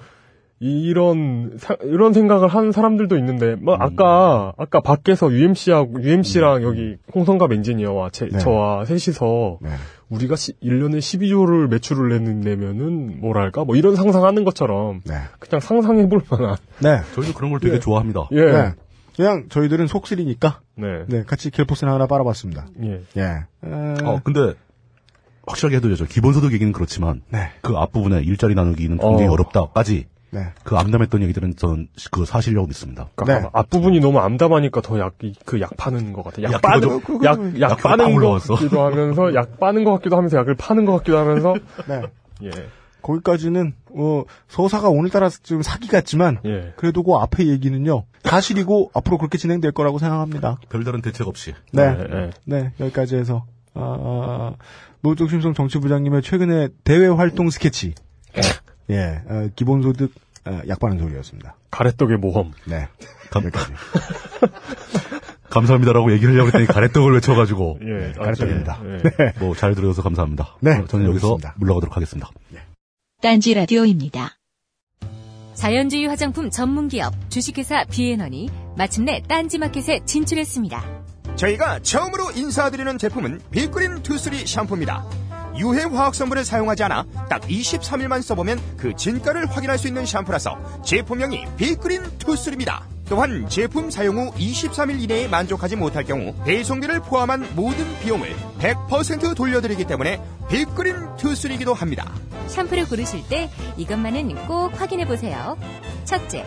Speaker 4: 이- 이런 사- 이런 생각을 하는 사람들도 있는데 뭐 아까 아까 밖에서 UMC하고 UMC랑 여기 홍성갑 엔지니어와 제,
Speaker 2: 네.
Speaker 4: 저와 셋이서
Speaker 2: 네.
Speaker 4: 우리가 시, 1년에 12조를 매출을 내는 내면은 뭐랄까 뭐 이런 상상하는 것처럼
Speaker 2: 네.
Speaker 4: 그냥 상상해 볼 만한
Speaker 2: 네.
Speaker 3: 저희도 그런 걸 되게 좋아합니다.
Speaker 4: 예.
Speaker 2: 네. 그냥 저희들은 속쓰리니까
Speaker 4: 네.
Speaker 2: 네, 같이 갤포스나 하나 빨아봤습니다.
Speaker 4: 예.
Speaker 2: 예.
Speaker 3: 어, 근데 확실하게 해두죠. 기본소득 얘기는 그렇지만
Speaker 2: 네.
Speaker 3: 그 앞부분에 일자리 나누기는 굉장히
Speaker 4: 어.
Speaker 3: 어. 렵다까지
Speaker 2: 네.
Speaker 3: 그 암담했던 얘기들은 저는 그 사실이라고 믿습니다.
Speaker 4: 그러니까
Speaker 2: 네.
Speaker 4: 앞부분이 너무 암담하니까 더 약 그 약 파는 것 같아. 약,
Speaker 3: 약
Speaker 4: 빠는
Speaker 3: 그거죠.
Speaker 4: 약, 약,
Speaker 3: 약
Speaker 4: 빠는
Speaker 3: 빵을
Speaker 4: 것
Speaker 3: 넣었어.
Speaker 4: 같기도 하면서 약 빠는 것 같기도 하면서 약을 파는 것 같기도 하면서
Speaker 2: 네.
Speaker 4: 예.
Speaker 2: 거기까지는 어 서사가 오늘따라 좀 사기 같지만
Speaker 4: 예.
Speaker 2: 그래도 그 앞에 얘기는요 사실이고 앞으로 그렇게 진행될 거라고 생각합니다.
Speaker 3: 별다른 대책 없이.
Speaker 2: 네.
Speaker 4: 예, 예.
Speaker 2: 네 여기까지 해서 아, 노쪽심성 정치부장님의 최근의 대외 활동 스케치. 예. 어, 기본소득 어, 약반은 소리였습니다.
Speaker 4: 가래떡의 모험.
Speaker 2: 네.
Speaker 3: 감,
Speaker 2: 여기까지.
Speaker 3: 감사합니다라고 얘기를 하려고 했더니 가래떡을 외쳐가지고
Speaker 4: 예.
Speaker 2: 가래떡입니다.
Speaker 4: 예, 예.
Speaker 3: 뭐 잘 들어줘서 감사합니다.
Speaker 2: 네,
Speaker 3: 어, 저는 여기서
Speaker 2: 알겠습니다.
Speaker 3: 물러가도록 하겠습니다.
Speaker 1: 딴지 라디오입니다.
Speaker 6: 자연주의 화장품 전문기업 주식회사 비앤원이 마침내 딴지마켓에 진출했습니다.
Speaker 7: 저희가 처음으로 인사드리는 제품은 빅그린 투쓰리 샴푸입니다. 유해 화학 성분을 사용하지 않아 딱 23일만 써보면 그 진가를 확인할 수 있는 샴푸라서 제품명이 빅그린 투쓰리입니다. 또한 제품 사용 후 23일 이내에 만족하지 못할 경우 배송비를 포함한 모든 비용을 100% 돌려드리기 때문에 빅그린 투쓰리기도 합니다.
Speaker 6: 샴푸를 고르실 때 이것만은 꼭 확인해 보세요. 첫째,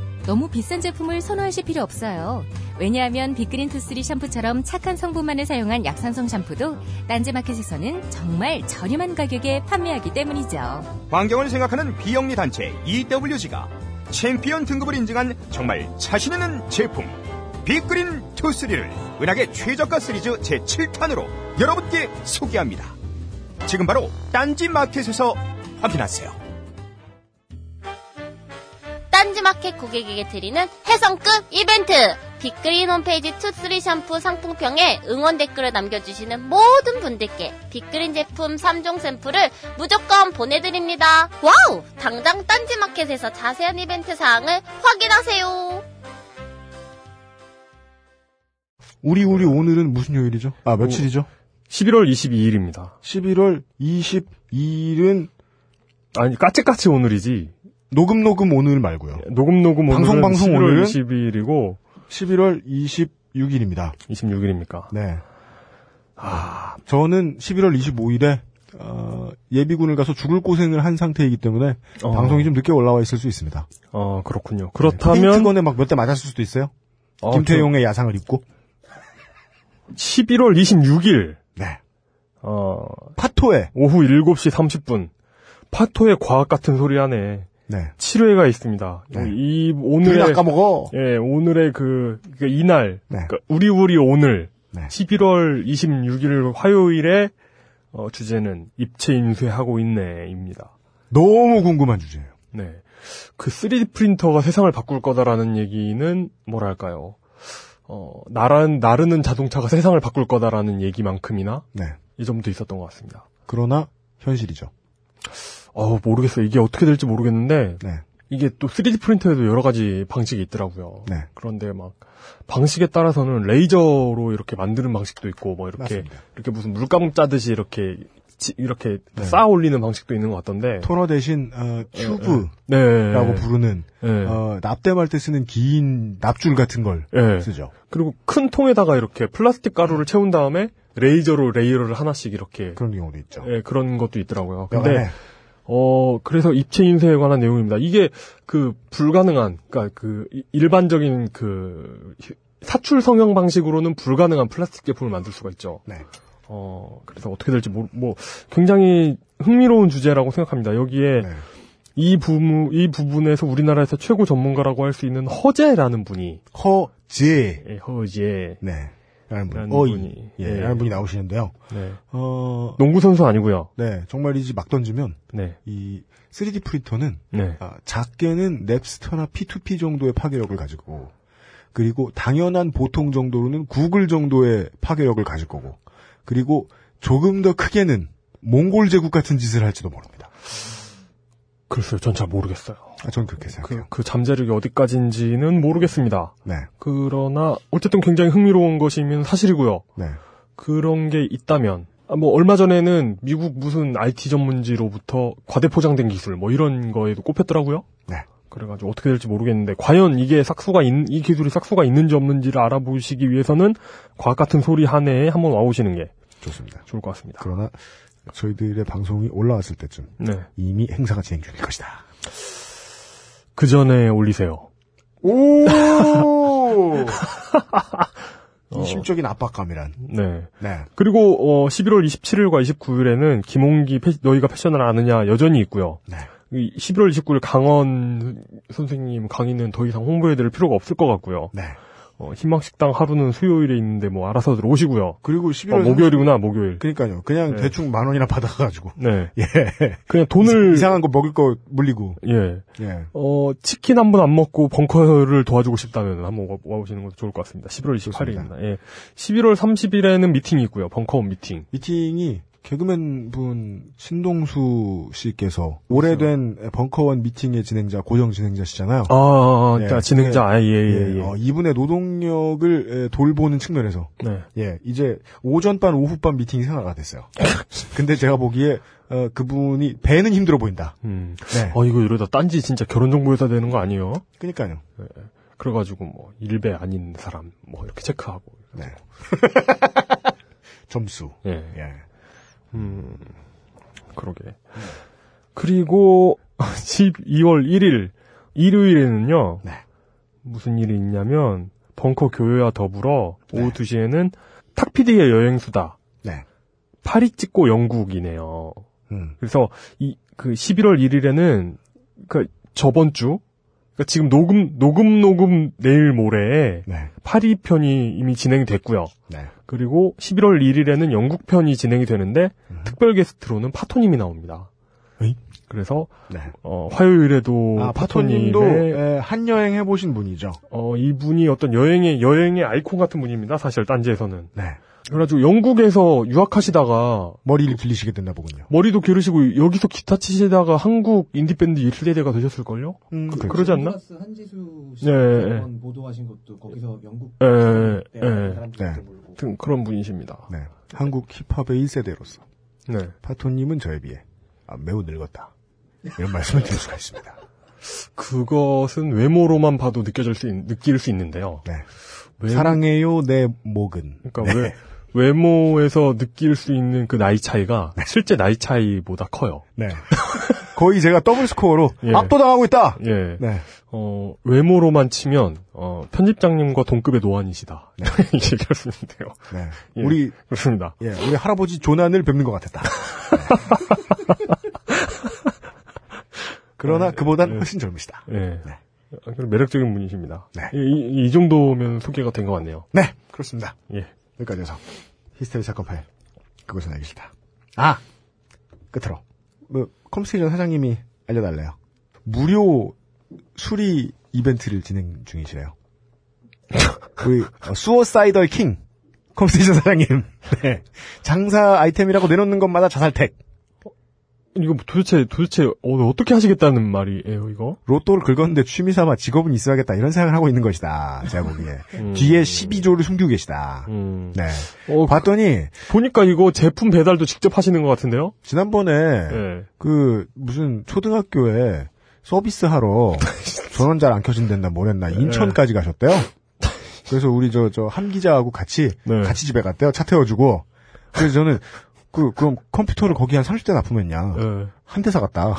Speaker 6: 너무 비싼 제품을 선호하실 필요 없어요. 왜냐하면 빅그린 투쓰리 샴푸처럼 착한 성분만을 사용한 약산성 샴푸도 딴지마켓에서는 정말 저렴한 가격에 판매하기 때문이죠.
Speaker 7: 환경을 생각하는 비영리 단체 EWG가 챔피언 등급을 인증한 정말 자신 있는 제품 빅그린 투쓰리를 은하계 최저가 시리즈 제7탄으로 여러분께 소개합니다. 지금 바로 딴지 마켓에서 확인하세요.
Speaker 8: 딴지마켓 고객에게 드리는 해성급 이벤트! 빅그린 홈페이지 투쓰리 샴푸 상품평에 응원 댓글을 남겨주시는 모든 분들께 빅그린 제품 3종 샘플을 무조건 보내드립니다. 와우! 당장 딴지마켓에서 자세한 이벤트 사항을 확인하세요.
Speaker 2: 우리 우리 오늘은 무슨 요일이죠? 아 며칠이죠?
Speaker 4: 11월 22일입니다.
Speaker 2: 11월 22일은
Speaker 4: 아니, 까치까치 오늘이지.
Speaker 2: 녹음 녹음 오늘 말고요.
Speaker 4: 녹음 녹음
Speaker 2: 방송,
Speaker 4: 오늘은
Speaker 2: 방송
Speaker 4: 11월
Speaker 2: 오늘은?
Speaker 4: 22일이고
Speaker 2: 11월 26일입니다.
Speaker 4: 26일입니까?
Speaker 2: 네. 아, 저는 11월 25일에 어, 예비군을 가서 죽을 고생을 한 상태이기 때문에
Speaker 4: 어.
Speaker 2: 방송이 좀 늦게 올라와 있을 수 있습니다.
Speaker 4: 어,
Speaker 2: 트건
Speaker 4: 그렇군요. 그렇다면
Speaker 2: 에 막 몇 대 맞았을 수도 있어요.
Speaker 4: 어,
Speaker 2: 김태용의 야상을 입고.
Speaker 4: 저 11월 26일
Speaker 2: 네.
Speaker 4: 어,
Speaker 2: 파토에.
Speaker 4: 오후 7시 30분 파토의 과학 같은 소리 안에
Speaker 2: 네.
Speaker 4: 7회가 있습니다.
Speaker 2: 네.
Speaker 4: 이
Speaker 2: 둘이
Speaker 4: 오늘의
Speaker 2: 아까 먹어.
Speaker 4: 예, 오늘의 그, 그 이날,
Speaker 2: 네.
Speaker 4: 그러니까 우리 우리 오늘
Speaker 2: 네.
Speaker 4: 11월 26일 화요일에 어, 주제는 입체 인쇄하고 있네입니다.
Speaker 2: 너무 궁금한 주제예요.
Speaker 4: 네. 그 3D 프린터가 세상을 바꿀 거다라는 얘기는 뭐랄까요? 어, 나란 나르는 자동차가 세상을 바꿀 거다라는 얘기만큼이나
Speaker 2: 네.
Speaker 4: 이 점도 있었던 것 같습니다.
Speaker 2: 그러나 현실이죠.
Speaker 4: 어, 모르겠어요. 이게 어떻게 될지 모르겠는데
Speaker 2: 네.
Speaker 4: 이게 또 3D 프린터에도 여러 가지 방식이 있더라고요.
Speaker 2: 네.
Speaker 4: 그런데 막 방식에 따라서는 레이저로 이렇게 만드는 방식도 있고 뭐 이렇게
Speaker 2: 맞습니다.
Speaker 4: 이렇게 무슨 물감 짜듯이 이렇게 지- 이렇게
Speaker 2: 네.
Speaker 4: 쌓아 올리는 방식도 있는 것 같던데.
Speaker 2: 토너 대신 어, 튜브라고
Speaker 4: 네.
Speaker 2: 부르는
Speaker 4: 네.
Speaker 2: 어, 납땜할 때 쓰는 긴 납줄 같은 걸
Speaker 4: 예.
Speaker 2: 쓰죠.
Speaker 4: 그리고 큰 통에다가 이렇게 플라스틱 가루를 채운 다음에 레이저로 레이어를 하나씩 이렇게
Speaker 2: 그런 네, 경우도 있죠.
Speaker 4: 예, 그런 것도 있더라고요. 근데
Speaker 2: 근데
Speaker 4: 어, 그래서 입체 인쇄에 관한 내용입니다. 이게 그 불가능한, 그러니까 그 이- 일반적인 그 휴- 사출 성형 방식으로는 불가능한 플라스틱 제품을 만들 수가 있죠.
Speaker 2: 네.
Speaker 4: 어, 그래서 어떻게 될지 모르, 뭐 굉장히 흥미로운 주제라고 생각합니다. 여기에
Speaker 2: 네.
Speaker 4: 이 부분 이 부분에서 우리나라에서 최고 전문가라고 할 수 있는 허재라는 분이
Speaker 2: 허재
Speaker 4: 예, 허재
Speaker 2: 네. 라는 분.
Speaker 4: 라는
Speaker 2: 어이.
Speaker 4: 분이.
Speaker 2: 예.
Speaker 4: 예.
Speaker 2: 라는 분이 나오시는데요.
Speaker 4: 네.
Speaker 2: 어,
Speaker 4: 농구 선수 아니고요.
Speaker 2: 네. 정말 이제 막 던지면
Speaker 4: 네.
Speaker 2: 이 3D 프린터는
Speaker 4: 네.
Speaker 2: 아, 작게는 넵스터나 P2P 정도의 파괴력을 가지고 그리고 당연한 보통 정도로는 구글 정도의 파괴력을 가질 거고 그리고 조금 더 크게는 몽골 제국 같은 짓을 할지도 모릅니다.
Speaker 4: 글쎄요. 전 잘 모르겠어요.
Speaker 2: 아, 전 그렇게 생각해요.
Speaker 4: 그, 그 잠재력이 어디까지인지는 모르겠습니다.
Speaker 2: 네,
Speaker 4: 그러나 어쨌든 굉장히 흥미로운 것이면 사실이고요.
Speaker 2: 네,
Speaker 4: 그런 게 있다면 아, 뭐 얼마 전에는 미국 무슨 IT 전문지로부터 과대포장된 기술 뭐 이런 거에도 꼽혔더라고요.
Speaker 2: 네.
Speaker 4: 그래가지고 어떻게 될지 모르겠는데 과연 이게 싹수가 있, 이 기술이 싹수가 있는지 없는지를 알아보시기 위해서는 과학 같은 소리 한 해에 한번 와보시는 게
Speaker 2: 좋습니다.
Speaker 4: 좋을 것 같습니다.
Speaker 2: 그러나 저희들의 방송이 올라왔을 때쯤
Speaker 4: 네.
Speaker 2: 이미 행사가 진행 중일 것이다.
Speaker 4: 그 전에 올리세요.
Speaker 2: 오!
Speaker 4: 어.
Speaker 2: 이 심적인 압박감이란.
Speaker 4: 네.
Speaker 2: 네,
Speaker 4: 그리고 어, 11월 27일과 29일에는 김홍기 패- 너희가 패션을 아느냐 여전히 있고요.
Speaker 2: 네.
Speaker 4: 이 11월 29일 강원 선생님 강의는 더 이상 홍보해드릴 필요가 없을 것 같고요.
Speaker 2: 네.
Speaker 4: 어, 희망식당 하루는 수요일에 있는데 뭐 알아서들 오시고요.
Speaker 2: 그리고
Speaker 4: 어,
Speaker 2: 11월
Speaker 4: 목요일이구나 목요일.
Speaker 2: 그러니까요. 그냥
Speaker 4: 네.
Speaker 2: 대충 만 원이나 받아가지고
Speaker 4: 네.
Speaker 2: 예.
Speaker 4: 그냥 돈을
Speaker 2: 이상한 거 먹을 거 물리고
Speaker 4: 예.
Speaker 2: 예.
Speaker 4: 어, 치킨 한 번 안 먹고 벙커를 도와주고 싶다면 한번 와- 와보시는 것도 좋을 것 같습니다. 11월 28일입니다. 예. 11월 30일에는 미팅이 있고요. 벙커원 미팅.
Speaker 2: 미팅이 개그맨 분 신동수 씨께서 오래된 벙커원 미팅의 진행자 고정 진행자시잖아요.
Speaker 4: 그렇죠. 아, 아, 아,
Speaker 2: 예.
Speaker 4: 자, 진행자 아, 예, 예, 예.
Speaker 2: 어, 이분의 노동력을 에, 돌보는 측면에서
Speaker 4: 네.
Speaker 2: 예 이제 오전반 오후반 미팅이 생활화 됐어요. 근데 제가 보기에 어, 그분이 배는 힘들어 보인다.
Speaker 4: 음.
Speaker 2: 네.
Speaker 4: 어, 이거 이러다 딴지 진짜 결혼정보회사 되는 거 아니에요?
Speaker 2: 그러니까요.
Speaker 4: 그래가지고 뭐, 일배 아닌 사람, 뭐, 이렇게 체크하고.
Speaker 2: 네. 점수.
Speaker 4: 예.
Speaker 2: 예.
Speaker 4: 음, 그러게.
Speaker 2: 음.
Speaker 4: 그리고 12월 1일 일요일에는요.
Speaker 2: 네.
Speaker 4: 무슨 일이 있냐면 벙커 교회와 더불어 오후 2시에는 탁피디의 여행수다.
Speaker 2: 네.
Speaker 4: 파리 찍고 영국이네요.
Speaker 2: 음.
Speaker 4: 그래서 이 그 11월 1일에는 그 저번 주 그러니까 지금 녹음 녹음 녹음 내일 모레에
Speaker 2: 네.
Speaker 4: 파리 편이 이미 진행됐고요.
Speaker 2: 네.
Speaker 4: 그리고 11월 1일에는 영국 편이 진행이 되는데 특별 게스트로는 파토님이 나옵니다.
Speaker 2: 음. 에이?
Speaker 4: 그래서
Speaker 2: 네.
Speaker 4: 어, 화요일에도
Speaker 2: 아,
Speaker 4: 파토님의
Speaker 2: 파토님도 네. 에, 한 여행 해보신 분이죠.
Speaker 4: 어, 이분이 어떤 여행의 여행의 아이콘 같은 분입니다. 사실 딴지에서는
Speaker 2: 네.
Speaker 4: 그래가지고 영국에서 유학하시다가
Speaker 2: 머리를 길리시게 됐나 보군요.
Speaker 4: 머리도 기르시고 여기서 기타 치시다가 한국 인디밴드 일세대가 되셨을걸요?
Speaker 2: 음,
Speaker 4: 그,
Speaker 2: 그렇죠.
Speaker 4: 그러지 않나?
Speaker 9: 스 한지수
Speaker 4: 예, 예,
Speaker 9: 씨가 한번 보도하신 것도 거기서 영국
Speaker 4: 예,
Speaker 9: 사람
Speaker 4: 예,
Speaker 9: 때문에
Speaker 4: 예.
Speaker 9: 사람들이
Speaker 2: 네.
Speaker 9: 몰고
Speaker 4: 하여튼 그런 분이십니다.
Speaker 2: 네. 한국 힙합의 1세대로서
Speaker 4: 네.
Speaker 2: 파토님은 저에 비해 아, 매우 늙었다. 이런 말씀을 드릴 수가 있습니다.
Speaker 4: 그것은 외모로만 봐도 느껴질 수 있, 느낄 수 있는데요.
Speaker 2: 네.
Speaker 4: 외모-
Speaker 2: 사랑해요 내 목은.
Speaker 4: 그러니까 외, 외모에서 느낄 수 있는 그 나이 차이가 실제 나이 차이보다 커요.
Speaker 2: 네. 거의 제가 더블 스코어로
Speaker 4: 예.
Speaker 2: 압도당하고 있다.
Speaker 4: 예.
Speaker 2: 네.
Speaker 4: 어, 외모로만 치면 어, 편집장님과 동급의 노안이시다. 이렇게 얘기할 수 있는데요.
Speaker 2: 네.
Speaker 4: 예.
Speaker 2: 우리
Speaker 4: 그렇습니다.
Speaker 2: 예, 우리 할아버지 조난을 뵙는 것 같았다. 네. 그러나 그보단 훨씬 젊으시다.
Speaker 4: 예. 아, 그런 매력적인 분이십니다.
Speaker 2: 네.
Speaker 4: 예, 이, 이 정도면 소개가 된 것 같네요.
Speaker 2: 네, 그렇습니다.
Speaker 4: 예.
Speaker 2: 여기까지 해서 히스테리 사건 파일 그것은 알기 싫다. 아 끝으로 뭐 컴스테이션 사장님이 알려달래요. 무료 수리 이벤트를 진행 중이시래요. 우리 어, 수어사이더 킹 컴스테이션 사장님 네. 장사 아이템이라고 내놓는 것마다 자살택
Speaker 4: 이거 뭐 도대체 도대체 어, 어떻게 하시겠다는 말이에요, 이거?
Speaker 2: 로또를 긁었는데 취미삼아 직업은 있어야겠다 이런 생각을 하고 있는 것이다. 제가 보기에 뒤에 12조를 숨기고 계시다.
Speaker 4: 음.
Speaker 2: 네.
Speaker 4: 어,
Speaker 2: 봤더니
Speaker 4: 보니까 이거 제품 배달도 직접 하시는 것 같은데요?
Speaker 2: 지난번에
Speaker 4: 예.
Speaker 2: 그 무슨 초등학교에 서비스 하러 전원 잘 안 켜진댄다 뭐랬나 인천까지 가셨대요. 그래서 우리 저 저 한 기자하고 같이
Speaker 4: 네.
Speaker 2: 같이 집에 갔대요. 차 태워주고. 그래서 저는 그 그럼 컴퓨터를 거기 한 30대 납품했냐?
Speaker 4: 예.
Speaker 2: 한 대 사갔다.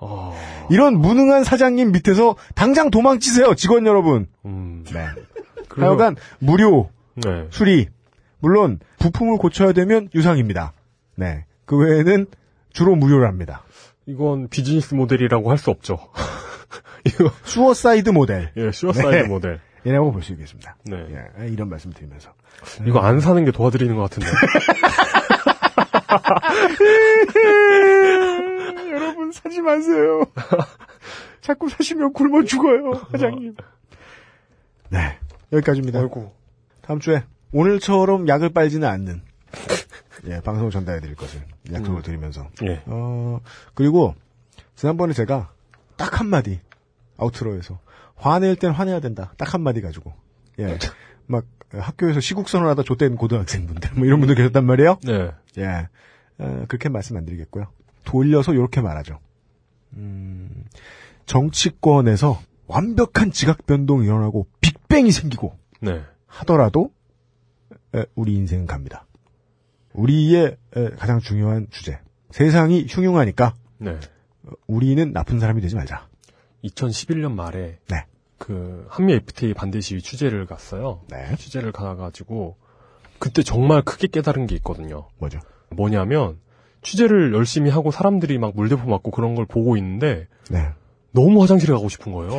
Speaker 4: 아,
Speaker 2: 이런 무능한 사장님 밑에서 당장 도망치세요, 직원 여러분.
Speaker 4: 음.
Speaker 2: 네.
Speaker 4: 그래서-
Speaker 2: 하여간 무료
Speaker 4: 네.
Speaker 2: 수리. 물론 부품을 고쳐야 되면 유상입니다. 네. 그 외에는 주로 무료랍니다.
Speaker 4: 이건 비즈니스 모델이라고 할 수 없죠. 이거
Speaker 2: 수어사이드 모델.
Speaker 4: 예, 슈어사이드
Speaker 2: 네.
Speaker 4: 모델.
Speaker 2: 얘네라고 볼 수 있겠습니다.
Speaker 4: 네.
Speaker 2: 예, 이런 말씀 드리면서.
Speaker 4: 이거 안 사는 게 도와드리는 것 같은데.
Speaker 2: 여러분 사지 마세요. 자꾸 사시면 굶어 죽어요, 사장님. 네. 여기까지입니다. 다음 주에 오늘처럼 약을 빨지는 않는 예, 방송을 전달해 드릴 것을 약속을 드리면서
Speaker 4: 예.
Speaker 2: 어, 그리고 지난번에 제가 딱 한마디 아우트로에서 화낼 땐 화내야 된다. 딱 한마디 가지고. 예. 막 학교에서 시국선언 하다 좆된 고등학생분들 뭐 이런 분들 계셨단 말이에요.
Speaker 4: 네.
Speaker 2: 예. 어, 그렇게 말씀 안 드리겠고요. 돌려서 이렇게 말하죠. 음, 정치권에서 완벽한 지각 변동이 일어나고 빅뱅이 생기고
Speaker 4: 네.
Speaker 2: 하더라도 에, 우리 인생은 갑니다. 우리의 에, 가장 중요한 주제. 세상이 흉흉하니까
Speaker 4: 네.
Speaker 2: 우리는 나쁜 사람이 되지 말자.
Speaker 4: 2011년 말에
Speaker 2: 네.
Speaker 4: 그 한미 FTA 반대 시위 취재를 갔어요.
Speaker 2: 네.
Speaker 4: 취재를 가가지고 그때 정말 크게 깨달은 게 있거든요.
Speaker 2: 뭐죠?
Speaker 4: 뭐냐면 취재를 열심히 하고 사람들이 막 물대포 맞고 그런 걸 보고 있는데
Speaker 2: 네.
Speaker 4: 너무 화장실에 가고 싶은 거예요.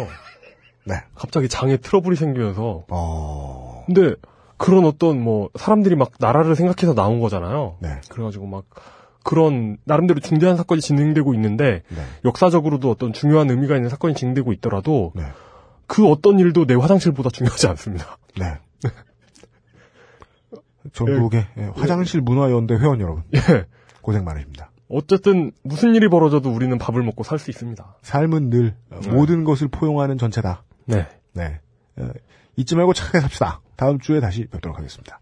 Speaker 2: 네.
Speaker 4: 갑자기 장에 트러블이 생기면서
Speaker 2: 어.
Speaker 4: 근데 그런 어떤 뭐 사람들이 막 나라를 생각해서 나온 거잖아요.
Speaker 2: 네.
Speaker 4: 그래가지고 막 그런 나름대로 중대한 사건이 진행되고 있는데
Speaker 2: 네.
Speaker 4: 역사적으로도 어떤 중요한 의미가 있는 사건이 진행되고 있더라도
Speaker 2: 네.
Speaker 4: 그 어떤 일도 내 화장실보다 중요하지 않습니다.
Speaker 2: 네. 예. 전국의 예, 화장실 문화연대 회원 여러분
Speaker 4: 예.
Speaker 2: 고생 많으십니다.
Speaker 4: 어쨌든 무슨 일이 벌어져도 우리는 밥을 먹고 살 수 있습니다.
Speaker 2: 삶은 늘 모든 것을 포용하는 전체다.
Speaker 4: 네.
Speaker 2: 네. 어, 잊지 말고 착하게 삽시다. 다음 주에 다시 뵙도록 하겠습니다.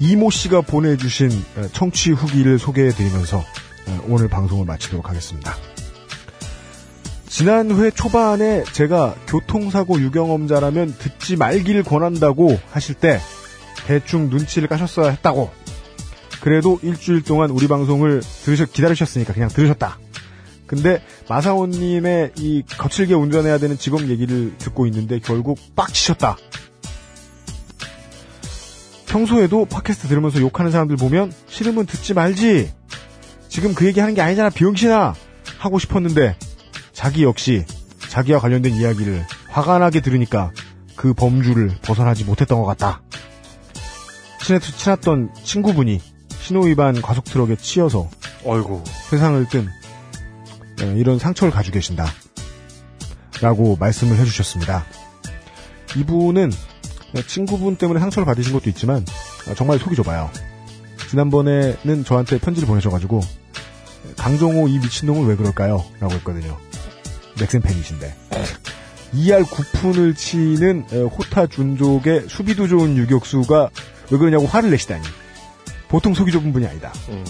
Speaker 2: 이모 씨가 보내주신 어, 청취 후기를 소개해드리면서 어, 오늘 방송을 마치도록 하겠습니다. 지난 회 초반에 제가 교통사고 유경험자라면 듣지 말기를 권한다고 하실 때 대충 눈치를 까셨어야 했다고. 그래도 일주일 동안 우리 방송을 들으셨, 기다리셨으니까 그냥 들으셨다. 근데 마사오님의 이 거칠게 운전해야 되는 직업 얘기를 듣고 있는데 결국 빡치셨다. 평소에도 팟캐스트 들으면서 욕하는 사람들 보면 싫으면 듣지 말지. 지금 그 얘기 하는 게 아니잖아, 비용신아! 하고 싶었는데, 자기 역시 자기와 관련된 이야기를 화가 나게 들으니까 그 범주를 벗어나지 못했던 것 같다. 친했, 친했던 친구분이 신호위반 과속트럭에 치여서
Speaker 4: 어이구.
Speaker 2: 세상을 뜬 예, 이런 상처를 가지고 계신다. 라고 말씀을 해주셨습니다. 이분은 친구분 때문에 상처를 받으신 것도 있지만 아, 정말 속이 좁아요. 지난번에는 저한테 편지를 보내셔가지고 강정호 이 미친놈은 왜 그럴까요? 라고 했거든요. 넥센 팬이신데. 2할 9푼을 치는 에, 호타 준족의 수비도 좋은 유격수가 왜 그러냐고 화를 내시다니. 보통 속이 좁은 분이 아니다.
Speaker 4: 음.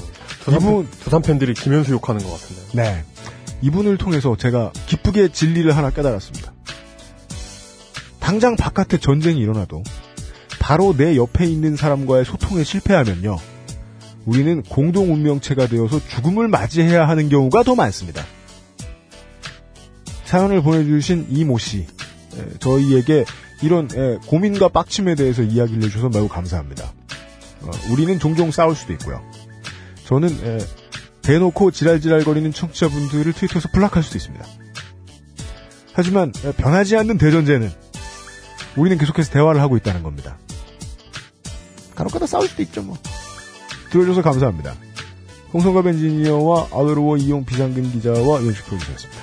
Speaker 4: 두산,
Speaker 2: 이분-
Speaker 4: 팬- 두산 팬들이 김현수 욕하는 것 같은데.
Speaker 2: 네. 이분을 통해서 제가 기쁘게 진리를 하나 깨달았습니다. 당장 바깥에 전쟁이 일어나도 바로 내 옆에 있는 사람과의 소통에 실패하면요. 우리는 공동 운명체가 되어서 죽음을 맞이해야 하는 경우가 더 많습니다. 사연을 보내주신 이모 씨, 에, 저희에게 이런 에, 고민과 빡침에 대해서 이야기를 해주셔서 매우 감사합니다. 어, 우리는 종종 싸울 수도 있고요. 저는 에, 대놓고 지랄지랄거리는 청취자분들을 트위터에서 블락할 수도 있습니다. 하지만 어, 변하지 않는 대전제는 우리는 계속해서 대화를 하고 있다는 겁니다. 간혹가다 싸울 수도 있죠 뭐. 들어줘서 감사합니다. 홍성갑 엔지니어와 아웨로워 이용 비상금 기자와 연식 프로듀서였습니다.